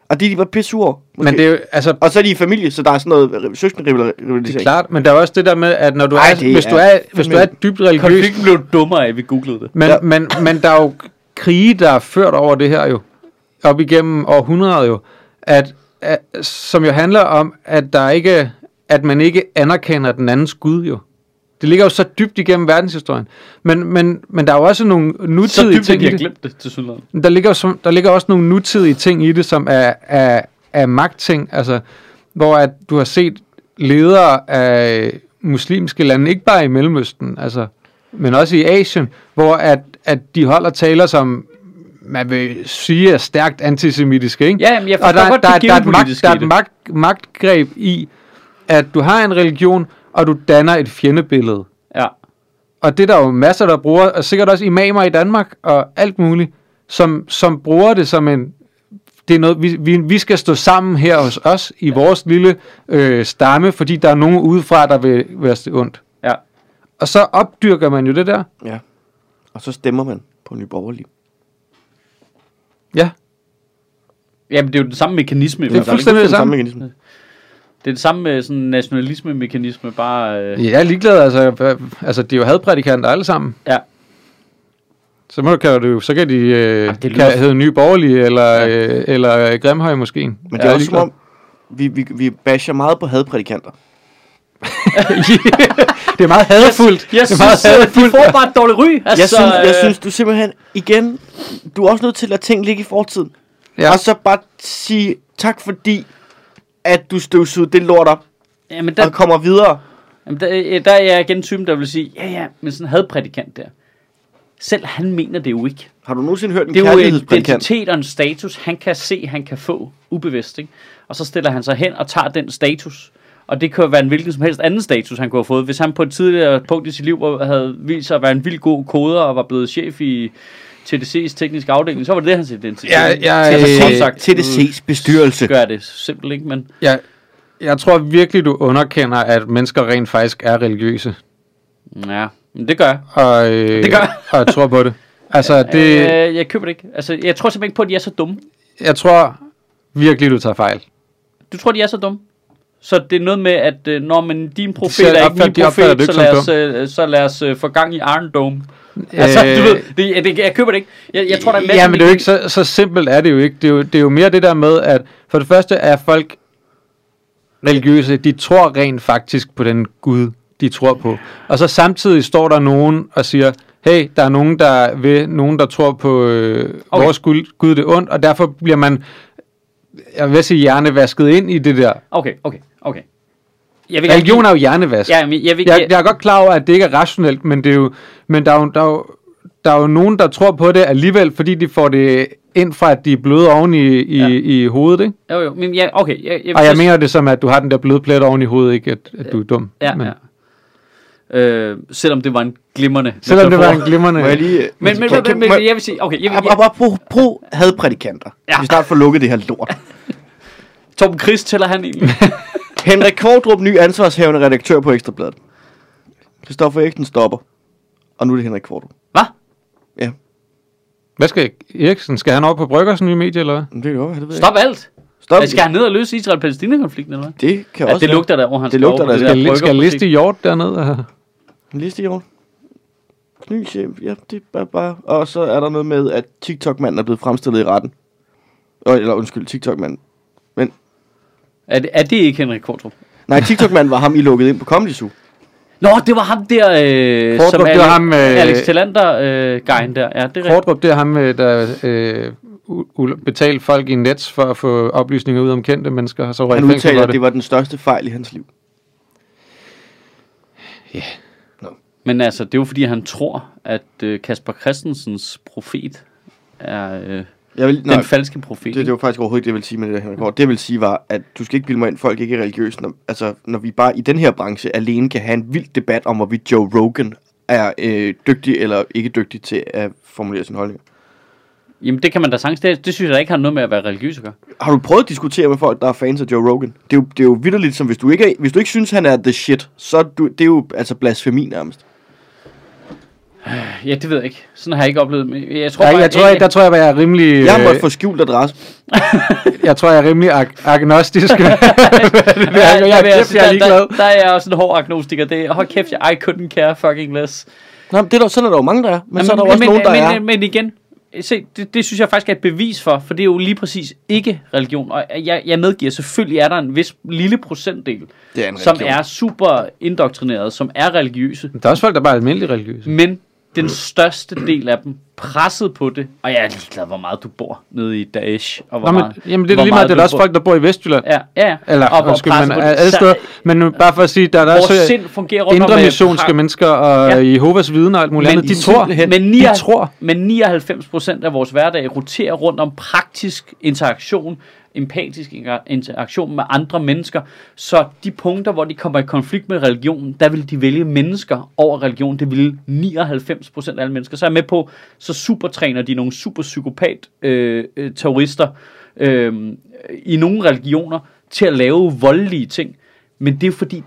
[SPEAKER 2] Og det, de var pissure.
[SPEAKER 3] Men det er jo... Altså,
[SPEAKER 2] Og så er de i familie, så der er sådan noget søskende rivalisering.
[SPEAKER 3] Det er klart, men der er også det der med, at når du
[SPEAKER 2] Ej,
[SPEAKER 3] Ej,
[SPEAKER 2] det
[SPEAKER 3] er, hvis, du
[SPEAKER 2] er
[SPEAKER 3] er, hvis du er dybt religiøs,
[SPEAKER 1] Konflikten blev dummere af, at vi googlede det.
[SPEAKER 3] men,
[SPEAKER 2] Ja.
[SPEAKER 3] ja. men, men der er jo krige, der er ført over det her jo, op igennem århundreder jo, at, at, som jo handler om, at, der ikke, at man ikke anerkender den andens Gud jo. Det ligger jo så dybt igennem verdenshistorien. Men, men, men der er jo også nogle nutidige
[SPEAKER 1] Så dybt, at
[SPEAKER 3] ting.
[SPEAKER 1] de
[SPEAKER 3] i
[SPEAKER 1] har
[SPEAKER 3] det.
[SPEAKER 1] glemt det til synligheden.
[SPEAKER 3] Men Der ligger, jo som, der ligger også nogle nutidige ting i det, som er, er, er magtting, altså, hvor at du har set ledere af muslimske lande, ikke bare i Mellemøsten, altså, men også i Asien, hvor at, at de holder taler, som man vil sige er stærkt antisemitiske, ikke?
[SPEAKER 1] Ja, men jeg
[SPEAKER 3] og
[SPEAKER 1] forstår
[SPEAKER 3] der,
[SPEAKER 1] godt,
[SPEAKER 3] der,
[SPEAKER 1] det
[SPEAKER 3] der, der er et, magt,
[SPEAKER 1] geopolitiske
[SPEAKER 3] der er
[SPEAKER 1] i det.
[SPEAKER 3] et magt, magtgreb i, at du har en religion, og du danner et fjendebillede.
[SPEAKER 1] Ja.
[SPEAKER 3] Og det er der jo masser, der bruger, og sikkert også imamer i Danmark og alt muligt, som, som bruger det som en... Det er noget, vi, vi, vi skal stå sammen her hos os i vores lille øh, stamme, fordi der er nogen udefra, der vil være os det ondt.
[SPEAKER 1] Ja.
[SPEAKER 3] Og så opdyrker man jo det der.
[SPEAKER 2] Ja. Og så stemmer man på Nye Borgerlige.
[SPEAKER 3] Ja,
[SPEAKER 1] Jamen, det er jo den samme mekanisme. i
[SPEAKER 3] Det er
[SPEAKER 1] hvert fald, ikke?
[SPEAKER 3] fuldstændig det
[SPEAKER 2] samme
[SPEAKER 3] samme.
[SPEAKER 2] mekanisme.
[SPEAKER 1] det er den samme øh, sådan, nationalisme-mekanisme, bare... Øh,
[SPEAKER 3] Jeg er ligeglad, altså, øh, altså de er jo hadprædikanter alle sammen.
[SPEAKER 1] Ja.
[SPEAKER 3] Så må, kan du, så kan de øh,
[SPEAKER 1] det
[SPEAKER 3] kan
[SPEAKER 1] lyder-
[SPEAKER 3] hedde Nye Borgerlige eller,
[SPEAKER 1] Ja.
[SPEAKER 3] øh, eller Grimhøj måske.
[SPEAKER 2] Men det er også som om, vi, vi, vi basher meget på hadprædikanter.
[SPEAKER 3] det er meget hadfuldt.
[SPEAKER 1] Jeg
[SPEAKER 3] det er
[SPEAKER 1] synes,
[SPEAKER 3] meget
[SPEAKER 1] øh, de
[SPEAKER 3] hadefuldt.
[SPEAKER 1] får bare et dårligt ry. Altså,
[SPEAKER 2] Jeg, synes, jeg
[SPEAKER 1] øh,
[SPEAKER 2] synes, du simpelthen, igen, du er også nødt til at lade ting ligge i fortiden. Ja.
[SPEAKER 3] Ja.
[SPEAKER 2] Og så bare sige tak fordi, at du støvsugede det lort op
[SPEAKER 1] Jamen,
[SPEAKER 2] der...
[SPEAKER 1] der,
[SPEAKER 2] og kommer videre.
[SPEAKER 1] Jamen, der, øh, der er jeg igen typen, der vil sige, ja ja, men sådan havde prædikant der. Selv han mener det jo ikke.
[SPEAKER 2] Har du nogensinde hørt en
[SPEAKER 1] Det er jo en
[SPEAKER 2] kærlighedsprædikant?
[SPEAKER 1] identitet og en status, han kan se, han kan få, ubevidst. Ikke? Og så stiller han sig hen og tager den status. Og det kan jo være en hvilken som helst anden status, han kunne have fået. Hvis han på et tidligere punkt i sit liv hvor havde vist sig at være en vild god koder og var blevet chef i TDC's tekniske afdeling, så var det det, hans identitet.
[SPEAKER 3] Ja,
[SPEAKER 1] ikke?
[SPEAKER 3] jeg-
[SPEAKER 1] Altså,
[SPEAKER 3] øh,
[SPEAKER 1] kort sagt,
[SPEAKER 2] TDC's bestyrelse.
[SPEAKER 1] nu Gør jeg det simpelthen ikke, men...
[SPEAKER 3] Jeg, jeg tror virkelig, du underkender, at mennesker rent faktisk er religiøse.
[SPEAKER 1] Ja, men det gør jeg.
[SPEAKER 3] Og, øh,
[SPEAKER 1] Det gør jeg.
[SPEAKER 3] og tror på det. Altså, det,
[SPEAKER 1] Det... Øh, jeg køber det ikke. Altså, jeg tror simpelthen ikke på, at de er så dumme.
[SPEAKER 3] jeg tror virkelig, du tager fejl.
[SPEAKER 1] Du tror, de er så dumme? Så det er noget med, at øh, når man, din profet
[SPEAKER 3] selv
[SPEAKER 1] er ikke
[SPEAKER 3] opfatter-
[SPEAKER 1] min
[SPEAKER 3] de opfatter
[SPEAKER 1] profet,
[SPEAKER 3] det
[SPEAKER 1] så
[SPEAKER 3] ikke
[SPEAKER 1] lad,
[SPEAKER 3] som Øh,
[SPEAKER 1] os, øh, så lad os øh, få gang i Iron Dome. Altså, du ved, det, det, jeg køber det ikke. Jeg, jeg tror, der er
[SPEAKER 3] ja, men det er jo
[SPEAKER 1] i-
[SPEAKER 3] ikke så, så simpelt er det jo ikke. Det er jo, det er jo mere det der med, at for det første er folk religiøse, de tror rent faktisk på den Gud, de tror på. Og så samtidig står der nogen og siger, hey, der er nogen, der vil, nogen, der tror på øh,
[SPEAKER 1] Okay.
[SPEAKER 3] okay. vores Gud, Gud det er ondt, og derfor bliver man, jeg vil sige, hjernevasket ind i det der.
[SPEAKER 1] Okay, okay, okay. Jeg vil gerne-
[SPEAKER 3] Religion er jo hjernevask.
[SPEAKER 1] Ja, men jeg vil
[SPEAKER 3] jeg, jeg er godt klar over, at det ikke er rationelt, men, det er jo, men der, er jo, der, er jo, der er jo nogen, der tror på det alligevel, fordi de får det ind fra, at de er bløde oven i, i,
[SPEAKER 1] Ja.
[SPEAKER 3] ja. i hovedet, ikke?
[SPEAKER 1] Jo, jo, men jeg, okay. Jeg, jeg,
[SPEAKER 3] Og jeg mener det som, at du har den der bløde plet oven i hovedet, ikke at, at du er dum.
[SPEAKER 1] Ja,
[SPEAKER 3] men,
[SPEAKER 1] ja. Øh, selvom det var en glimrende
[SPEAKER 3] Selvom det var
[SPEAKER 1] metafor.
[SPEAKER 3] en glimrende...
[SPEAKER 2] Må jeg lige...
[SPEAKER 1] Men, men,
[SPEAKER 2] kan-
[SPEAKER 1] men,
[SPEAKER 2] kan-
[SPEAKER 1] men,
[SPEAKER 2] må-
[SPEAKER 1] men, jeg vil sige, okay, jeg vil,
[SPEAKER 2] Ap-
[SPEAKER 1] jeg,
[SPEAKER 2] ap- Apropos pro hadprædikanter.
[SPEAKER 1] Ja.
[SPEAKER 2] Ja. Vi snart får lukket det her lort.
[SPEAKER 1] Torben Chris tæller han egentlig.
[SPEAKER 2] Henrik Kvartrup, ny ansvarshævende redaktør på Ekstrabladet. Christoffer Eriksen stopper. Og nu er det Henrik Kvartrup.
[SPEAKER 1] Hvad?
[SPEAKER 3] Hvad skal Eriksen? Skal han over på Bryggersen nye medie, eller hvad?
[SPEAKER 2] Men Det er jo, det ved jeg
[SPEAKER 1] Stop alt.
[SPEAKER 2] ikke. Stop.
[SPEAKER 1] Altså, skal han ned og løse Israel-Palæstina-konflikten, eller hvad?
[SPEAKER 2] Det kan
[SPEAKER 1] Ja,
[SPEAKER 2] også
[SPEAKER 1] det lugter der over hans
[SPEAKER 2] Det lugter
[SPEAKER 1] over på
[SPEAKER 2] der.
[SPEAKER 1] det
[SPEAKER 2] Ja,
[SPEAKER 3] Skal,
[SPEAKER 1] brygger-
[SPEAKER 3] skal liste i Hjort Altså, dernede? og-
[SPEAKER 2] En liste i år. Ny chef. Ja, det er bare, bare... Og så er der noget med, at TikTok-manden er blevet fremstillet i retten. Øh, Eller undskyld, TikTok-manden.
[SPEAKER 1] Er det, er det ikke Henrik Kortrup?
[SPEAKER 2] Nej, TikTok-manden var ham, I lukkede ind på Comedy Zoo.
[SPEAKER 1] Nå, det var ham der, øh,
[SPEAKER 3] Qvortrup, det var
[SPEAKER 1] Ale-
[SPEAKER 3] ham, øh,
[SPEAKER 1] Alex Talander-gejen der. Ja, det er rigtigt.
[SPEAKER 3] Kortrup, det er ham, øh, der øh, u- u- betalte folk i Nets for at få oplysninger ud om kendte mennesker, og så røg
[SPEAKER 2] Han
[SPEAKER 3] i fængsel
[SPEAKER 2] udtaler,
[SPEAKER 3] for
[SPEAKER 2] at det var den største fejl i hans liv.
[SPEAKER 1] Men altså, det er jo fordi, han tror, at øh, Kasper Christensens profet er øh,
[SPEAKER 2] Jeg vil, nej,
[SPEAKER 1] den falske profet.
[SPEAKER 2] det, det, var faktisk overhovedet ikke det, jeg ville sige med det der, Henrik Kvartrup. Det, jeg ville sige, var, at du skal ikke bilde mig ind, folk ikke er religiøse. Når, altså, når vi bare i den her branche alene kan have en vild debat om, hvorvidt Joe Rogan er øh, dygtig eller ikke dygtig til at formulere sin holdning.
[SPEAKER 1] Jamen, det kan man da sagtens. Det, det synes jeg da ikke har noget med at være religiøs at gøre.
[SPEAKER 2] Har du prøvet at diskutere med folk, der er fans af Joe Rogan? Det er jo, det er jo vidderligt, som hvis du, ikke er, hvis du ikke synes, han er the shit, så er du, det er jo altså blasfemi nærmest.
[SPEAKER 1] Ja, det ved jeg ikke. Sådan har jeg ikke oplevet. men Jeg tror,
[SPEAKER 3] Der,
[SPEAKER 1] bare,
[SPEAKER 3] jeg, tror, jeg, der tror jeg, at jeg er rimelig...
[SPEAKER 2] Jeg har
[SPEAKER 3] øh,
[SPEAKER 2] måttet få skjult adresse.
[SPEAKER 3] Jeg tror, jeg er rimelig ag- agnostisk. Hvad er det, jeg, jeg, jeg,
[SPEAKER 1] vil
[SPEAKER 3] jeg,
[SPEAKER 1] altså-
[SPEAKER 3] jeg er ligeglad.
[SPEAKER 1] Der, der, der er jeg også en hård agnostiker. Det er, hold kæft, jeg I couldn't care fucking less. Men,
[SPEAKER 2] Nå, men det er der, sådan er der jo mange, der er. Men, så er der jo
[SPEAKER 1] men,
[SPEAKER 2] også nogen, der
[SPEAKER 1] men,
[SPEAKER 2] er.
[SPEAKER 1] Men, men igen, se, det, det synes jeg faktisk er et bevis for, for det er jo lige præcis ikke religion. Og jeg, jeg medgiver, selvfølgelig er der en vis lille procentdel,
[SPEAKER 2] det er en
[SPEAKER 1] som
[SPEAKER 2] religion.
[SPEAKER 1] er super indoktrineret, som er religiøse.
[SPEAKER 3] Der er også folk, der bare er almindelig religiøse.
[SPEAKER 1] Men den største del af dem presset på det, og jeg er ligeglad, hvor meget du bor nede i Daesh, og hvor
[SPEAKER 3] Nå, men,
[SPEAKER 1] meget,
[SPEAKER 3] jamen, det er
[SPEAKER 1] hvor
[SPEAKER 3] lige meget, det er
[SPEAKER 1] du
[SPEAKER 3] der også
[SPEAKER 1] bor-
[SPEAKER 3] folk, der bor i Vestjylland.
[SPEAKER 1] Ja, ja, ja.
[SPEAKER 3] Eller,
[SPEAKER 1] og hvor
[SPEAKER 3] undskyld,
[SPEAKER 1] presset
[SPEAKER 3] men øh,
[SPEAKER 1] på det.
[SPEAKER 3] alle
[SPEAKER 1] Så-
[SPEAKER 3] steder. Men nu, bare for at sige, der, der er
[SPEAKER 1] Vores
[SPEAKER 3] også øh,
[SPEAKER 1] sind fungerer rundt om
[SPEAKER 3] indre
[SPEAKER 1] med
[SPEAKER 3] missionske
[SPEAKER 1] pra-
[SPEAKER 3] mennesker og
[SPEAKER 1] Ja.
[SPEAKER 3] ja. Jehovas vidner og alt muligt
[SPEAKER 1] Men
[SPEAKER 3] andet. De
[SPEAKER 1] i-
[SPEAKER 3] tror.
[SPEAKER 2] simpelthen-
[SPEAKER 1] Men,
[SPEAKER 3] De
[SPEAKER 1] 99,
[SPEAKER 3] tror.
[SPEAKER 1] men 99 procent af vores hverdag roterer rundt om praktisk interaktion, empatisk inter- interaktion med andre mennesker. Så de punkter, hvor de kommer i konflikt med religionen, der vil de vælge mennesker over religion. Det vil 99 procent af alle mennesker. Så er jeg med på, så supertræner de nogle super psykopat øh, øh, terrorister øh, i nogle religioner til at lave voldelige ting. Men det er jo fordi,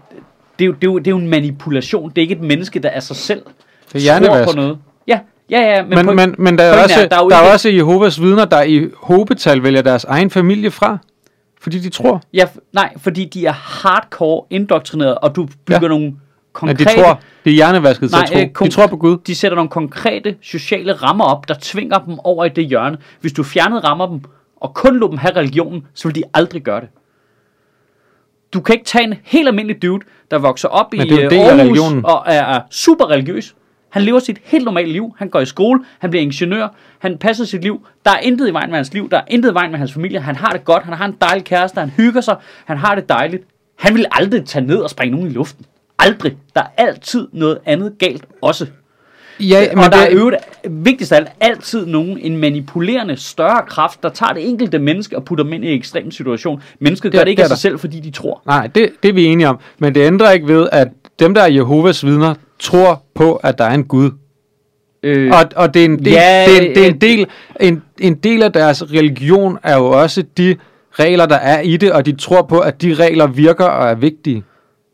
[SPEAKER 1] det er jo, det, er jo, det er jo en manipulation. Det er ikke et menneske, der af sig selv
[SPEAKER 3] er
[SPEAKER 1] tror på
[SPEAKER 3] hjernevask.
[SPEAKER 1] noget. Ja, ja, ja. Men,
[SPEAKER 3] Men,
[SPEAKER 1] på,
[SPEAKER 3] men, men, der er,
[SPEAKER 1] pointen
[SPEAKER 3] også,
[SPEAKER 1] er, der er jo
[SPEAKER 3] der
[SPEAKER 1] ikke-
[SPEAKER 3] er også Jehovas vidner, der i hobetal vælger deres egen familie fra. Fordi de tror.
[SPEAKER 1] Ja, f- nej, fordi de er hardcore indoktrineret, og du bygger ja.
[SPEAKER 3] Ja.
[SPEAKER 1] nogle
[SPEAKER 3] At
[SPEAKER 1] konkrete...
[SPEAKER 3] de tror. Det er hjernevasket til
[SPEAKER 1] Nej,
[SPEAKER 3] at
[SPEAKER 1] øh,
[SPEAKER 3] tro.
[SPEAKER 1] kon-
[SPEAKER 3] De tror på Gud.
[SPEAKER 1] De sætter nogle konkrete sociale rammer op, der tvinger dem over i det hjørne. Hvis du fjernede rammer dem, og kun lod dem have religionen, så ville de aldrig gøre det. Du kan ikke tage en helt almindelig dude, der vokser op
[SPEAKER 3] Men
[SPEAKER 1] i
[SPEAKER 3] det er jo
[SPEAKER 1] øh,
[SPEAKER 3] en del af
[SPEAKER 1] Aarhus
[SPEAKER 3] religionen.
[SPEAKER 1] og er, er super religiøs. Han lever sit helt normale liv. Han går i skole, han bliver ingeniør, han passer sit liv. Der er intet i vejen med hans liv, der er intet i vejen med hans familie. Han har det godt, han har en dejlig kæreste, han hygger sig, han har det dejligt. Han vil aldrig tage ned og springe nogen i luften. Aldrig. Der er altid noget andet galt også.
[SPEAKER 3] Ja,
[SPEAKER 1] Men og der er øvrigt, vigtigst af alt, altid nogen, en manipulerende større kraft, der tager det enkelte menneske og putter dem ind i en ekstrem situation. Mennesket gør
[SPEAKER 3] Ja,
[SPEAKER 1] det ikke
[SPEAKER 3] det
[SPEAKER 1] af
[SPEAKER 3] er
[SPEAKER 1] sig
[SPEAKER 3] der.
[SPEAKER 1] selv, fordi de tror.
[SPEAKER 3] Nej, det, det er vi enige om. Men det ændrer ikke ved, at dem, der er Jehovas vidner, tror på, at der er en Gud.
[SPEAKER 1] Øh,
[SPEAKER 3] Og, og det er en del,
[SPEAKER 1] Ja,
[SPEAKER 3] ja, det er en, det er
[SPEAKER 1] øh,
[SPEAKER 3] en, del en, en del af deres religion er jo også de regler, der er i det, og de tror på, at de regler virker og er vigtige.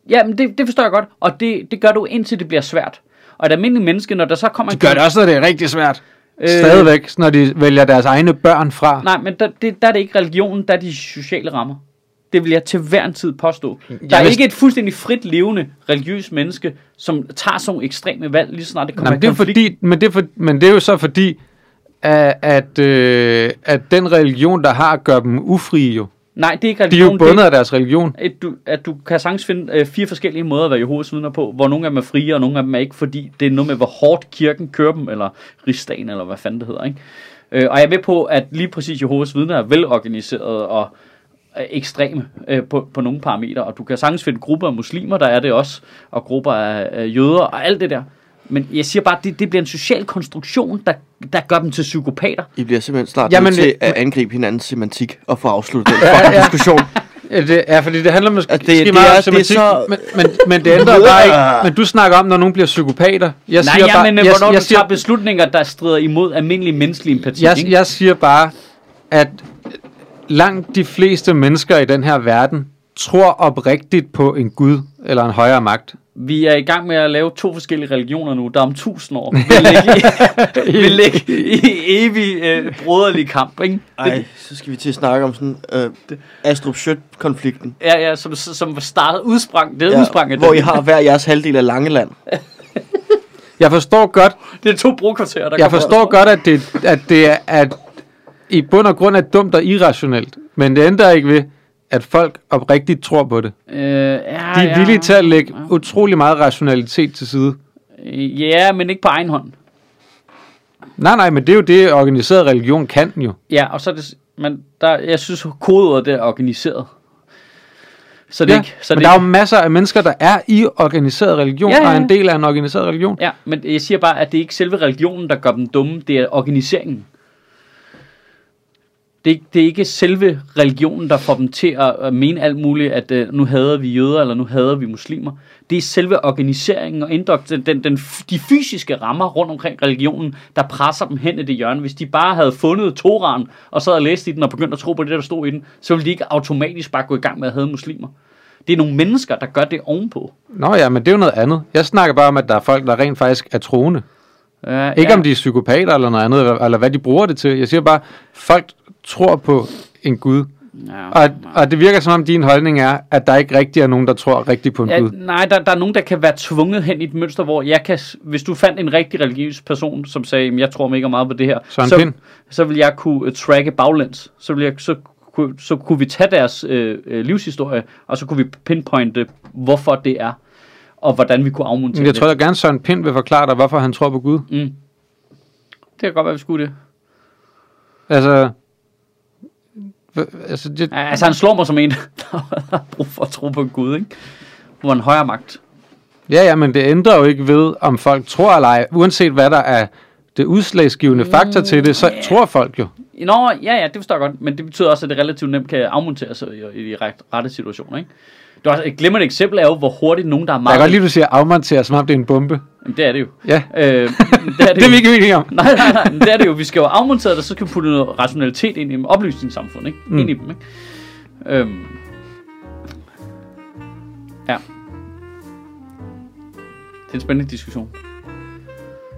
[SPEAKER 1] Ja, men det, det forstår jeg godt, og det, det gør du indtil det bliver svært. Og et almindeligt menneske, når der så kommer...
[SPEAKER 3] De gør det også, når det er rigtig svært. Øh, Stadigvæk, når de vælger deres egne børn fra.
[SPEAKER 1] Nej, men der, det, der er det ikke religionen, der er de sociale rammer. Det vil jeg til hver en tid påstå. Der
[SPEAKER 3] Jeg
[SPEAKER 1] er
[SPEAKER 3] vidste-
[SPEAKER 1] ikke et fuldstændig frit levende religiøs menneske, som tager sådan nogle ekstreme valg, lige så snart det kommer
[SPEAKER 3] Nej, men, det er
[SPEAKER 1] i konflikt.
[SPEAKER 3] fordi, men, det er for, men det er jo så fordi, at, at, øh, at den religion, der har, gør dem ufrie jo.
[SPEAKER 1] Nej, det er ikke
[SPEAKER 3] De er
[SPEAKER 1] religion.
[SPEAKER 3] jo bundet af deres religion.
[SPEAKER 1] at du, at du kan sagtens finde øh, fire forskellige måder at være Jehovas vidner på, hvor nogle af dem er frie, og nogle af dem er ikke, fordi det er noget med, hvor hårdt kirken kører dem, eller rigsdagen, eller hvad fanden det hedder. Ikke? Øh, og jeg er med på, at lige præcis Jehovas vidner er velorganiserede og øh, ekstreme øh, på, på nogle parametre, og du kan sagtens finde grupper af muslimer, der er det også, og grupper af øh, jøder og alt det der. Men jeg siger bare, at det, det bliver en social konstruktion, der, der gør dem til psykopater.
[SPEAKER 2] I bliver simpelthen snart
[SPEAKER 3] Jamen,
[SPEAKER 2] Jamen, øh, til
[SPEAKER 3] det-
[SPEAKER 2] at angribe hinandens semantik og få afsluttet den fucking diskussion.
[SPEAKER 3] Ja, det, ja fordi det handler måske
[SPEAKER 2] Altså, det-
[SPEAKER 3] måske
[SPEAKER 2] det
[SPEAKER 3] meget
[SPEAKER 2] er-
[SPEAKER 3] om
[SPEAKER 2] det er
[SPEAKER 3] semantik,
[SPEAKER 2] så-
[SPEAKER 3] men, men, men det ændrer bare ikke. Men du snakker om, når nogen bliver psykopater.
[SPEAKER 1] Nej,
[SPEAKER 3] Jeg siger
[SPEAKER 1] ja,
[SPEAKER 3] bare,
[SPEAKER 1] men øh,
[SPEAKER 3] jeg,
[SPEAKER 1] hvornår
[SPEAKER 3] jeg,
[SPEAKER 1] du
[SPEAKER 3] siger,
[SPEAKER 1] tager beslutninger, der strider imod almindelig menneskelig empati.
[SPEAKER 3] jeg,
[SPEAKER 1] ikke?
[SPEAKER 3] jeg siger bare, at langt de fleste mennesker i den her verden tror oprigtigt på en Gud eller en højere magt.
[SPEAKER 1] Vi er i gang med at lave to forskellige religioner nu, der om tusind år vil ligge i, vil ligge i evig øh, broderlig kamp. Ikke?
[SPEAKER 2] Ej, så skal vi til at snakke om sådan øh, astrup konflikten
[SPEAKER 1] Ja, ja, som, som startede udsprang. Det er ja, udsprang af
[SPEAKER 2] hvor
[SPEAKER 1] det.
[SPEAKER 2] I har hver jeres halvdel af Langeland.
[SPEAKER 3] Jeg forstår godt,
[SPEAKER 1] Det er to brokvarterer, der
[SPEAKER 3] jeg
[SPEAKER 1] kommer-
[SPEAKER 3] forstår godt at, det, at det er at i bund og grund er dumt og irrationelt. Men det ændrer ikke ved, at folk oprigtigt tror på det.
[SPEAKER 1] Øh, ja,
[SPEAKER 3] De er
[SPEAKER 1] ja.
[SPEAKER 3] villige til at lægge utrolig meget rationalitet til side.
[SPEAKER 1] Ja, men ikke på egen hånd.
[SPEAKER 3] Nej, nej, men det er jo det, organiseret religion kan jo.
[SPEAKER 1] Ja, og så er det... s- Men der, jeg synes, kodeordet der er organiseret. Så det
[SPEAKER 3] ja,
[SPEAKER 1] ikke... Så
[SPEAKER 3] men
[SPEAKER 1] det
[SPEAKER 3] der er
[SPEAKER 1] ikke,
[SPEAKER 3] jo masser af mennesker, der er i organiseret religion,
[SPEAKER 1] Ja,
[SPEAKER 3] ja,
[SPEAKER 1] ja,
[SPEAKER 3] ja. og er
[SPEAKER 1] ja.
[SPEAKER 3] en del af en organiseret religion.
[SPEAKER 1] Ja, men jeg siger bare, at det er ikke selve religionen, der gør dem dumme. Det er organiseringen. Det er, ikke- det er ikke selve religionen, der får dem til at, at mene alt muligt, at øh, nu hader vi jøder, eller nu hader vi muslimer. Det er selve organiseringen og indok- den, den, den, f- de fysiske rammer rundt omkring religionen, der presser dem hen i det hjørne. Hvis de bare havde fundet Toran, og sad og læst i den, og begyndt at tro på det, der stod i den, så ville de ikke automatisk bare gå i gang med at hade muslimer. Det er nogle mennesker, der gør det ovenpå.
[SPEAKER 3] Nå ja, men det er jo noget andet. Jeg snakker bare om, at der er folk, der rent faktisk er troende.
[SPEAKER 1] Ja,
[SPEAKER 3] Ikke om de er psykopater eller noget andet, eller- eller hvad de bruger det til. Jeg siger bare, folk tror på en Gud.
[SPEAKER 1] Ja,
[SPEAKER 3] Og, og det virker som om, din holdning er, at der ikke rigtig er nogen, der tror rigtigt på en
[SPEAKER 1] Ja,
[SPEAKER 3] Gud.
[SPEAKER 1] nej, der, der er nogen, der kan være tvunget hen i et mønster, hvor jeg kan, s- hvis du fandt en rigtig religiøs person, som sagde, "Jamen, jeg tror mega meget på det her,
[SPEAKER 3] Søren
[SPEAKER 1] så,
[SPEAKER 3] Pind.
[SPEAKER 1] så vil jeg kunne uh, tracke baglæns. Så, vil jeg, så, kunne- så kunne vi tage deres øh, øh, livshistorie, og så kunne vi pinpointe, hvorfor det er, og hvordan vi kunne afmontere
[SPEAKER 3] Men jeg
[SPEAKER 1] det.
[SPEAKER 3] tror da gerne, Søren Pind vil forklare dig, hvorfor han tror på Gud.
[SPEAKER 1] Det kan godt være, vi skulle det.
[SPEAKER 3] Altså, hva- altså det,
[SPEAKER 1] Ja, Altså, han slår mig som en, der har brug for at tro på Gud, ikke? Hvor en højere magt.
[SPEAKER 3] Ja, ja, men det ændrer jo ikke ved, om folk tror eller ej. Uanset hvad der er det udslagsgivende faktor til det, så tror folk jo.
[SPEAKER 1] Nå, ja, ja, det forstår jeg godt, men det betyder også, at det relativt nemt kan afmonteres i, i de ret- rette situationer, ikke? Det er også, et glimrende eksempel er jo, hvor hurtigt nogen, der er
[SPEAKER 3] Jeg kan
[SPEAKER 1] meget...
[SPEAKER 3] godt lide, at du siger afmontere, som om det er en bombe.
[SPEAKER 1] Jamen, det er det jo.
[SPEAKER 3] Ja,
[SPEAKER 1] Øh, det er det,
[SPEAKER 3] det, er
[SPEAKER 1] jo.
[SPEAKER 3] vi ikke enige om.
[SPEAKER 1] Nej, nej, nej, men det er det jo. Vi skal jo afmontere det, og så skal vi putte noget rationalitet ind i dem, oplysningssamfund, ikke? Mm. Ind i dem, ikke? Øhm. Ja. Det er en spændende diskussion.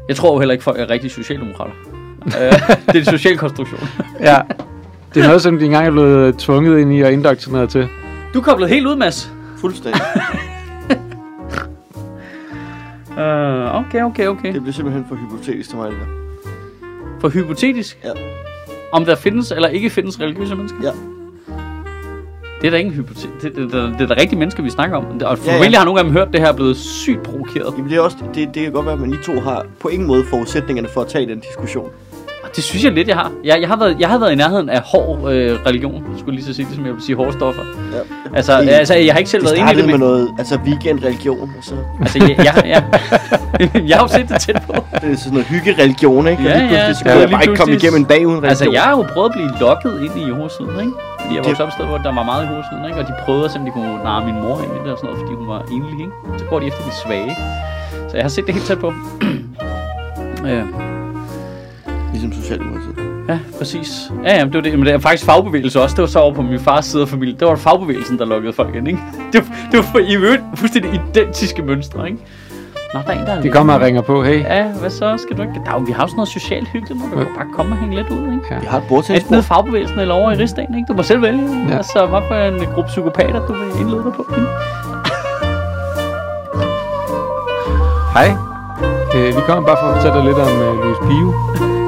[SPEAKER 1] Jeg tror jo heller ikke, folk er rigtig socialdemokrater. øh, det er en social konstruktion.
[SPEAKER 3] Ja. Det er noget, som de engang er blevet tvunget ind i og indoktrineret til.
[SPEAKER 1] Du er koblet helt ud, Mads.
[SPEAKER 2] Fuldstændig.
[SPEAKER 1] Øh, okay, okay, okay.
[SPEAKER 2] Det bliver simpelthen for hypotetisk til mig, det der.
[SPEAKER 1] For hypotetisk?
[SPEAKER 2] Ja.
[SPEAKER 1] Om der findes eller ikke findes religiøse mennesker?
[SPEAKER 2] Ja.
[SPEAKER 1] Det er da ingen hypotet. Det, det, det, det er da rigtige mennesker, vi snakker om. Og
[SPEAKER 2] ja.
[SPEAKER 1] formentlig ja, ja. har nogle af dem hørt det her og blevet sygt provokeret.
[SPEAKER 2] Jamen, det, er også, det, det kan godt være, at man I to har på ingen måde forudsætningerne for at tage den diskussion.
[SPEAKER 1] Og Ah, det synes jeg lidt, jeg har. Jeg, jeg, har, været, jeg har været i nærheden af hård øh, religion, skulle lige så sige det, som jeg vil sige, hårde stoffer.
[SPEAKER 2] Ja.
[SPEAKER 1] Altså,
[SPEAKER 2] Det-
[SPEAKER 1] altså jeg har ikke selv
[SPEAKER 2] Det
[SPEAKER 1] været inde i det,
[SPEAKER 2] startede med
[SPEAKER 1] men
[SPEAKER 2] noget, altså weekendreligion, og så
[SPEAKER 1] altså, jeg, jeg, jeg, jeg har jo set det tæt på.
[SPEAKER 2] det er sådan noget hyggereligion, ikke?
[SPEAKER 1] Ja,
[SPEAKER 2] og lige
[SPEAKER 1] ja,
[SPEAKER 2] pludselig, så
[SPEAKER 1] det
[SPEAKER 2] kunne
[SPEAKER 1] er
[SPEAKER 2] jeg
[SPEAKER 1] lige
[SPEAKER 2] bare ikke komme
[SPEAKER 1] pludselig-
[SPEAKER 2] igennem en dag uden religion.
[SPEAKER 1] Altså, jeg har jo prøvet at blive lokket ind i jordsyden, ikke? Fordi jeg
[SPEAKER 2] Det-
[SPEAKER 1] voksede op et sted, hvor der var meget i jordsyden, ikke? Og de prøvede at se, om de kunne narre min mor ind i det og sådan noget, fordi hun var enlig, ikke? Så går de efter de svage, ikke? Så jeg har set det helt tæt på. ja,
[SPEAKER 2] Ligesom Socialdemokratiet.
[SPEAKER 1] ja, præcis. Ja, ja, men det var det. Men det er faktisk fagbevægelse også. Det var så over på min fars side af familien. Det var fagbevægelsen, der lukkede folk ind, ikke? Det var, det var for, i øvrigt fuldstændig identiske mønstre, ikke? Nå, der er en, der er
[SPEAKER 3] De
[SPEAKER 1] alene.
[SPEAKER 3] kommer og ringer på, hey.
[SPEAKER 1] Ja, hvad så? Skal du ikke? Der, er jo- vi har jo sådan noget socialt hyggeligt, hvor du kan bare komme og hænge lidt ud, ikke?
[SPEAKER 3] Ja.
[SPEAKER 2] Vi har
[SPEAKER 1] Er
[SPEAKER 2] et
[SPEAKER 1] det nede i
[SPEAKER 2] bordtennisbord.
[SPEAKER 1] fagbevægelsen eller over i rigsdagen, ikke? Du må selv vælge, ja.
[SPEAKER 3] Ja.
[SPEAKER 1] altså, hvad for en gruppe psykopater, du vil indlede dig på. Ikke?
[SPEAKER 3] Hej. Øh, vi kommer bare for at fortælle dig lidt om øh, Louis Pio.